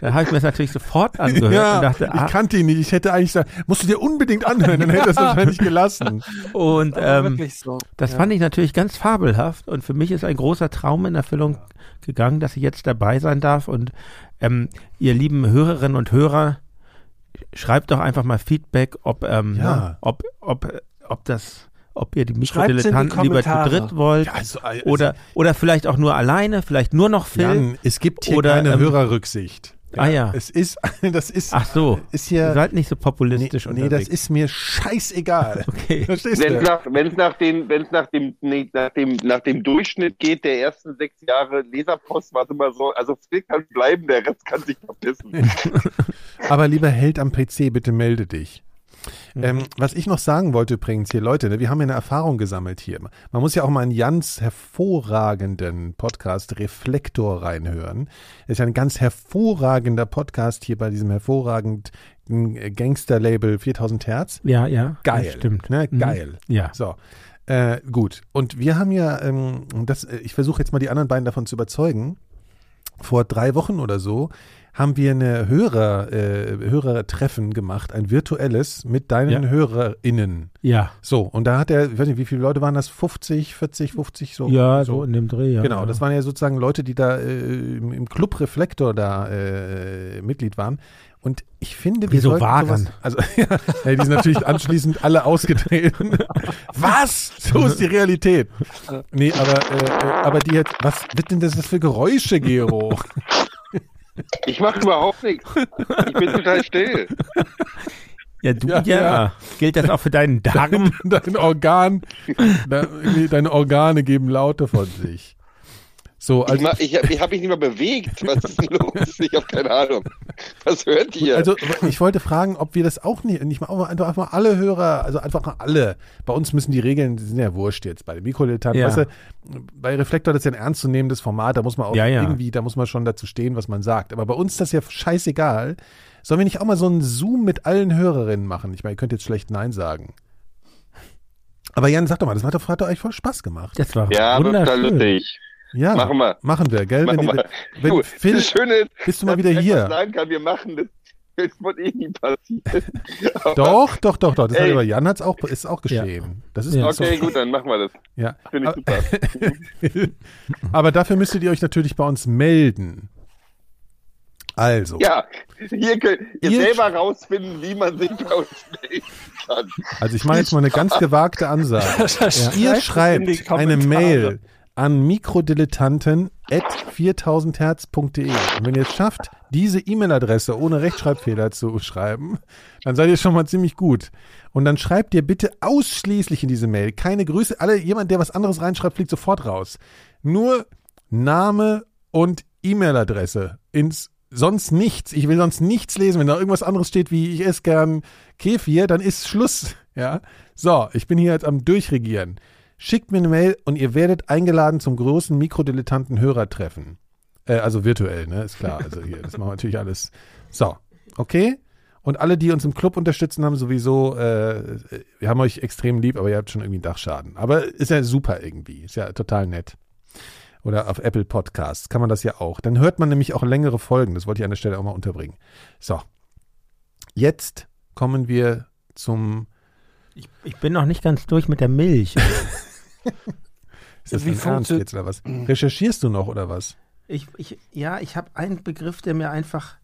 Da habe ich mir das natürlich sofort angehört
ja,
und dachte, ah,
ich kannte ihn nicht. Ich hätte eigentlich gesagt, musst du dir unbedingt anhören, dann hätte er es wahrscheinlich gelassen.
und
Aber
ähm,
wirklich so.
das
ja.
fand ich natürlich ganz fabelhaft und für mich ist ein großer Traum in Erfüllung gegangen, dass ich jetzt dabei sein darf und ähm, ihr lieben Hörerinnen und Hörer, schreibt doch einfach mal Feedback, ob, ähm,
Ja.
ob, ob, ob das ob ihr die
Schreibt's in die
Mikrodilettanten lieber zu
Kommentare.
dritt wollt
Ja, also, also-
oder, oder vielleicht auch nur alleine, vielleicht nur noch Phil.
Jan, es gibt hier
Oder,
keine
ähm,
Hörerrücksicht.
ah ja.
Es ist, das ist,
Ach so,
ist hier,
ihr seid nicht so populistisch
äh, nee, nee, das
unterwegs.
ist mir scheißegal.
Okay.
Verstehst
Wenn
du?
es nach, wenn's nach, den, wenn's nach, dem, nee, nach, dem, nach dem Durchschnitt geht, der ersten sechs Jahre Leserpost war es immer so, also Phil kann bleiben, der Rest kann sich verpissen.
Aber lieber Held am PC, bitte melde dich.
Mhm.
Ähm, was ich noch sagen wollte übrigens hier, Leute, ne, wir haben ja eine Erfahrung gesammelt hier. Man muss ja auch mal in Jans hervorragenden Podcast Reflektor reinhören. Das ist ja ein ganz hervorragender Podcast hier bei diesem hervorragenden äh, Gangster-Label 4000 Hertz.
Ja, ja.
Geil.
Das stimmt.
Ne?
Mhm.
Geil.
Ja.
So. Äh, gut. Und wir haben ja, ähm, das, äh, ich versuche jetzt mal die anderen beiden davon zu überzeugen. Vor drei Wochen oder so haben wir eine Hörer, äh, Hörertreffen gemacht, ein virtuelles mit deinen
Ja.
HörerInnen.
Ja.
So, und da hat er, ich weiß nicht, wie viele Leute waren das? 50, 40, 50, so?
Ja, so in dem Dreh, ja.
Genau,
ja.
das waren ja sozusagen Leute, die da äh, im im Club Reflektor da äh, Mitglied waren. Und ich finde, wir
Wieso
sollten
waren?
sowas- Also, ja, ja, die sind natürlich anschließend alle ausgetreten. was? So ist die Realität. Nee, aber, äh, äh, aber die jetzt, was wird denn das für Geräusche, Gero?
Ich mache überhaupt nichts. Ich bin total still.
Ja, du,
Ja,
ja,
ja.
Gilt das auch für deinen Darm?
Dein Organ, de, nee, deine Organe geben Laute von sich. So,
Ich,
also,
mach- ich, ich habe mich nicht mal bewegt. Was ist denn los? Ich habe keine Ahnung. Was hört ihr?
Also ich wollte fragen, ob wir das auch nicht, nicht mal, auch mal- einfach, einfach mal alle Hörer, also einfach mal alle. Bei uns müssen die Regeln, die sind ja wurscht jetzt bei den Mikrodilettanten.
Ja.
Weißt du, bei Reflektor das ist ja ein ernstzunehmendes Format, da muss man auch
Ja, ja.
irgendwie, da muss man schon dazu stehen, was man sagt. Aber bei uns ist das ja scheißegal. Sollen wir nicht auch mal so einen Zoom mit allen Hörerinnen machen? Ich meine, ihr könnt jetzt schlecht Nein sagen. Aber Jan, sag doch mal, das hat doch, hat doch eigentlich voll Spaß gemacht.
Das war
ja, aber total
wunderschön.
lustig.
Ja,
Machen wir.
Machen wir, gell?
Machen
wenn die-
wir.
wenn
du,
Phil,
das Schöne ist,
bist du mal
dass
wieder
ich einfach
hier?
sagen kann, wir machen das. Das wird eh nie passieren. Aber-
Doch, doch, doch, doch. Das hat
Ey.
aber Jan hat's auch, ist auch geschehen. Das ist
Ja.
doch so- Äh,
Okay, gut, dann machen wir das.
Ja.
Finde ich super.
Aber dafür müsstet ihr euch natürlich bei uns melden. Also,
Ja, hier könnt ihr
Ihr-
selber rausfinden, wie man sich bei uns melden kann.
also ich mache jetzt mal eine ganz gewagte Ansage. Ihr
in die
schreibt eine
Kommentare.
Mail an mikrodilettanten 4000 hertzde Und wenn ihr es schafft, diese E-Mail-Adresse ohne Rechtschreibfehler zu schreiben, dann seid ihr schon mal ziemlich gut. Und dann schreibt ihr bitte ausschließlich in diese Mail. Keine Grüße. Alle, jemand, der was anderes reinschreibt, fliegt sofort raus. Nur Name und E-Mail-Adresse. Ins sonst nichts. Ich will sonst nichts lesen. Wenn da irgendwas anderes steht wie ich esse gern Kefir, dann ist Schluss. Ja. So, ich bin hier jetzt am Durchregieren. Schickt mir eine Mail und ihr werdet eingeladen zum großen mikrodilettanten Hörertreffen. Äh, also virtuell, ne? Ist klar. Also hier, das machen wir natürlich alles. So, okay? Und alle, die uns im Club unterstützen, haben sowieso, äh, wir haben euch extrem lieb, aber ihr habt schon irgendwie einen Dachschaden. Aber ist ja super irgendwie. Ist ja total nett. oder auf Apple Podcasts kann man das ja auch. Dann hört man nämlich auch längere Folgen. Das wollte ich an der Stelle auch mal unterbringen. So, jetzt kommen wir zum.
Ich, ich bin noch nicht ganz durch mit der Milch.
Ist das Wie Ernst jetzt oder was?
Hm.
Recherchierst du noch oder was?
Ich, ich, ja, ich habe einen Begriff, der mir einfach,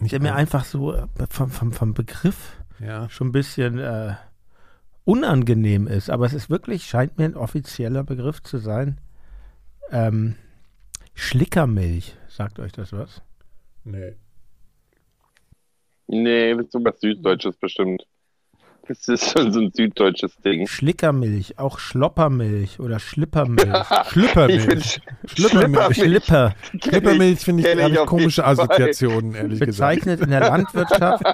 der mir einfach so äh, vom, vom, vom Begriff
Ja.
schon ein bisschen äh, unangenehm ist, aber es ist wirklich, scheint mir ein offizieller Begriff zu sein. Ähm, Schlickermilch, sagt euch das was?
Nee.
Nee, das ist sowas Süddeutsches bestimmt. Das ist schon so ein süddeutsches Ding.
Schlickermilch, auch Schloppermilch oder Schlippermilch.
Ah,
Schlüppermilch.
Schlippermilch. Schlipper.
Schlüppermilch finde ich,
Kenn ich
habe ich
auf jeden
komische
Fall.
Assoziationen, ehrlich gesagt.
Bezeichnet in der Landwirtschaft,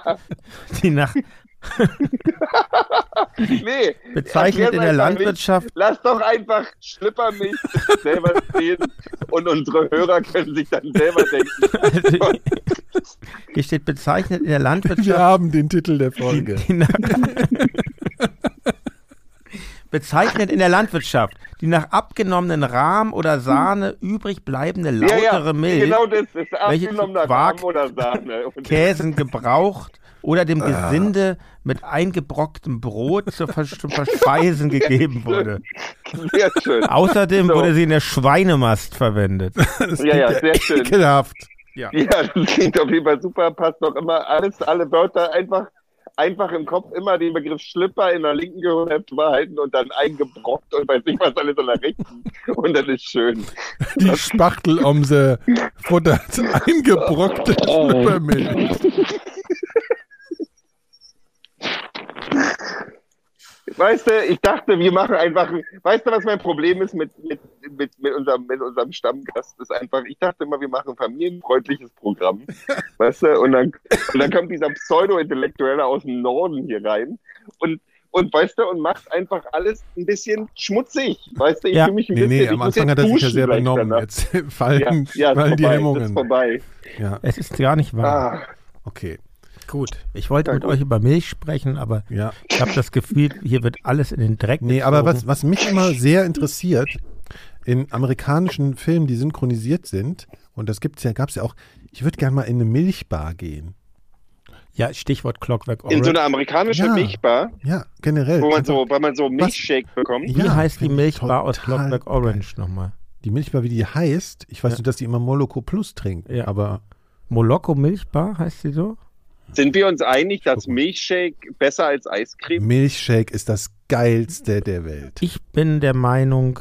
die nach,
Nee,
bezeichnet in
erklär's einfach
der
nicht.
Landwirtschaft
Lass doch einfach Schlippermilch selber stehen und unsere Hörer können sich dann selber denken.
Hier steht bezeichnet in der
Wir
Landwirtschaft
haben den Titel der Folge.
die nach bezeichnet in der Landwirtschaft die nach abgenommenen Rahm oder Sahne übrig bleibende
Ja,
lautere
ja,
Milch,
Genau das ist
welche zu
abgenommener
Quark,
Rahm oder Sahne. Und
Käsen gebraucht oder dem Gesinde mit eingebrocktem Brot zur Vers zum Verspeisen gegeben wurde.
Sehr schön.
Außerdem
So.
wurde sie in der Schweinemast verwendet.
Ja, ja, sehr schön.
Ekelhaft.
Ja, das klingt auf jeden Fall super, passt doch immer alles, alle Wörter einfach, einfach im Kopf immer den Begriff Schlipper in der linken Gehirnhälfte behalten und dann eingebrockt und weiß nicht was alles in der rechten. Und dann ist schön.
Die Spachtelomse futtert eingebrockte
Oh.
Schlüppermilch.
Weißt du, ich dachte, wir machen einfach, weißt du, was mein Problem ist mit, mit, mit, mit, unserem, mit unserem Stammgast? Ist einfach, ich dachte immer, wir machen ein familienfreundliches Programm. Weißt du, und dann, und dann kommt dieser Pseudo-Intellektuelle aus dem Norden hier rein und, und weißt du, und macht einfach alles ein bisschen schmutzig. Weißt du, ich
Ja.
fühle mich ein
Nee,
bisschen.
nee,
ich
am
muss
Anfang
jetzt
hat er sich ja
duschen
sehr
gleich
benommen.
danach.
Jetzt fallen,
Ja, ja,
fallen
ist
die
vorbei, ist
Hemmungen.
vorbei.
Ja,
Es ist gar nicht wahr.
Ah,
okay.
Gut. Ich wollte
Ja,
mit
gut.
euch über Milch sprechen, aber
Ja.
Ich habe das Gefühl, hier wird alles in den Dreck.
Nee, aber was, was mich immer sehr interessiert, in amerikanischen Filmen, die synchronisiert sind, und das gibt's ja, gab's ja auch, ich würde gerne mal in eine Milchbar gehen.
Ja, Stichwort Clockwork Orange.
in so einer amerikanischen
Ja. Äh,
Milchbar,
Ja, generell.
wo man
Einfach
so, weil man so Milchshake bekommt.
Wie
Ja,
heißt die
find ich
Milchbar aus
total
Clockwork Orange nochmal?
Die Milchbar, wie die heißt, ich weiß
Ja.
nur, dass die immer Moloko Plus trinken,
Ja.
aber
Moloko Milchbar heißt sie so?
Sind wir uns einig, dass Milchshake besser als Eiscreme?
Milchshake ist das geilste der Welt.
Ich bin der Meinung,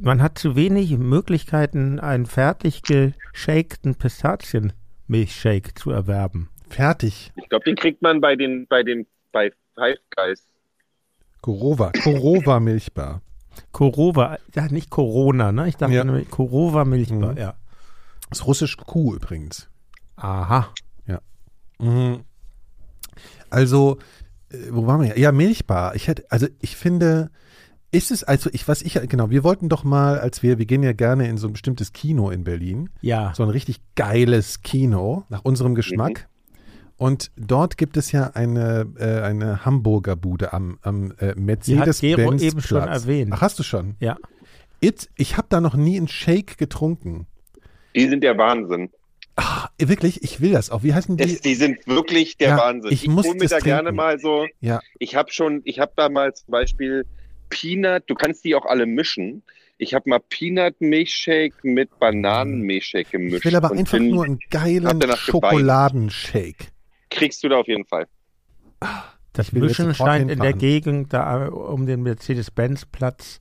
man hat zu wenig Möglichkeiten, einen fertig geschakten Pistazienmilchshake zu erwerben.
Fertig.
Ich glaube, den kriegt man bei den, bei den, bei Five Guys.
Korova, Korova Milchbar.
Korova, ja, nicht Corona, ne? Ich dachte
Ja.
nämlich Korova Milchbar,
Mhm.
ja.
Das ist russisch Kuh übrigens.
Aha.
Mhm. Also, äh, wo waren wir? ja? Ja, Milchbar. Ich hätte, also ich finde, ist es, also ich, was ich, genau, wir wollten doch mal, als wir, wir gehen ja gerne in so ein bestimmtes Kino in Berlin,
Ja.
so ein richtig geiles Kino nach
Mhm.
unserem Geschmack. Und dort gibt es ja eine, äh, eine Hamburger Bude am, am äh, mercedes
Gero eben schon erwähnt.
Ach, hast du schon?
Ja.
It, ich habe da noch nie einen Shake getrunken.
Die sind der Wahnsinn.
Ah, wirklich, ich will das auch. Wie heißen die?
Es, die sind wirklich der
Ja,
Wahnsinn.
ich muss
hol mir
das
da gerne
trinken.
mal so.
Ja.
Ich habe schon, ich habe da mal zum Beispiel Peanut, du kannst die auch alle mischen. Ich habe mal Peanut-Milchshake mit Bananen-Milchshake gemischt.
Ich will aber
und
einfach
bin-
nur einen
hab
geilen
danach
Schokoladenshake.
Kriegst du da auf jeden Fall.
Das
Ich will jetzt
Mischen
sofort
scheint in der
hinfahren.
Gegend da äh, um den Mercedes-Benz-Platz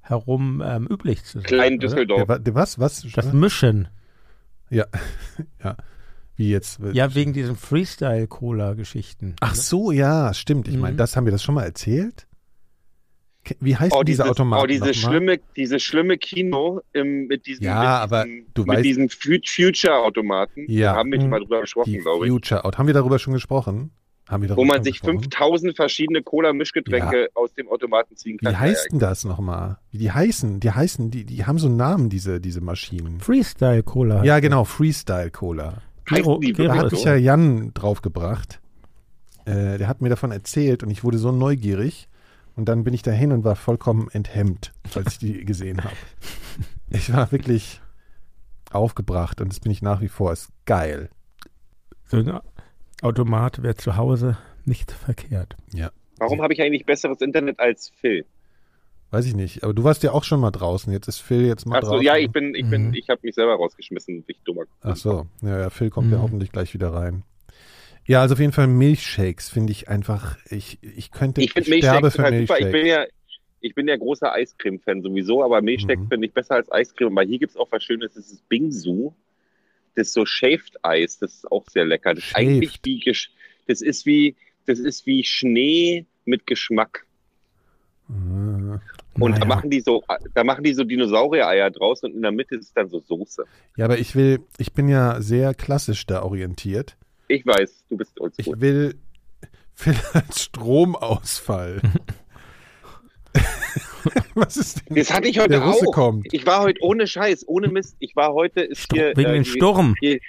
herum ähm, üblich zu sein.
Klein
oder?
Düsseldorf.
Der, wa- der, was? Was?
Das Mischen.
ja. ja. Wie jetzt?
Ja, wegen diesen Freestyle-Cola-Geschichten. Ne?
Ach so, ja, stimmt. Ich meine,
Mhm.
das haben wir das schon mal erzählt. Ke- Wie heißt
Oh,
denn dieser
dieses-
Automat?
Oh, dieses schlimme, dieses schlimme Kino im, mit diesem,
Ja,
mit
aber
diesem,
du
mit
weißt-
diesem Fu- Future-Automaten.
Ja.
Da haben wir schon
Mhm.
mal drüber gesprochen,
Die
glaube ich.
Future Out. Haben wir darüber schon gesprochen? Haben wir darüber
wo man
schon
sich
gesprochen?
5000 verschiedene Cola-Mischgetränke aus dem Automaten ziehen
Wie
kann.
heißt denn das nochmal? Wie die heißen? Die heißen, die, die haben so einen Namen, diese, diese Maschinen.
Freestyle-Cola.
Ja, genau, Freestyle Cola.
Gero,
Heißen die
Gero
Da
wirklich
hat
ist
mich
so?
ja Jan draufgebracht. Äh, der hat mir davon erzählt und ich wurde so neugierig. Und dann bin ich dahin und war vollkommen enthemmt, als ich die gesehen habe. Ich war wirklich aufgebracht und das bin ich nach wie vor. Ist geil.
So ein Automat wäre zu Hause nicht verkehrt.
Ja.
Warum habe ich eigentlich besseres Internet als Phil?
Weiß ich nicht. Aber du warst ja auch schon mal draußen. Jetzt ist Phil jetzt mal
Achso,
draußen.
ja, ich bin, ich bin,
Mhm.
ich habe mich selber rausgeschmissen, ich dummer.
Ach so, ja, ja Phil kommt ja
Mhm.
hoffentlich gleich wieder rein. Ja, also auf jeden Fall Milchshakes finde ich einfach, ich, ich könnte,
Ich
ich,
finde
sterbe
Milchshakes
für
total super. Ich bin
Milchshakes.
ja, ich bin ja großer Eiscreme-Fan sowieso, aber Milchshakes
Mhm.
finde ich besser als Eiscreme. Weil hier gibt es auch was Schönes, das ist Bingsu. Das ist so Shaved Eis, das ist auch sehr lecker. Das ist
Shaved.
eigentlich wie, Gesch- das ist wie, das ist wie Schnee mit Geschmack.
Ah.
Und
Naja.
da machen die so, da machen die so Dinosaurier-Eier draus und in der Mitte ist dann so Soße.
Ja, aber ich will, ich bin ja sehr klassisch da orientiert.
Ich weiß, du bist
Ich
oldschool.
will vielleicht Stromausfall. Was ist denn?
Das hatte ich heute
Der Russe
auch.
kommt.
Ich war heute ohne Scheiß, ohne Mist. Ich war heute ist
Stur-
hier,
wegen
äh,
dem
hier-
Sturm.
Hier,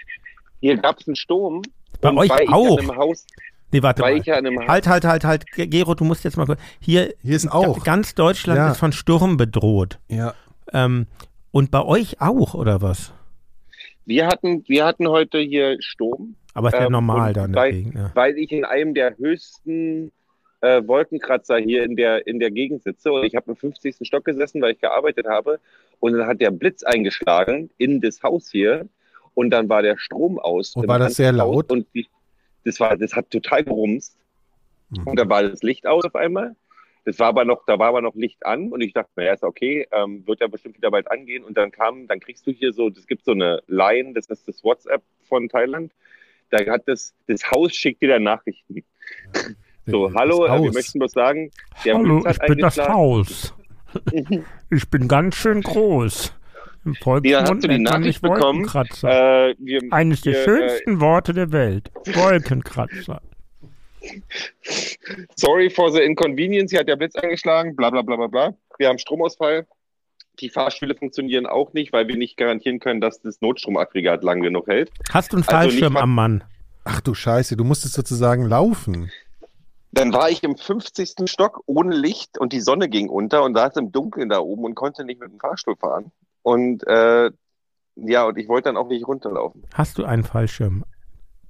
hier gab es einen Sturm.
Bei
Und
euch
weil
auch.
Ich an einem Haus,
Nee, warte
weil
mal.
ich ja an einem Haus.
Halt, halt, halt, halt. Ge- Gero, du musst jetzt mal kurz. Hier,
Hier ist auch.
ganz Deutschland
Ja.
ist von Sturm bedroht.
Ja,
Ähm, und bei euch auch, oder was?
Wir hatten, wir hatten heute hier Sturm,
Aber ist ja
Ähm,
normal
und
da in der
bei-
Gegend. Ja.
weil ich in einem der höchsten äh, Wolkenkratzer hier in der, in der Gegend sitze. Und ich habe im 50. Stock gesessen, weil ich gearbeitet habe. Und dann hat der Blitz eingeschlagen in das Haus hier. Und dann war der Strom aus.
Und
im
war das sehr
ganzen Haus.
laut?
Und die, das, war, das hat total gerumst.
Mhm.
Und dann war das Licht aus auf einmal. Das war aber noch, da war aber noch Licht an und ich dachte, naja, ist okay, ähm, wird ja bestimmt wieder bald angehen. Und dann kam, dann kriegst du hier so, es gibt so eine Line, das ist das WhatsApp von Thailand. Da hat das, das Haus schickt dir dann Nachrichten. So,
Ist
hallo, äh, wir
aus.
möchten bloß sagen, der
Hallo,
Blitz hat
ich bin das
eingeschlagen.
Haus. Ich bin ganz schön groß. Im
Ja, hast
Volksmund
du die
nennt man mich
Nachricht bekommen?
Wolkenkratzer. Ähm,
Äh, wir,
Eines der
wir,
schönsten Worte der Welt. Wolkenkratzer.
Äh, sorry for the inconvenience, hier hat der Blitz eingeschlagen, bla bla bla bla bla. Wir haben Stromausfall. Die Fahrstühle funktionieren auch nicht, weil wir nicht garantieren können, dass das Notstromaggregat lang genug hält.
Hast du einen
also nicht
Fallschirm
mal-
am Mann?
Ach du Scheiße, du musstest sozusagen laufen.
Dann war ich im 50. Stock ohne Licht und die Sonne ging unter und saß im Dunkeln da oben und konnte nicht mit dem Fahrstuhl fahren. Und äh, ja, und ich wollte dann auch nicht runterlaufen.
Hast du einen Fallschirm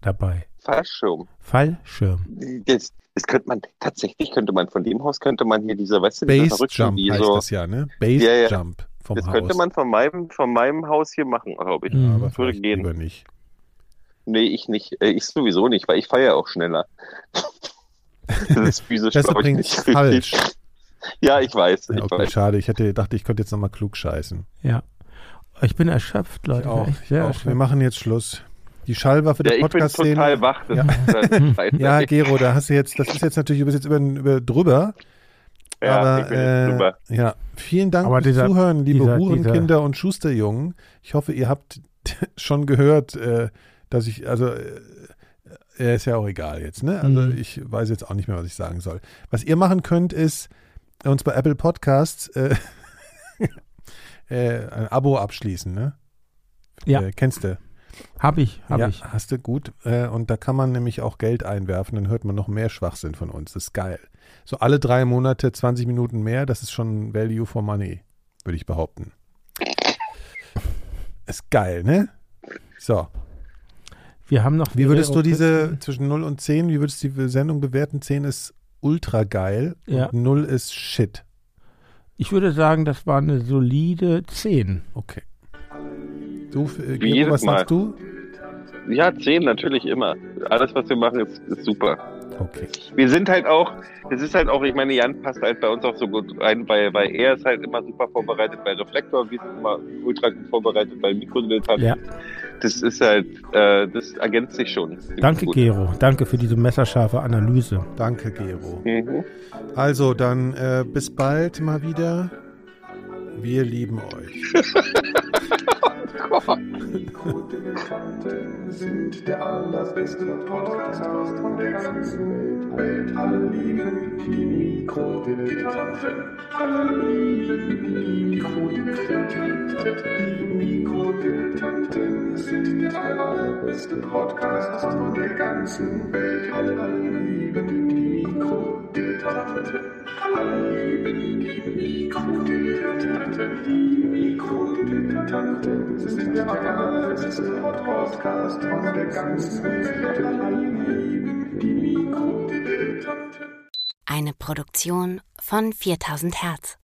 dabei?
Fallschirm.
Fallschirm.
Das, das könnte man, tatsächlich könnte man von dem Haus könnte man hier diese, weißt du, diese
Base
Verrückten,
Jump
die
heißt
so.
das ja, ne? Base
Ja, ja.
Jump vom
das
Haus.
könnte man von meinem, von meinem Haus hier machen, glaube ich.
Mhm.
aber
Das würde
vielleicht
gehen.
lieber nicht.
Nee, ich nicht. Äh, Ich sowieso nicht, weil ich feiere ja auch schneller. Das ist physisch,
Das ist
glaub ich,
übrigens
nicht richtig.
falsch.
Ja, ich weiß.
Ja,
ich
okay,
weiß.
schade. Ich hätte, dachte, ich könnte jetzt nochmal klug scheißen.
Ja. Ich bin erschöpft, Leute. Ich bin echt sehr
Wir
erschöpft.
machen jetzt Schluss. Die Schallwaffe
Ja,
der
ich bin total
Podcast-Szene.
wach. Das ist, halt das ist
Ja, Gero, da hast du jetzt, das ist jetzt natürlich, du bist jetzt über, über drüber.
Ja,
aber,
ich bin jetzt
äh,
drüber.
Ja, vielen Dank
Aber
fürs
dieser-
Zuhören, liebe
dieser-
Hurenkinder und Schusterjungen. Ich hoffe, ihr habt schon gehört, äh, dass ich, also, äh, äh, ist ja auch egal jetzt, ne? Also,
Mhm.
ich weiß jetzt auch nicht mehr, was ich sagen soll. Was ihr machen könnt, ist äh, uns bei Apple Podcasts äh, äh, ein Abo abschließen, ne?
Ja.
Äh, kennst du?
Hab ich, hab
ja,
ich.
hast du gut. Äh, und da kann man nämlich auch Geld einwerfen, dann hört man noch mehr Schwachsinn von uns. Das ist geil. So alle drei Monate 20 Minuten mehr, das ist schon Value for Money, würde ich behaupten. Ist geil, ne? So,
Wir haben noch.
wie würdest du
Gero
diese
Pizzen.
zwischen 0 und 10, wie würdest du die Sendung bewerten? 10 ist ultra geil
Ja.
und 0 ist shit.
Ich würde sagen, das war eine solide 10.
Okay. Du, äh,
Wie
Gero,
jedes
was sagst
Mal.
du?
Ja, 10 natürlich immer. Alles, was wir machen, ist, ist super.
Okay.
Wir sind halt auch, es ist halt auch, ich meine, Jan passt halt bei uns auch so gut rein, weil, weil er ist halt immer super vorbereitet bei Reflektor, wir sind immer ultra gut vorbereitet bei Mikrodilettant.
Ja.
Das ist halt, äh, das ergänzt sich schon.
Danke,
Gut.
Gero. Danke für diese messerscharfe Analyse.
Danke, Gero.
Mhm.
Also, dann äh, bis bald mal wieder. Wir lieben euch.
Kontinenten sind der Anlass des Podcasts aus dem ganzen Weltall. Alle lieben die Mikrodilettanten. Alle lieben die Mikrodilettanten. Die Mikrodilettanten sind der allerbeste Podcast von der ganzen Welt. Alle lieben die Mikrodilettanten. Alle lieben die Mikrodilettanten. Die
Mikrodilettanten sind der allerletzte Podcast von der ganzen Welt. Die Mikrodilettanten.
Eine Produktion von 4000 Hertz.